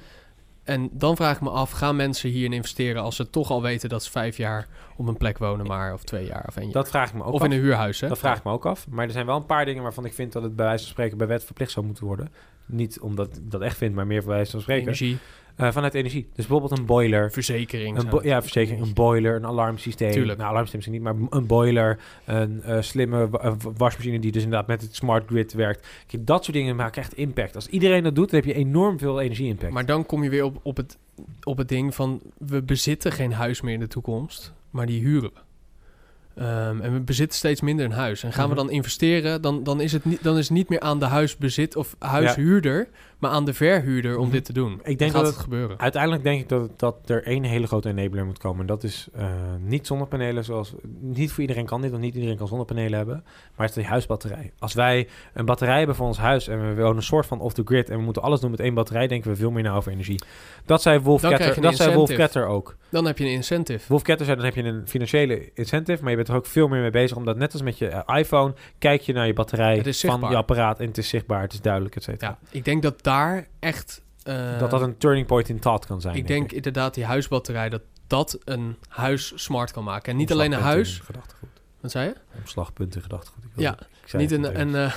En dan vraag ik me af, gaan mensen hierin investeren als ze toch al weten dat ze vijf jaar op een plek wonen, maar of twee jaar of één jaar.
Dat vraag ik me ook
Of
af.
in een huurhuis, hè?
Dat vraag ik me ook af. Maar er zijn wel een paar dingen waarvan ik vind dat het bij wijze van spreken bij wet verplicht zou moeten worden. Niet omdat ik dat echt vind, maar meer bij wijze van spreken.
Energie,
Eh, vanuit energie. Dus bijvoorbeeld een boiler.
verzekering.
Een
zo.
bo- ja, verzekering, een boiler, een alarmsysteem.
Tuurlijk.
Nou, alarmsysteem is het niet, maar een boiler, een eh, slimme wa- eh, wasmachine die dus inderdaad met het smart grid werkt. Kijk, dat soort dingen maken echt impact. Als iedereen dat doet, dan heb je enorm veel energie-impact.
Maar dan kom je weer op, op, het, op het ding van we bezitten geen huis meer in de toekomst, maar die huren we. Ehm, en we bezitten steeds minder een huis. En gaan we
Mhm.
dan investeren, dan, dan, is het niet, dan is het niet meer aan de huisbezit of huishuurder, maar aan de verhuurder om
Mhm.
dit te doen.
ik
Dan
denk
gaat
dat
het
het,
gebeuren.
uiteindelijk denk ik dat, dat er één hele grote enabler moet komen. En dat is eh, niet zonnepanelen zoals... Niet voor iedereen kan dit, want niet iedereen kan zonnepanelen hebben. Maar het is die huisbatterij. Als wij een batterij hebben voor ons huis en we wonen een soort van off the grid... en we moeten alles doen met één batterij, denken we veel meer na over energie. Dat zei Wolf,
Dan krijg
Ketter,
je
dat
een
zei Wolf
incentive.
Ketter ook.
Dan heb je een incentive.
Wolf Ketter zei, dan heb je een financiële incentive, maar je bent er ook veel meer mee bezig, omdat net als met je eh, iPhone, kijk je naar je batterij
Het is
van
zichtbaar.
je apparaat en het is zichtbaar, het is duidelijk, et cetera.
Ja, ik denk dat daar echt eh,
dat dat een turning point in thought kan zijn.
ik denk inderdaad die huisbatterij, dat dat een huis smart kan maken. En niet
Omslagpunt
alleen een huis.
in gedachtegoed.
Wat zei je?
Omslagpunt in gedachtegoed. Ik
Ja,
wilde- ik zei
niet
het
een... een,
meteen.
eh,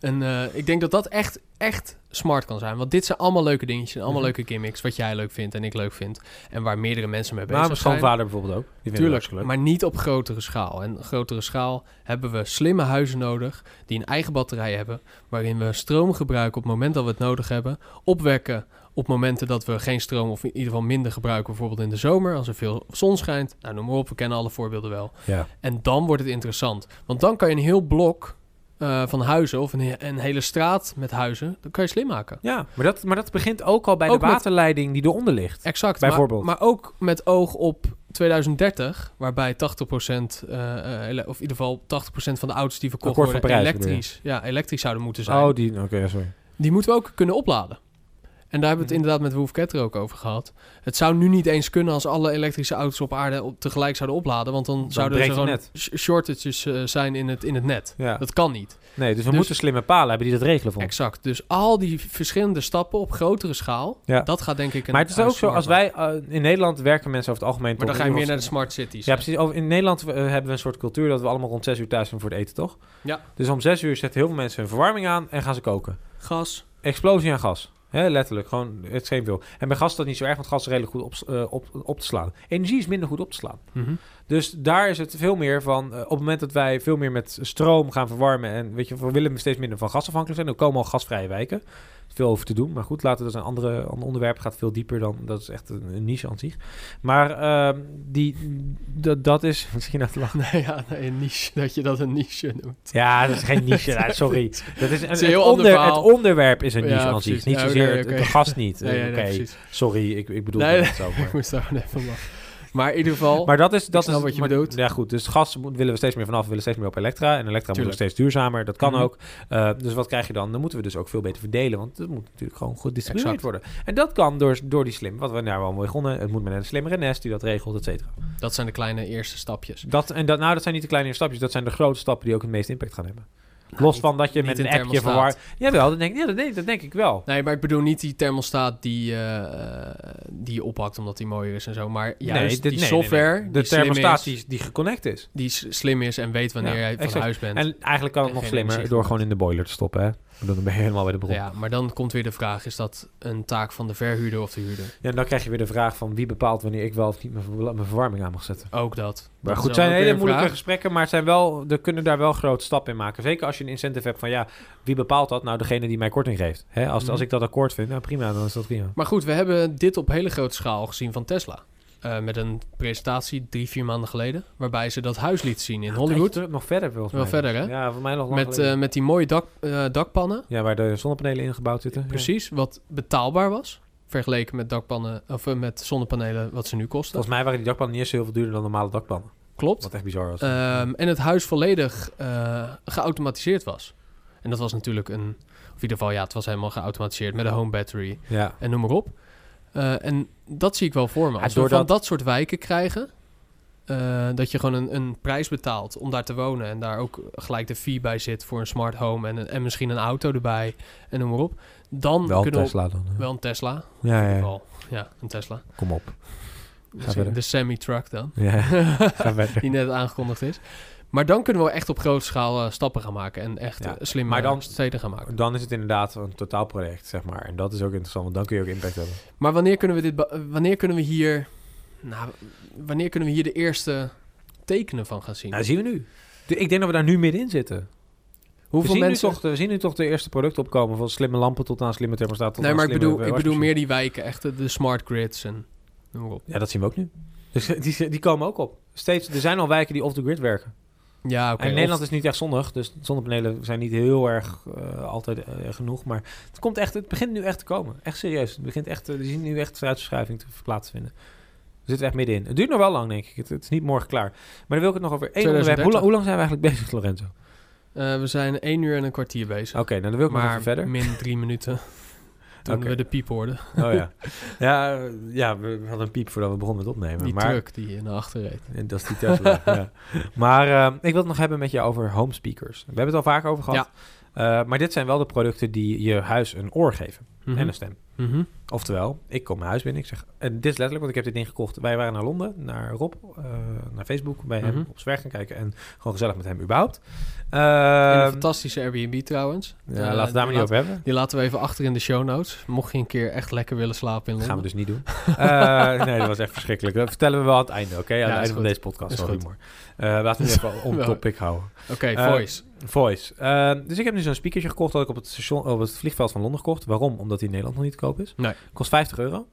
een eh, ik denk dat dat echt, echt smart kan zijn. Want dit zijn allemaal leuke dingetjes. En allemaal
Mhm.
leuke gimmicks. Wat jij leuk vindt en ik leuk vind. En waar meerdere mensen mee
Maar mijn
bezig zijn.
schoonvader bijvoorbeeld ook. Die vindt het
Tuurlijk,
hartstikke leuk.
maar niet op grotere schaal. En op grotere schaal hebben we slimme huizen nodig die een eigen batterij hebben, waarin we stroom gebruiken op het moment dat we het nodig hebben, opwekken op momenten dat we geen stroom of in ieder geval minder gebruiken, bijvoorbeeld in de zomer als er veel zon schijnt. Nou, noem maar op, we kennen alle voorbeelden wel.
Ja.
En dan wordt het interessant, want dan kan je een heel blok eh, van huizen of een, he- een hele straat met huizen, dan kan je slim maken.
Ja, maar dat, maar dat begint ook al bij
Ook
de
met-
waterleiding die eronder ligt.
Exact.
Bijvoorbeeld.
Maar, maar ook met oog op 2030, waarbij 80%, eh, eh, ele- of in ieder geval 80% van de auto's die verkocht
Akkoord
worden
van Parijs,
elektrisch, ja, elektrisch zouden moeten zijn.
Oh, die... Oké, ja, sorry.
Die moeten we ook kunnen opladen. En daar hebben we het
Mhm.
inderdaad met Wolf Cat er ook over gehad. Het zou nu niet eens kunnen als alle elektrische auto's op aarde op, tegelijk zouden opladen. Want dan, zouden er
breekt het
gewoon sh- shortages eh, zijn in het, in het net.
Ja.
Dat kan niet.
Nee, dus we
Dus-
moeten slimme palen hebben die dat regelen voor ons.
Exact. Dus al die verschillende stappen op grotere schaal,
Ja.
dat gaat denk ik... een
Maar het is ook
huis
zo, als
smart
wij... eh, in Nederland werken mensen over het algemeen...
maken. Maar
tot
dan ga je
een
meer
uur
naar
of-
de smart cities.
Ja, precies. Over- In Nederland eh, hebben we een soort cultuur dat we allemaal rond 6 uur thuis zijn voor het eten, toch?
Ja.
Dus om 6 uur zetten heel veel mensen hun verwarming aan en gaan ze koken.
Gas,
Explosie aan gas. Hè, letterlijk, gewoon het scheen veel. En bij gas is dat niet zo erg, want gas is redelijk goed op, eh, op, op te slaan. Energie is minder goed op te slaan. Dus daar is het veel meer van. eh, op het moment dat wij veel meer met stroom gaan verwarmen. En weet je, we willen steeds minder van gas afhankelijk zijn. Er komen al gasvrije wijken. Er is Veel over te doen. Maar goed, laten we dat is een andere, ander onderwerp. Gaat veel dieper dan. Dat is echt een, een niche aan zich. Maar ehm, die, dat, dat is. Misschien nou te lachen.
Nou ja, nee, een niche, dat je dat een niche noemt.
Ja, dat is geen niche. ja, sorry. Dat is een,
is
het,
een heel ander
onder, het
verhaal.
onderwerp is een
Ja,
niche aan
precies.
zich. Niet
Ja, oké,
zozeer het-
oké.
de gas niet.
Nee, nee,
Eh,
nee,
Oké,
precies.
sorry. Ik, ik bedoel
Nee,
het zo. maar-
Ik moest daar gewoon even lachen. Maar in ieder geval,
Maar dat is... Dat
snap
is,
wat je
maar-
bedoelt.
Ja, goed. Dus gas moet- willen we steeds meer vanaf. We willen steeds meer op elektra. En elektra moet ook
Tuurlijk.
steeds duurzamer. Dat kan
Mhm.
ook. Eh, dus wat krijg je dan? Dan moeten we dus ook veel beter verdelen. Want dat moet natuurlijk gewoon goed distribueerd
Exact.
worden. En dat kan door, door die slim... Wat we daar wel mee begonnen. Het moet met een slimmere nest die dat regelt, et cetera.
dat zijn de kleine eerste stapjes.
Dat, en dat, nou, dat zijn niet de kleinere stapjes. Dat zijn de grote stappen die ook het meest impact gaan hebben.
Nou,
Los
niet-
van dat je
niet
met
een
een appje
thermostaat.
verwar... Jawel, dat denk, ja, dat, denk, dat denk ik wel.
Nee, maar ik bedoel niet die thermostaat die, eh, eh, die je oppakt omdat die mooier is en zo. Maar juist dus die
dit- nee, nee, nee.
software
De
die, slim
thermostaat
is,
die, die geconnect is.
die s- slim is en weet wanneer
Ja,
jij van
exact.
huis bent.
En eigenlijk kan het
En
nog
geen
slimmer
energie
door gewoon in de boiler te stoppen. Hè? Want Dan ben je helemaal bij de bron. Ja.
ja, maar dan komt weer de vraag, is dat een taak van de verhuurder of de huurder?
en dan krijg je weer de vraag van wie bepaalt wanneer ik wel of niet mijn, ver- mijn verwarming aan mag zetten.
Ook dat.
Maar
Dat
goed,
is
het
dan
zijn
ook
hele
weer een
moeilijke
vraag.
gesprekken, maar het zijn wel, er kunnen daar wel grote stappen in maken. Zeker als je een incentive hebt van ja, wie bepaalt dat? Nou, degene die mij korting geeft. Hè? Als, als
Mhm.
ik dat akkoord vind, nou prima, dan is dat prima.
Maar goed, we hebben dit op hele grote schaal gezien van Tesla. Eh, met een presentatie drie, vier maanden geleden. Waarbij ze dat huis liet zien in Hollywood.
Terug, nog verder volgens
Wel
mij.
verder, hè?
Ja, voor mij nog lang
Met,
geleden.
eh, met die mooie dak, eh, dakpannen.
ja, waar de zonnepanelen ingebouwd zitten. Ja.
Precies. Wat betaalbaar was. Vergeleken met dakpannen. Of eh, met zonnepanelen wat ze nu kosten.
Volgens mij waren die dakpannen niet eens zo heel veel duurder dan normale dakpannen.
Klopt.
Wat echt bizar was.
Ehm, en het huis volledig eh, geautomatiseerd was. En dat was natuurlijk een. Of in ieder geval, ja, het was helemaal geautomatiseerd met een home battery.
ja.
En noem maar op. Eh, en dat zie ik wel voor me.
Ja,
Als we
doordat-
van dat soort wijken krijgen... eh, dat je gewoon een, een prijs betaalt om daar te wonen... en daar ook gelijk de fee bij zit voor een smart home... en, een- en misschien een auto erbij en noem maar op... dan
Wel
kunnen
Tesla dan. hè?
we... Wel een Tesla. in
Ja,
ieder
ja, ja.
geval. ja, een Tesla.
Kom op. verder.
de semi-truck dan.
Ja, ga verder.
die net aangekondigd is. Maar dan kunnen we echt op grote schaal eh, stappen gaan maken... en echt
Ja,
eh, slimme
maar dan-
steden gaan maken.
Dan is het inderdaad een totaalproject, zeg maar. En dat is ook interessant, want dan kun je ook impact hebben.
Maar wanneer kunnen we dit... ba- eh, Wanneer kunnen we hier... Nou, wanneer kunnen we hier de eerste tekenen van gaan zien?
Nou, zien we nu. De- ik denk dat we daar nu middenin zitten. We
Hoeveel
zien,
mensen...
nu toch, we zien nu toch de eerste producten opkomen, van slimme lampen tot aan slimme thermostaat. Tot
nee,
aan
maar ik
slimme
bedoel, ik bedoel
wasmachine.
meer die wijken, echt de, de smart grids en noem maar op.
Ja, dat zien we ook nu. Dus die, die komen ook op. Steeds, er zijn al wijken die off the grid werken.
Ja, oké.
en Nederland
of-
is niet echt zonnig, dus zonnepanelen zijn niet heel erg eh, altijd eh, genoeg. Maar het, komt echt, het begint nu echt te komen. Echt serieus. Het begint echt, eh, we zien nu echt vooruitverschuiving te plaatsvinden. We zitten echt middenin. Het duurt nog wel lang, denk ik. Het, het is niet morgen klaar. Maar dan wil ik het nog over één onderwerp.
2030.
Hoe, lang- hoe lang zijn we eigenlijk bezig, Lorenzo? Oké,
eh, we zijn één uur en een kwartier bezig.
nou dan wil ik nog
maar
even verder.
min drie minuten toen
Oké.
we de piep hoorden.
Oh ja. Ja, eh, ja, we we hadden een piep voordat we begonnen met opnemen.
Die
maar
truck die je naar achter reed.
En dat is die Tesla. ja. Maar eh, ik wil het nog hebben met je over home speakers. We hebben het al vaker over gehad. Eh, maar dit zijn wel de producten die je huis een oor geven
Mhm.
en een stem.
Mhm.
Oftewel, ik kom mijn huis binnen. Ik zeg, en dit is letterlijk, want ik heb dit ding gekocht. Wij waren naar Londen, naar Rob, eh, naar Facebook, bij
Mhm.
hem op zijn werk gaan kijken. En gewoon gezellig met hem überhaupt.
En een
Ehm,
fantastische Airbnb trouwens. Eh,
ja, laten we daar maar
die
niet over hebben.
Die laten we even achter in de show notes. Mocht je een keer echt lekker willen slapen in Londen.
Dat gaan we dus niet doen. Eh, nee, dat was echt verschrikkelijk. Dat vertellen we wel aan het einde, oké?
Ja,
aan
is
het einde van
goed.
deze podcast.
Is
wel
goed.
humor. Eh, laten we het even on
Ja.
topic houden.
Oké,
Eh,
voice.
Voice. Eh, dus ik heb nu zo'n speakertje gekocht dat ik op het, station, op het vliegveld van Londen gekocht. Waarom? Omdat die in Nederland nog niet te koop is.
Nee.
Kost 50 euro.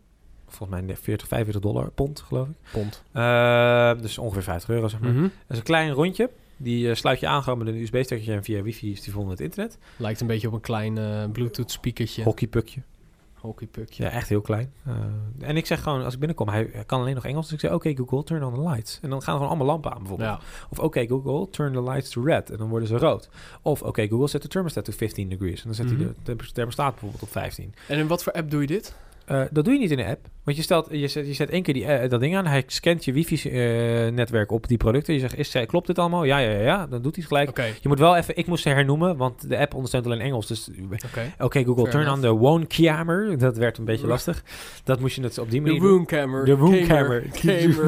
Volgens mij 40, 45 dollar, pond geloof ik.
Pond.
Eh, dus ongeveer 50 euro zeg maar.
Mhm.
Dat is een klein rondje. Die eh, sluit je aan gewoon met een USB-stekkertje en via wifi is die vol met internet.
Lijkt een beetje op een klein eh, bluetooth speakertje.
Hockeypukje.
Hockeypukje.
Ja, echt heel klein. Eh, en ik zeg gewoon, als ik binnenkom, hij hij kan alleen nog Engels. Dus ik zeg, oké Google, turn on the lights. En dan gaan er gewoon allemaal lampen aan bijvoorbeeld.
Ja.
Of oké Google, turn the lights to red. En dan worden ze rood. Of oké Google, zet de thermostat to 15 degrees. En dan zet
Mhm.
hij de temp- thermostaat bijvoorbeeld op 15.
En in wat voor app doe je dit?
Eh, dat doe je niet in de app. Want je, stelt, je, zet, je zet één keer die, eh, dat ding aan. Hij scant je wifi-netwerk op die producten. Je zegt, is, eh, klopt dit allemaal? Ja, ja, ja, ja. Dan doet hij het gelijk.
Oké,
Je moet wel even, ik moest ze hernoemen, want de app ondersteunt alleen Engels. Dus oké,
oké.
Google,
Fair
turn on the woonkamer. Dat werd een beetje
Ja.
lastig. Dat moest je het op die
De
manier
Woonkamer.
doen. De woonkamer. De
Kamer.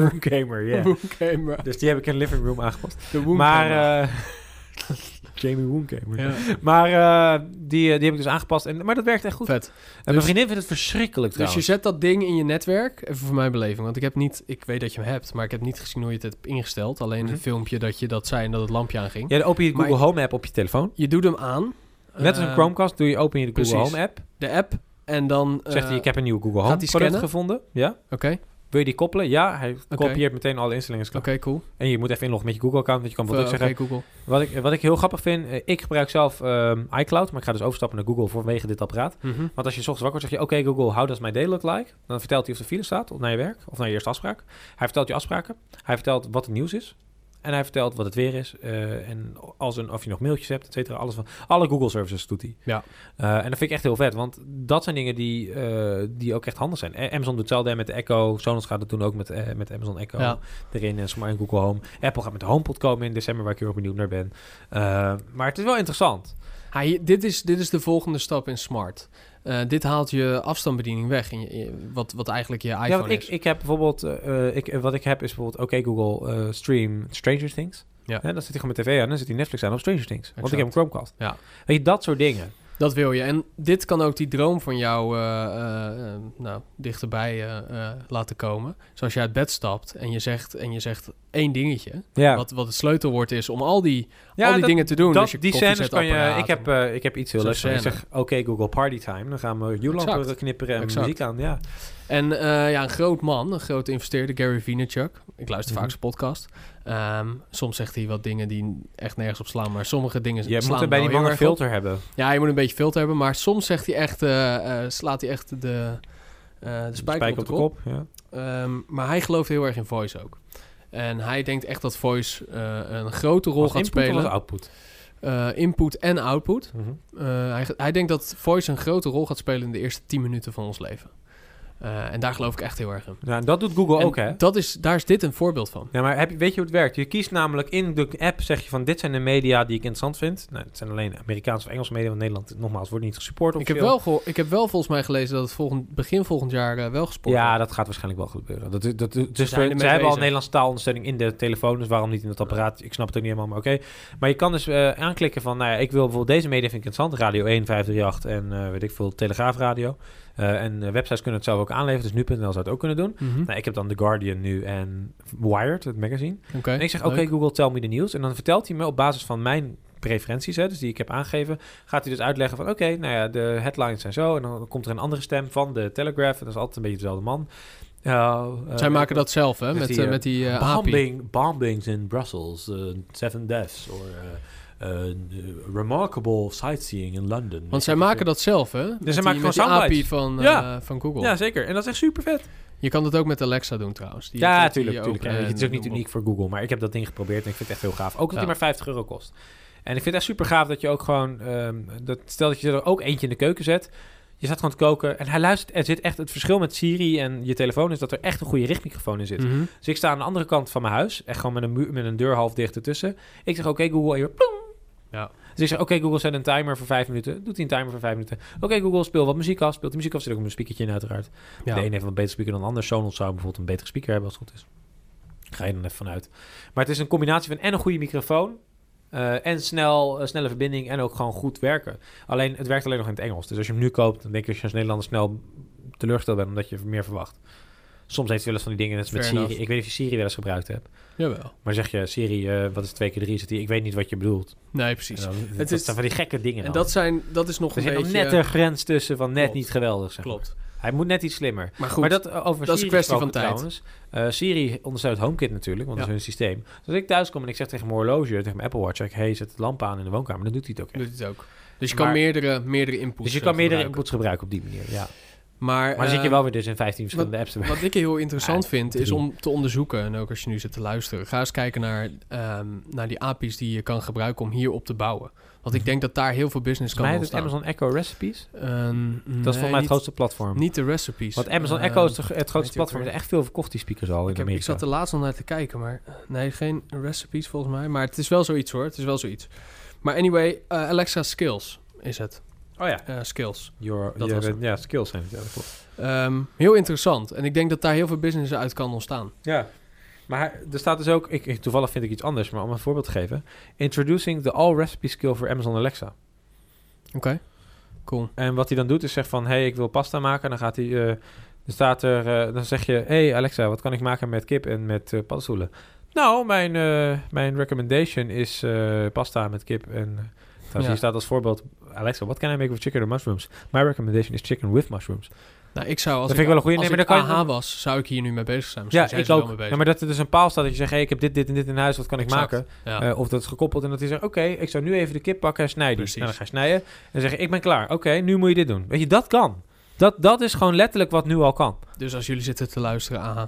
woonkamer,
De
ja.
Woonkamer.
Dus die heb ik in living room aangepast.
De Woonkamer.
Maar, eh, Jamie woonkamer.
ja.
Maar eh, die, eh, die heb ik dus aangepast. En, maar dat werkt echt goed.
Vet.
en mijn vriendin vindt het verschrikkelijk
Dus je
trouwens.
zet dat ding in je netwerk, even voor mijn beleving. Want ik heb niet, ik weet dat je hem hebt, maar ik heb niet gezien hoe je het hebt ingesteld. Alleen
Mhm.
een filmpje dat je dat zei en dat het lampje aanging.
ja, dan open je de
Maar
Google Home app op je telefoon.
Je doet hem aan.
Net als een
eh,
Chromecast doe je open je de Google
precies.
Home app.
De app. En dan... eh,
Zegt hij, ik heb een nieuwe Google
gaat
Home
die
product
scannen?
gevonden. Ja.
Oké,
Wil je die koppelen? Ja, hij kopieert meteen alle instellingen. is klaar.
oké, cool.
En je moet even inloggen met je Google-account, want je kan
Of, eh,
bijvoorbeeld
Oké,
ook zeggen...
Google.
Wat ik, wat ik heel grappig vind, eh, ik gebruik zelf ehm, iCloud, maar ik ga dus overstappen naar Google vanwege dit apparaat.
Mhm.
Want als je 's ochtends wakker wordt, zeg je, oké Google, how does my day look like? Dan vertelt hij of de file staat, of naar je werk, of naar je eerste afspraak. Hij vertelt je afspraken, hij vertelt wat het nieuws is. En hij vertelt wat het weer is. eh, en als een, of je nog mailtjes hebt, et cetera. Alles van, alle Google services doet hij.
Ja.
Eh, en dat vind ik echt heel vet. Want dat zijn dingen die, eh, die ook echt handig zijn. Eh, Amazon doet hetzelfde hè, met de Echo. Sonos gaat het doen ook met, eh, met Amazon Echo
Ja.
erin. En Smart Google Home. Apple gaat met de HomePod komen in december, waar ik heel erg benieuwd naar ben. Eh, maar het is wel interessant.
Hij, dit, is, dit is de volgende stap in smart. Eh, dit haalt je afstandsbediening weg, in je, in- wat, wat eigenlijk je iPhone
ja, want ik,
is.
ik heb bijvoorbeeld... eh, eh, ik, eh, wat ik heb is bijvoorbeeld... Oké Google, eh, stream Stranger Things.
Ja.
Hè, dan zit hij gewoon met tv aan. Dan zit hij Netflix aan op Stranger Things. Want ik heb een
Exact.
Chromecast.
Ja.
Weet je, dat soort dingen.
Dat wil je. En dit kan ook die droom van jou eh, eh, eh, nou, dichterbij eh, eh, laten komen. Zoals je uit bed stapt en je zegt, en je zegt één dingetje.
Ja.
Wat, wat het sleutelwoord is om al die,
ja,
al die
dat-
dingen te doen.
Dat,
dus je
die scènes kan je...
koffiezetapparaat
Ik heb,
en-
eh, ik heb iets heel
Zo'n
leuks. gedaan. Ik
scène.
zeg, oké Google Party Time. Dan gaan we
Exact.
U-lampen knipperen en
Exact.
muziek aan. Ja.
En eh, ja, een groot man, een groot investeerder, Gary Vaynerchuk. Ik luister
Mhm.
vaak zijn podcast. Ehm, soms zegt hij wat dingen die echt nergens op slaan. Maar sommige dingen
Je
slaan
moet er bij
wel
die
heel
man een
erg op.
filter hebben.
Ja, je moet een beetje filter hebben. Maar soms zegt hij echt, eh, eh, slaat hij echt de, eh, de spijker, op de kop.
Ja.
Ehm, maar hij gelooft heel erg in voice ook. En hij denkt echt dat voice eh, een grote rol
Als
gaat
input of
spelen.
als output?
Eh, input en output.
Mhm.
Eh, hij, hij denkt dat voice een grote rol gaat spelen in de eerste 10 minuten van ons leven. Eh, en daar geloof ik echt heel erg in.
Ja, en dat doet Google
En
ook, hè?
Dat is, daar is dit een voorbeeld van.
Ja, maar heb, je- weet je hoe het werkt? Je kiest namelijk in de app, zeg je van dit zijn de media die ik interessant vind. Nou, het zijn alleen Amerikaanse of Engelse media, want Nederland, nogmaals, wordt niet gesupport.
Ik heb,
officieel.
wel geho- ik heb wel volgens mij gelezen dat het volgend, begin volgend jaar eh, wel gesport
Ja,
wordt.
dat gaat waarschijnlijk wel gebeuren. Dat, dat, dat, dus
zijn
ze
ermee
hebben al
bezig.
Nederlandse taalondersteuning in de telefoon, dus waarom niet in dat apparaat? Ik snap het ook niet helemaal, maar oké. Maar je kan dus eh, aanklikken van, nou ja, ik wil bijvoorbeeld deze media vind ik interessant, Radio 1, 538 en eh, weet ik veel, Telegraaf Radio. Eh, en eh, websites kunnen het zelf ook aanleveren, dus nu.nl zou het ook kunnen doen.
Mhm.
Nou, ik heb dan The Guardian nu en Wired, het magazine.
Oké,
En ik zeg, oké
leuk.
Google, tell me the news. En dan vertelt hij me op basis van mijn preferenties, hè, dus die ik heb aangegeven, gaat hij dus uitleggen van, oké, nou ja, de headlines zijn zo. En dan komt er een andere stem van de Telegraph. En dat is altijd een beetje dezelfde man. Eh, eh,
Zij maken dat zelf, hè?
met
Met,
die,
eh,
eh,
met die eh, API.
bombing, bombings in Brussels, eh, seven deaths, or eh, eh, remarkable sightseeing in London.
Want zij maken dat zelf, hè? Met
Dus zij
die-
maken
met
gewoon
die API
soundbites.
van, eh,
Ja.
van Google.
Ja, zeker. En dat is echt super vet.
Je kan dat ook met Alexa doen trouwens. Die
Ja,
heeft die
tuurlijk. tuurlijk.
open
Ja, het is
en
ook niet
noem op.
uniek voor Google, maar ik heb dat ding geprobeerd en ik vind het echt heel gaaf. Ook dat
Ja.
die maar 50 euro kost. En ik vind het echt super gaaf dat je ook gewoon, ehm, dat, stel dat je er ook eentje in de keuken zet. Je staat gewoon te koken en hij luistert. Er zit echt het verschil met Siri en je telefoon is dat er echt een goede richtmicrofoon in zit.
Mhm.
Dus ik sta aan de andere kant van mijn huis, echt gewoon met een, muur, met een deur half dicht ertussen. Ik zeg oké Google en je hoort ploem.
Ja.
Dus ik zeg, oké Google, zet een timer voor vijf minuten. Doet hij een timer voor vijf minuten. Oké Google, speel wat muziek af. Speelt die muziek af, zit ook een speakertje in uiteraard.
Ja.
De een heeft een betere speaker dan de ander. Sonos zou bijvoorbeeld een betere speaker hebben als het goed is. Ga je dan even vanuit. Maar het is een combinatie van en een goede microfoon. eh, en snel, eh, snelle verbinding en ook gewoon goed werken. Alleen, het werkt alleen nog in het Engels. Dus als je hem nu koopt, dan denk je als je als Nederlander snel teleurgesteld bent, omdat je meer verwacht. Soms heeft het wel eens van die dingen, net als met
Fair
Siri.
enough.
Ik weet niet of je Siri wel eens gebruikt hebt.
Jawel.
Maar zeg je, Siri, eh, wat is 2 keer 3? Is het die? Ik weet niet wat je bedoelt.
Nee, precies.
En dan- dat
is-
zijn van die gekke dingen
En
dan.
dat, zijn, dat is nog
er
een
zit nog
beetje...
net een grens tussen van net
Klopt.
niet geweldig. Zeg. maar.
Klopt.
Hij moet net iets slimmer.
Maar goed,
Maar dat eh, over
Dat is
Siri
een kwestie van
gesproken
tijd.
Trouwens. Eh, Siri ondersteunt HomeKit natuurlijk, want dat
Ja.
is hun systeem. Dus als ik thuis kom en ik zeg tegen mijn horloge, tegen mijn Apple Watch, zeg ik, hey, zet de lamp aan in de woonkamer, dan doet hij het ook echt.
doet het ook. Dus je kan
Maar-
meerdere, meerdere inputs
Dus je
eh,
kan meerdere
gebruiken.
inputs gebruiken op die manier, ja.
Maar,
Maar dan zit je
eh,
wel weer dus in 15 verschillende apps te werken.
Wat ik heel interessant
Ja,
vind, is
drie.
om te onderzoeken, en ook als je nu zit te luisteren, ga eens kijken naar, ehm, naar die API's die je kan gebruiken om hier op te bouwen. Want ik denk dat daar heel veel business
Volgens
kan
Mhm. mij heet het
ontstaan.
Amazon Echo Recipes.
Ehm, nee,
Dat is volgens mij
niet-
het grootste platform.
Niet de recipes.
Want Amazon
Ehm,
Echo is de- het
weet je ook
grootste platform. Er
weer.
zijn echt veel verkocht die speakers al in
ik, heb, ik
Amerika.
zat er laatst al naar te kijken, maar eh, nee, geen recipes volgens mij. Maar het is wel zoiets hoor, het is wel zoiets. Maar anyway, eh, Alexa Skills is het.
Oh ja.
Eh, skills.
Your,
Dat
je
was
bent- ja, skills zijn het. Ja, dat klopt.
Ehm, heel interessant. En ik denk dat daar heel veel business uit kan ontstaan.
Ja. Maar er staat dus ook, ik, ik- toevallig vind ik iets anders, maar om een voorbeeld te geven. Introducing the all recipe skill for Amazon Alexa.
Oké, cool.
En wat hij dan doet is zegt van, hey, ik wil pasta maken. En dan gaat hij, eh, dan staat er, eh, dan zeg je, hey Alexa, wat kan ik maken met kip en met eh paddenstoelen? Nou, mijn, eh, mijn recommendation is eh, pasta met kip en... eh,
Ja.
Trouwens, hier staat als voorbeeld, Alexa, what can I make with chicken and mushrooms? My recommendation is chicken with mushrooms.
Nou, ik zou als
dat vind ik wel een goede.
Als
Nee, maar
ik
dan kan je
AH was, zou ik hier nu mee bezig zijn. Misschien
Ja,
zijn
ik
ze
ook.
wel mee
Ja,
bezig.
maar dat er dus een paal staat dat je zegt... hey, ik heb dit, dit en dit in huis, wat kan ik
Exact.
maken?
Ja.
Eh, of dat is gekoppeld en dat hij zegt... oké, ik zou nu even de kip pakken en snijden.
Precies.
Nou, dan ga je snijden en dan zeg je... ik ben klaar. Oké, nu moet je dit doen. Weet je, dat kan. Dat, dat is gewoon letterlijk wat nu al kan.
Dus als jullie zitten te luisteren, AH,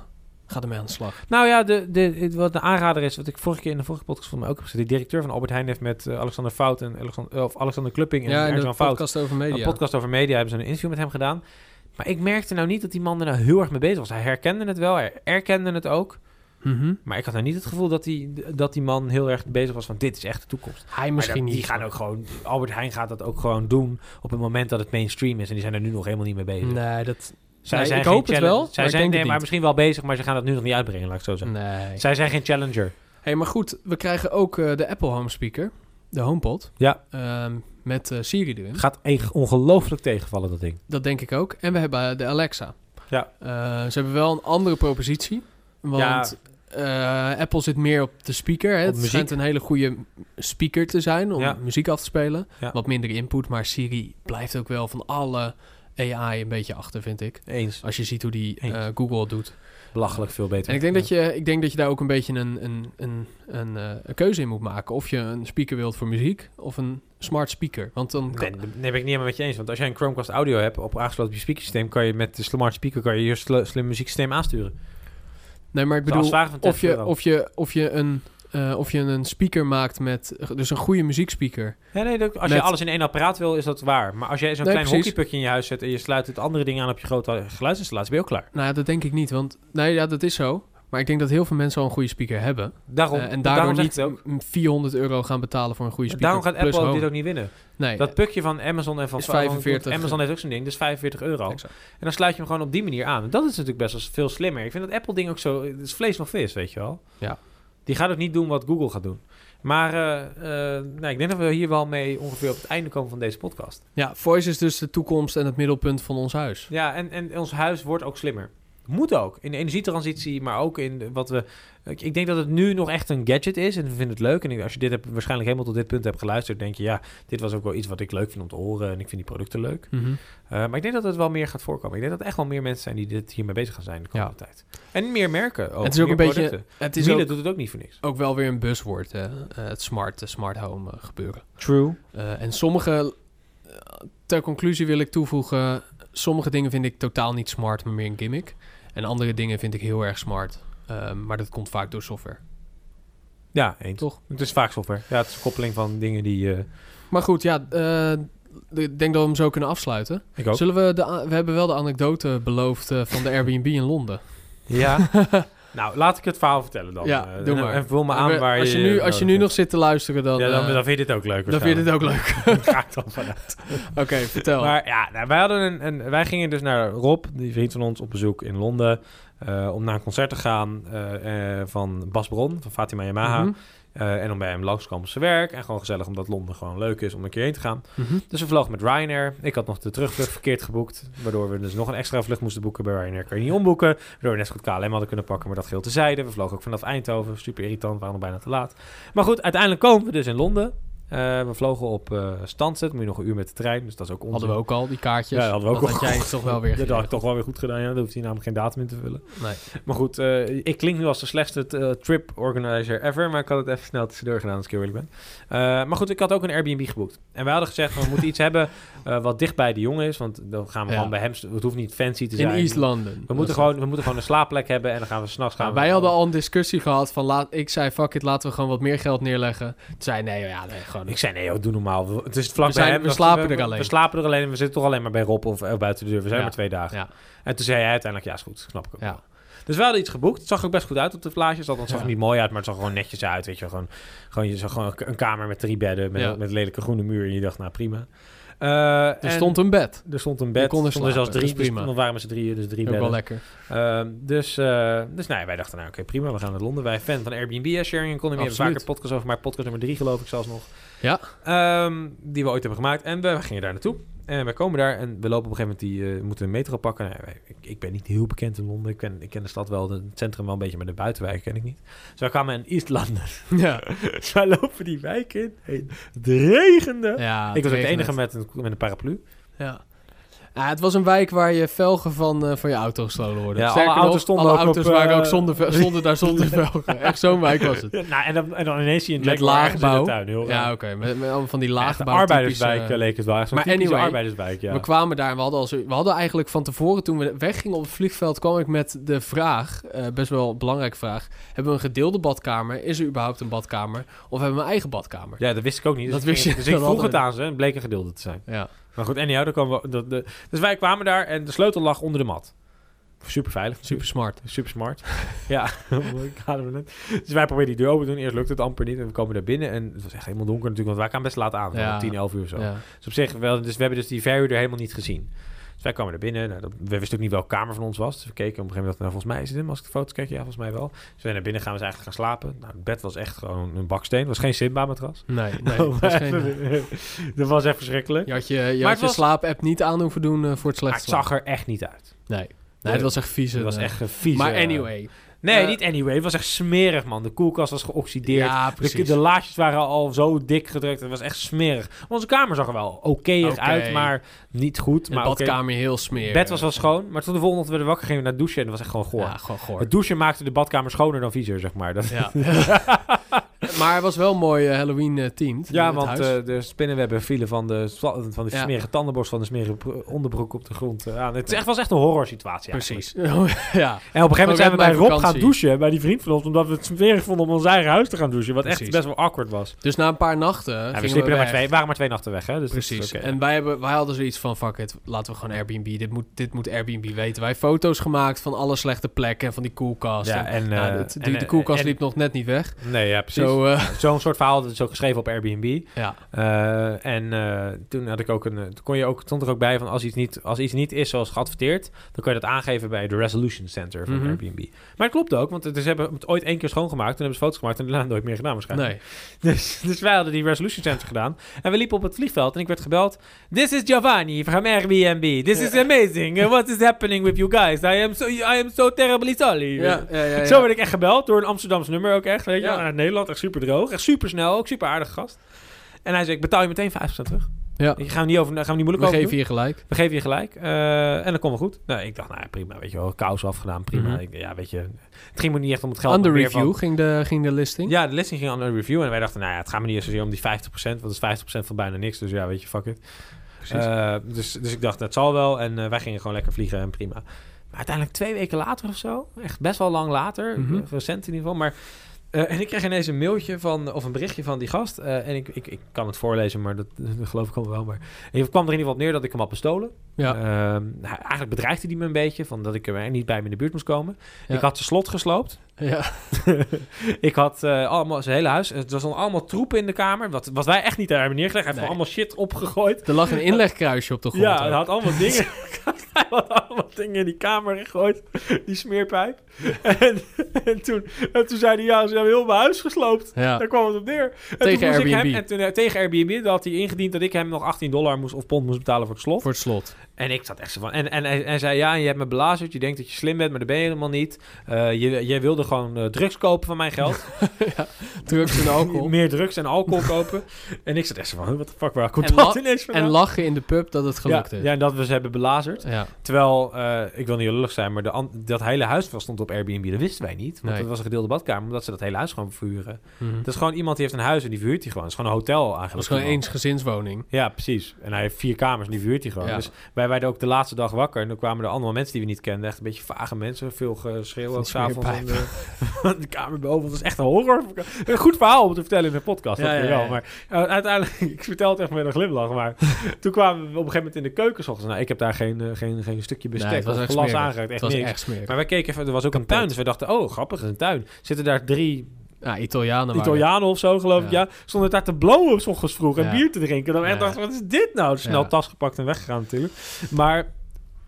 ga ermee aan de slag.
Nou ja, de, de, het- wat de aanrader is... wat ik vorige keer in de vorige podcast van mij ook heb gezegd... die directeur van Albert Heijn heeft met eh, Alexander Fout... en Alexander, of Alexander Klupping en
ja, in de
Ernst-Jan Fout...
podcast over media.
een podcast over media hebben ze een interview met hem gedaan. Maar ik merkte nou niet dat die man er nou heel erg mee bezig was. Hij herkende het wel, hij erkende het ook...
Mhm.
Maar ik had nou niet het gevoel dat die, dat die man heel erg bezig was van dit is echt de toekomst.
Hij misschien
Maar dat-
niet.
Die gaan ook gewoon, Albert Heijn gaat dat ook gewoon doen op het moment dat het mainstream is. En die zijn er nu nog helemaal niet mee bezig.
Nee, dat...
Zij
Nee,
zijn
ik
geen
hoop het
challenge-
wel,
Zij
maar ik
zijn
denk
nee,
het
maar
niet.
misschien wel bezig, maar ze gaan dat nu nog niet uitbrengen, laat ik het zo zeggen.
Nee.
Zij zijn geen challenger.
hey, maar goed. We krijgen ook eh, de Apple Home Speaker. De HomePod.
Ja.
Ehm, met eh, Siri erin.
Gaat echt ongelooflijk tegenvallen, dat ding.
Dat denk ik ook. En we hebben eh, de Alexa.
Ja.
Eh, ze hebben wel een andere propositie. Want eh, Apple zit meer op de speaker. Hè.
Op
het
muziek.
schijnt een hele goede speaker te zijn om
Ja.
muziek af te spelen.
Ja.
Wat minder input, maar Siri blijft ook wel van alle AI een beetje achter, vind ik.
Eens.
Als je ziet hoe die
Eens.
eh, Google het doet.
Belachelijk veel beter.
En ik denk, dat je, ik denk dat je daar ook een beetje een, een, een, een, eh, een keuze in moet maken. Of je een speaker wilt voor muziek of een smart speaker. Want dan kan,
Nee, dat ben ik niet helemaal met je eens. Want als jij een Chromecast audio hebt op aangesloten op je speakersysteem, kan je met de smart speaker kan je, je sl- slim muzieksysteem aansturen.
Nee, maar ik
Zoals
bedoel,
vragen van
of je,
Tesla.
of, je, of, je een, eh, of je een speaker maakt met... Dus een goede muziekspeaker.
Ja, nee, dat- als
Met-
je alles in één apparaat wil, is dat waar. Maar als jij zo'n
Nee,
klein
precies.
hockeypukje in je huis zet en je sluit het andere ding aan op je grote geluidsinstallatie, ben je ook klaar.
Nou, ja, dat denk ik niet. Want, nee, ja, dat is zo. Maar ik denk dat heel veel mensen al een goede speaker hebben.
Daarom,
Eh, en daardoor
daarom zeg ik
niet
het ook.
m- 400 euro gaan betalen voor een goede speaker.
Daarom gaat
plus
Apple
home.
dit ook niet winnen.
Nee,
Dat pukje van Amazon en van
Is
van- van-
45.
Amazon heeft ook zo'n ding, dus 45 euro.
exact.
En dan sluit je hem gewoon op die manier aan. En Dat is natuurlijk best wel veel slimmer. Ik vind dat Apple ding ook zo, het is vlees van vis, weet je wel.
Ja.
Die gaat ook niet doen wat Google gaat doen. Maar eh, eh, nou, ik denk dat we hier wel mee ongeveer op het einde komen van deze podcast.
Ja, Voice is dus de toekomst en het middelpunt van ons huis.
Ja, en, en ons huis wordt ook slimmer. Moet ook. In de energietransitie, maar ook in de- wat we... Ik, ik denk dat het nu nog echt een gadget is en we vinden het leuk. En ik- als je dit hebt, waarschijnlijk helemaal tot dit punt hebt geluisterd... denk je, ja, dit was ook wel iets wat ik leuk vind om te horen... en ik vind die producten leuk.
Mhm.
Eh, maar ik denk dat het wel meer gaat voorkomen. Ik denk dat er echt wel meer mensen zijn die dit hiermee bezig gaan zijn de komende tijd. En meer merken ook.
Het is ook
meer
een beetje-
producten.
Het is
Miele
ook,
doet het ook niet voor niks.
ook wel weer een buzzword, hè? Eh, het smart, de smart home eh, gebeuren.
True.
Eh, en sommige, eh, ter conclusie wil ik toevoegen, sommige dingen vind ik totaal niet smart, maar meer een gimmick. En andere dingen vind ik heel erg smart. Ehm, maar dat komt vaak door software.
Ja, eens.
Toch?
Het is vaak software. Ja, het is een koppeling van dingen die... eh,
Maar goed, ja, eh, ik denk dat we hem zo kunnen afsluiten.
ik ook.
Zullen we de, a- we hebben wel de anekdote beloofd eh, van de Airbnb in Londen.
Ja. Nou, laat ik het verhaal vertellen dan.
Ja,
Eh,
doe
en-
maar.
En vul me aan waar
als je, nu, als je nu nog zit te luisteren, dan,
Ja, dan,
eh,
dan vind je dit ook leuk
dan vind je dit ook
waarschijnlijk.
leuk.
Daar ga ik dan vanuit.
Oké, vertel.
Maar ja, nou, wij, hadden een, een- wij gingen dus naar Rob, die vriend van ons, op bezoek in Londen. eh, om naar een concert te gaan eh, eh, van Bas Bron, van Fatima Yamaha.
Mhm,
Eh, en om bij hem langs te komen op zijn werk. En gewoon gezellig, omdat Londen gewoon leuk is om een keer heen te gaan.
mhm.
Dus we vlogen met Ryanair. Ik had nog de terugvlucht verkeerd geboekt. Waardoor we dus nog een extra vlucht moesten boeken. Bij Ryanair kan je niet omboeken. Waardoor we net zo goed KLM hadden kunnen pakken. Maar dat geheel tezijde. We vlogen ook vanaf Eindhoven. Super irritant. We waren nog bijna te laat. Maar goed, uiteindelijk komen we dus in Londen. Eh, we vlogen op eh Stansted. Moet je nog een uur met de trein. Dus dat is ook onzin.
Hadden we ook al, die kaartjes.
Ja, hadden we ook
dat
al.
had jij toch wel weer
Dat had ik
geregeld.
toch wel weer goed gedaan. Ja, dan hoeft hij namelijk geen datum in te vullen.
Nee.
Maar goed, eh, ik klink nu als de slechtste eh, trip organizer ever. Maar ik had het even snel tussendoor gedaan als ik heel eerlijk ben. Eh, maar goed, ik had ook een Airbnb geboekt. En wij hadden gezegd, we moeten iets hebben eh, wat dicht bij de jongen is. Want dan gaan we
Ja.
gewoon bij hem... Het hoeft niet fancy te
In
zijn.
East Londden.
we, moeten gewoon, we moeten gewoon een slaapplek hebben. En dan gaan we s'nachts gaan...
Nou,
we-
wij hadden al een discussie gehad van laat, ik zei fuck it, laten we gewoon wat meer geld neerleggen. Toen zei nee, ja, nee, gewoon.
Ik zei, nee joh, doe normaal. We- Het is vlak
We
bij
zijn-
hem.
we
Dat-
slapen er
we-
alleen.
We slapen er alleen. en We zitten toch alleen maar bij Rob of eh, buiten de deur. We zijn
Ja.
maar twee dagen.
Ja.
En toen zei hij uiteindelijk, ja is goed. Snap ik ook
Ja.
wel. Dus we hadden iets geboekt. Het zag ook best goed uit op de plaatjes. Dat het zag er
Ja.
niet mooi uit, maar het zag er gewoon netjes uit. Weet je, gewoon, gewoon, je zag gewoon een k- een kamer met drie bedden, met,
Ja.
met lelijke groene muur. En je dacht, nou prima. Eh,
er
en
stond een bed.
er stond een bed.
Je kon er
stonden zelfs
slapen,
drie.
dat is prima.
Dus, dan waren we z'n drieën, dus drie
Ook wel
bedden.
lekker.
Ehm, dus eh, dus nou ja, wij dachten, nou oké, prima, we gaan naar Londen. Wij fan van Airbnb en sharing economy. We hebben
Absoluut.
vaker podcast over, maar podcast nummer drie geloof ik zelfs nog.
Ja.
Ehm, die we ooit hebben gemaakt. En we, we gingen daar naartoe. En we komen daar en we lopen op een gegeven moment die, eh, we moeten een metro pakken. Nou, wij- ik, ik ben niet heel bekend in Londen. Ik ken, ik ken de stad wel, de- het centrum wel een beetje, maar de buitenwijk ken ik niet. Dus wij kwamen in East London.
Ja.
dus wij lopen die wijk in. Hey, Het regende.
ja
ik was ook de
tegen
enige
het.
met een, met een paraplu.
Ja. Ah, het was een wijk waar je velgen van, eh, van je auto gestolen worden.
Ja,
Sterker
alle auto's
nog,
stonden
alle
ook
auto's
op,
waren
eh,
ook zonder, ve- stonden daar zonder velgen. Echt zo'n wijk was het.
Ja, nou, en, dan, en dan ineens zie je een
Met
Jaguar ergens in de
laagbouw.
tuin, heel raar.
Ja, oké. Met, met allemaal van die
Ja, de
laagbouw.
arbeiderswijk
typische-
eh, leek het wel. Echt zo'n
Maar
typische
anyway,
arbeiderswijk, ja.
We kwamen daar en we hadden, al zo, we hadden eigenlijk van tevoren, toen we weggingen op het vliegveld, kwam ik met de vraag, eh, best wel een belangrijke vraag, hebben we een gedeelde badkamer? Is er überhaupt een badkamer? Of hebben we een eigen badkamer?
Ja, dat wist ik ook niet. Dus
Dat
ik, ging-
wist je
dus ik
wel
vroeg het
altijd.
aan ze en het bleek een gedeelde te zijn.
Ja.
Maar goed, anyhow, daar kwam wel- dat, de, dus wij kwamen daar en de sleutel lag onder de mat. Super veilig,
Super
super,
smart.
super smart. ja, ik hadden we net. Dus wij probeerden die deur open te doen. Eerst lukt het amper niet en we komen daar binnen en het was echt helemaal donker natuurlijk, want wij kwamen best laat aan,
Ja.
10, 11 uur zo.
Ja.
Dus op zich wel, dus we hebben dus die verhuurder helemaal niet gezien. Dus wij kwamen er binnen. Nou, dat, we wisten ook niet welke kamer van ons was. Dus we keken op een gegeven moment, nou, volgens mij is het hem, als ik de foto's kijk. Ja, volgens mij wel. Dus we zijn naar binnen gaan, we zijn eigenlijk gaan slapen. Nou, het bed was echt gewoon een baksteen. Het was geen Simba-matras.
Nee,
Oh,
nee. het Oh, was geen, eh,
dat was echt verschrikkelijk.
je had je, je,
Maar
had
het
je
was-
slaapapp niet aan hoeven doen eh, voor het
Maar
slecht
het
slapen.
zag er echt niet uit.
Nee. nee, het was echt vies.
Het
en,
was
eh,
echt een vieze...
Maar anyway.
Nee,
Eh,
niet anyway. Het was echt smerig, man. De koelkast was geoxideerd.
Ja,
De,
precies.
de laadjes waren al zo dik gedrukt. Het was echt smerig. Onze kamer zag er wel oké
Oké.
uit, maar niet goed.
De
maar oké.
badkamer heel smerig.
Het bed was wel schoon, maar toen de volgende ochtend werden we wakker, gingen we naar douchen en dat was echt gewoon goor.
eh, Ja, gewoon goor.
Het douchen maakte de badkamer schoner dan viezer, zeg maar. Dat,
Ja. maar het was wel mooi eh, Halloween eh, themed.
ja,
het
want
huis.
eh, de spinnenwebben vielen van de, sla- van de
Ja.
smerige tandenborst, van de smerige pro- onderbroek op de grond. eh, aan. het is echt, was echt een horror situatie
Precies. ja.
En op een gegeven moment
Ook
zijn we
uit
bij
mijn
Rob
vakantie.
gaan douchen, bij die vriend van ons, omdat we het smerig vonden om ons eigen huis te gaan douchen. Wat echt
Precies.
best wel awkward was.
Dus na een paar nachten
Ja, we
gingen
sliepen er maar
weg.
twee, waren maar twee nachten weg, hè? Dus dat is
Precies.
oké.
En wij, hebben, wij hadden zoiets van, fuck it, laten we gewoon Airbnb. Dit moet, dit moet Airbnb weten. Wij hebben foto's gemaakt van alle slechte plekken, van die koelkast.
ja,
En,
en,
nou,
eh,
het- die-
en,
de koelkast
en-
liep nog net niet weg.
Nee, ja, precies.
Zo, eh,
Zo'n soort verhaal dat is ook geschreven op Airbnb.
ja.
Eh, en eh, toen had ik ook een. eh, Toen kon je ook, stond er ook bij van als iets, niet, als iets niet is zoals geadverteerd, dan kan je dat aangeven bij de Resolution Center van
Mhm.
Airbnb. Maar het klopt ook, want het- ze hebben het ooit één keer schoongemaakt, toen hebben ze foto's gemaakt en daarna nooit meer gedaan waarschijnlijk.
Nee.
Dus, dus wij hadden die Resolution Center gedaan. En we liepen op het vliegveld en ik werd gebeld. This is Giovanni from Airbnb. This is amazing. Eh, What is happening with you guys? I am so, I am so terribly sorry.
Ja, ja, ja, ja.
eh, Zo werd ik echt gebeld door een Amsterdams nummer ook echt. Weet je,
Ja.
wel, uit Nederland, echt super droog. Echt super snel, ook super aardige gast. En hij zei, ik betaal je meteen 5% terug.
Ja.
Ik Gaan we niet, over, gaan we niet
We
moeilijk over
geven
doen.
je gelijk.
We geven je gelijk. Eh, en dat komt wel goed. Nou, ik dacht, nou ja, prima. Weet je wel, kous afgedaan, prima.
Mhm.
Ik- ja, weet je, het ging me niet echt om het geld.
Under
maar meer van-
review ging de, ging de listing.
ja, de listing ging aan een review. En wij dachten, nou ja, het gaat me niet eens zozeer om die 50%. Want dat is 50% van bijna niks. Dus ja, weet je, fuck it.
Precies.
Eh, dus, dus ik dacht, dat zal wel. En eh, wij gingen gewoon lekker vliegen en prima. Maar uiteindelijk twee weken later of zo. Echt best wel lang later.
Mhm.
eh, Recent in ieder geval. Maar Eh, en ik kreeg ineens een mailtje van, of een berichtje van die gast. eh, en ik, ik, ik kan het voorlezen, maar dat, dat geloof ik allemaal wel. Maar ik kwam er in ieder geval op neer dat ik hem had bestolen.
Ja.
Ehm, hij- eigenlijk bedreigde hij me een beetje, van dat ik er niet bij hem in de buurt moest komen.
Ja.
Ik had zijn slot gesloopt.
ja.
ik had eh, allemaal zijn hele huis. Er stond allemaal troepen in de kamer, wat, wat wij echt niet daar hebben neergelegd. Hij heeft
Nee.
allemaal shit opgegooid.
Er lag een inlegkruisje op de grond.
Ja,
ook.
hij had allemaal dingen. hij had allemaal dingen in die kamer gegooid. Die smeerpijp. en, en, toen, en toen zei hij: Ja, ze hebben heel mijn huis gesloopt.
ja.
Daar kwam het op neer.
Tegen
En toen moest ik
Airbnb.
hem- en toen, eh, tegen Airbnb dat had hij ingediend dat ik hem nog 18 dollar moest, of pond moest betalen voor het slot.
Voor het slot.
En ik zat echt zo van. En, en, en, en zei: Ja, je hebt me belazerd. Je denkt dat je slim bent, maar dat ben je helemaal niet. Eh, je, je wilde gewoon eh, drugs kopen van mijn geld.
Drugs en alcohol.
Meer drugs en alcohol kopen. En ik zat echt zo van: Wat de fuck, waar komt
En
dat
la-
ineens vandaan?
en lachen in de pub dat het gelukt
ja,
is.
ja, en dat we ze hebben belazerd.
Ja.
Terwijl, eh, ik wil niet lullig zijn, maar de an- dat hele huis was- stond op Airbnb. Dat wisten wij niet, want
Nee.
het was een gedeelde badkamer, omdat ze dat hele huis gewoon verhuren.
Mhm.
Dat is gewoon iemand die heeft een huis en die verhuurt die gewoon. Het is gewoon een hotel eigenlijk.
Dat was gewoon een
gewoon.
eensgezinswoning.
Ja, precies. En hij heeft vier kamers en die verhuurt hij gewoon.
Ja.
Dus wij werden ook de laatste dag wakker en toen kwamen er allemaal mensen die we niet kenden. Echt een beetje vage mensen, veel geschreeuw
Van
ook s'avonds. aan
smeerpijp.
De, aan de kamer boven, dat is echt een horror. Een goed verhaal om te vertellen in een podcast,
Ja,
dat vind ik
ja,
wel.
ja.
Maar eh, uiteindelijk, ik vertel het echt met een glimlach, maar toen kwamen we op een gegeven moment in de keuken. 's Ochtends. Nou, ik heb daar geen, eh, geen, geen stukje bestek
Nee, het was
of
echt
glas
smerig.
aangereikt,
Het
echt
was
niks.
echt smerig.
Maar wij keken even, er was ook een tuin, dus we dachten, oh grappig, een tuin. Zitten daar drie
Ja, Italianen waren
Italianen of zo, geloof ik.
Ja.
Ja, stonden daar te blowen s ochtends vroeg
Ja.
en bier te drinken. Dan
Ja.
echt dacht ik, wat is dit nou? Snel
Ja.
tas gepakt en weggegaan natuurlijk. Maar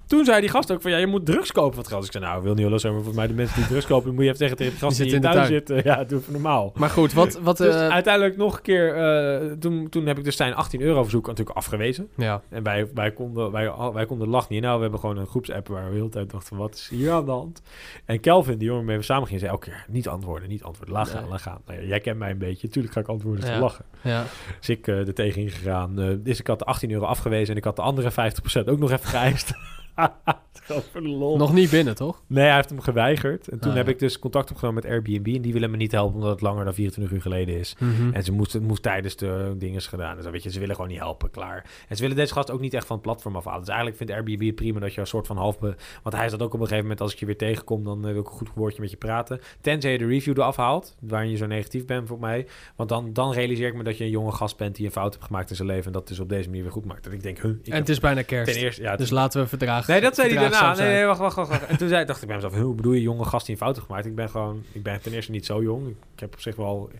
toen zei die gast ook van, ja, je moet drugs kopen. Wat geld. Dus ik zei, nou, ik wil niet wel zo, maar volgens mij de mensen die drugs kopen, moet je even tegen, tegen de gast die,
Die
in de
zitten
tuin
in de
zitten. Ja, doe even normaal.
Maar goed, wat... wat
Dus
eh,
uiteindelijk nog een keer, eh, toen, toen heb ik dus zijn 18 euro verzoek natuurlijk afgewezen.
ja.
En wij, wij, konden, wij, wij konden lach niet. Nou, we hebben gewoon een groepsapp waar we de hele tijd dachten van, wat is hier aan de hand? En Kelvin, die jongen waarmee we samen gingen, zei elke keer, niet antwoorden, niet antwoorden. Laat gaan,
Nee.
laat gaan. Nou ja, jij kent mij een beetje, tuurlijk ga ik antwoorden te
Ja.
lachen.
ja.
Dus ik eh er tegen ingegaan. Eh, dus ik had de 18 euro afgewezen en ik had de andere 50% ook nog even geëist. Gewoon voor de lol.
Nog niet binnen, toch?
Nee, hij heeft hem geweigerd. En toen
Ah,
heb
ja.
ik dus contact opgenomen met Airbnb. En die willen me niet helpen omdat het langer dan 24 uur geleden is.
Mhm. Hm.
En ze moesten, het moest tijdens de dingen gedaan. Dus weet je, ze willen gewoon niet helpen, klaar. En ze willen deze gast ook niet echt van het platform afhalen. Dus eigenlijk vindt Airbnb het prima dat je een soort van half... be- Want hij zat ook op een gegeven moment, als ik je weer tegenkom... dan eh, wil ik een goed woordje met je praten. Tenzij je de review eraf haalt, waarin je zo negatief bent voor mij. Want dan, dan realiseer ik me dat je een jonge gast bent... die een fout heeft gemaakt in zijn leven... en dat dus op deze manier weer goed maakt. En ik denk, huh, ik
En
heb
het is bijna kerst.
ten eerste... Ja, het
Dus laten we verdragen.
Nee, dat zei hij daarna.
verdraagzaam
Nee,
zijn.
nee, wacht, wacht, wacht. wacht. En toen zei, dacht ik bij mezelf, hoe bedoel je jonge gast die een fout heeft gemaakt? Ik ben gewoon, ik ben ten eerste niet zo jong. Ik heb op zich wel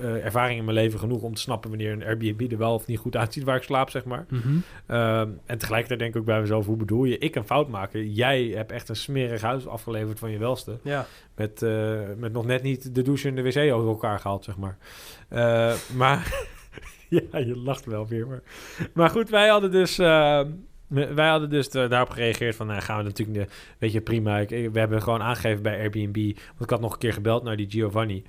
eh, ervaring in mijn leven genoeg om te snappen wanneer een Airbnb er wel of niet goed uitziet waar ik slaap, zeg maar.
Mhm.
Ehm, en tegelijkertijd denk ik ook bij mezelf, hoe bedoel je ik een fout maken? Jij hebt echt een smerig huis afgeleverd van je welste.
Ja.
Met, eh, met nog net niet de douche en de wc over elkaar gehaald, zeg maar. Eh, maar ja, je lacht wel weer. Maar, maar goed, wij hadden dus, eh, wij hadden dus da- daarop gereageerd van... Nou, gaan we natuurlijk, de, weet je, prima. Ik, ik- we hebben gewoon aangegeven bij Airbnb... Want ik had nog een keer gebeld naar die Giovanni...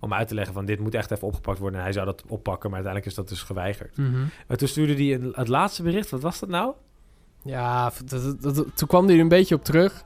om uit te leggen van dit moet echt even opgepakt worden. En hij zou dat oppakken, maar uiteindelijk is dat dus geweigerd.
Mhm.
Maar toen stuurde hij een- het laatste bericht. Wat was dat nou?
Ja, v- dat- dat- dat- toen kwam hij er een beetje op terug.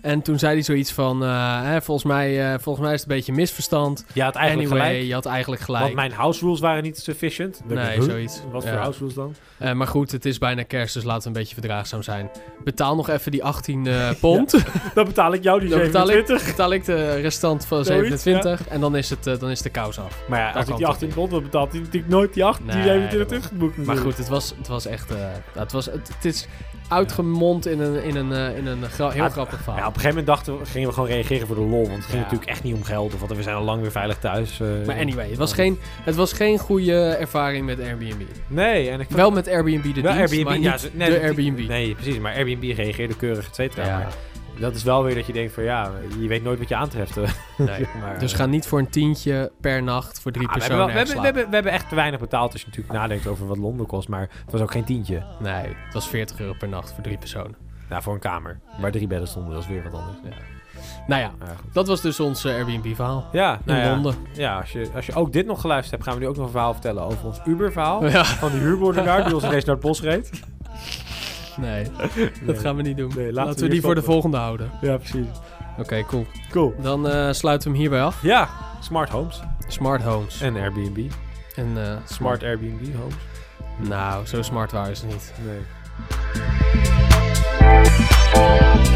En toen zei hij zoiets van, eh, hè, volgens, mij, eh, volgens mij is het een beetje misverstand.
Ja, het eigenlijk
anyway,
gelijk.
je had eigenlijk
Want
gelijk.
mijn house rules waren niet sufficient. Dan denk
nee,
ik, huh?
zoiets.
Wat
Ja.
voor house rules dan?
Eh, maar goed, het is bijna kerst, dus laten we een beetje verdraagzaam zijn. Betaal nog even die 18 eh, pond.
Dan betaal ik jou die
Dan betaal
27.
ik, betaal ik de restant van
Zoiets,
27 en dan is, het, eh, dan is de kous af.
Maar ja,
Daar
als ik
kan
die
het
18 pond had betaald, die natuurlijk nooit die 18, die
Nee,
27
dat
teruggeboekt
Maar
natuurlijk.
goed, het was, het was echt... eh, het, was, het, het is uitgemond in een, in een, eh, in een gra- heel
Ja,
grappig
Ja, op
verhaal.
een gegeven moment dachten we, gingen we gewoon reageren voor de lol. Want het ging
Ja.
natuurlijk echt niet om geld. Of want we zijn al lang weer veilig thuis. eh.
maar anyway, het was, geen, het was geen goede ervaring met Airbnb.
Nee, en ik vond-
Wel met Airbnb de
wel
dienst, maar niet
ja, ze- nee,
de
dat-
Airbnb.
Nee, precies. Maar Airbnb reageerde keurig, et cetera.
Ja,
Maar dat is wel weer dat je denkt van ja, je weet nooit wat je aantreft. eh.
nee.
maar,
Dus ga niet voor een tientje per nacht voor drie
Ah, we, hebben wel-
personen
we, hebben, we, hebben, we hebben echt te weinig betaald als je natuurlijk nadenkt over wat Londen kost. Maar het was ook geen tientje.
ergens slapen. Nee, het was 40 euro per nacht voor drie personen.
Nou, voor een kamer. Waar drie bedden stonden, dat is weer wat anders.
Ja. Nou ja,
Maar goed.
dat was dus ons eh, Airbnb-verhaal.
Ja,
In
nou ja.
Londen.
Ja, als je, als je ook dit nog geluisterd hebt, gaan we nu ook nog een verhaal vertellen over ons Uber-verhaal.
Ja,
Van die huurmoordenaar die ons ineens naar het bos reed.
nee,
Nee.
dat gaan we niet doen.
Nee, laten
laten,
we
we,
hier
die voor de
stoppen.
volgende houden.
Ja, precies.
Oké, cool.
Cool.
Dan eh, sluiten we hem hierbij af.
Ja, smart homes.
Smart homes. En,
En Airbnb.
eh,
Smart Airbnb homes.
Nou, zo smart waren ze niet.
Nee.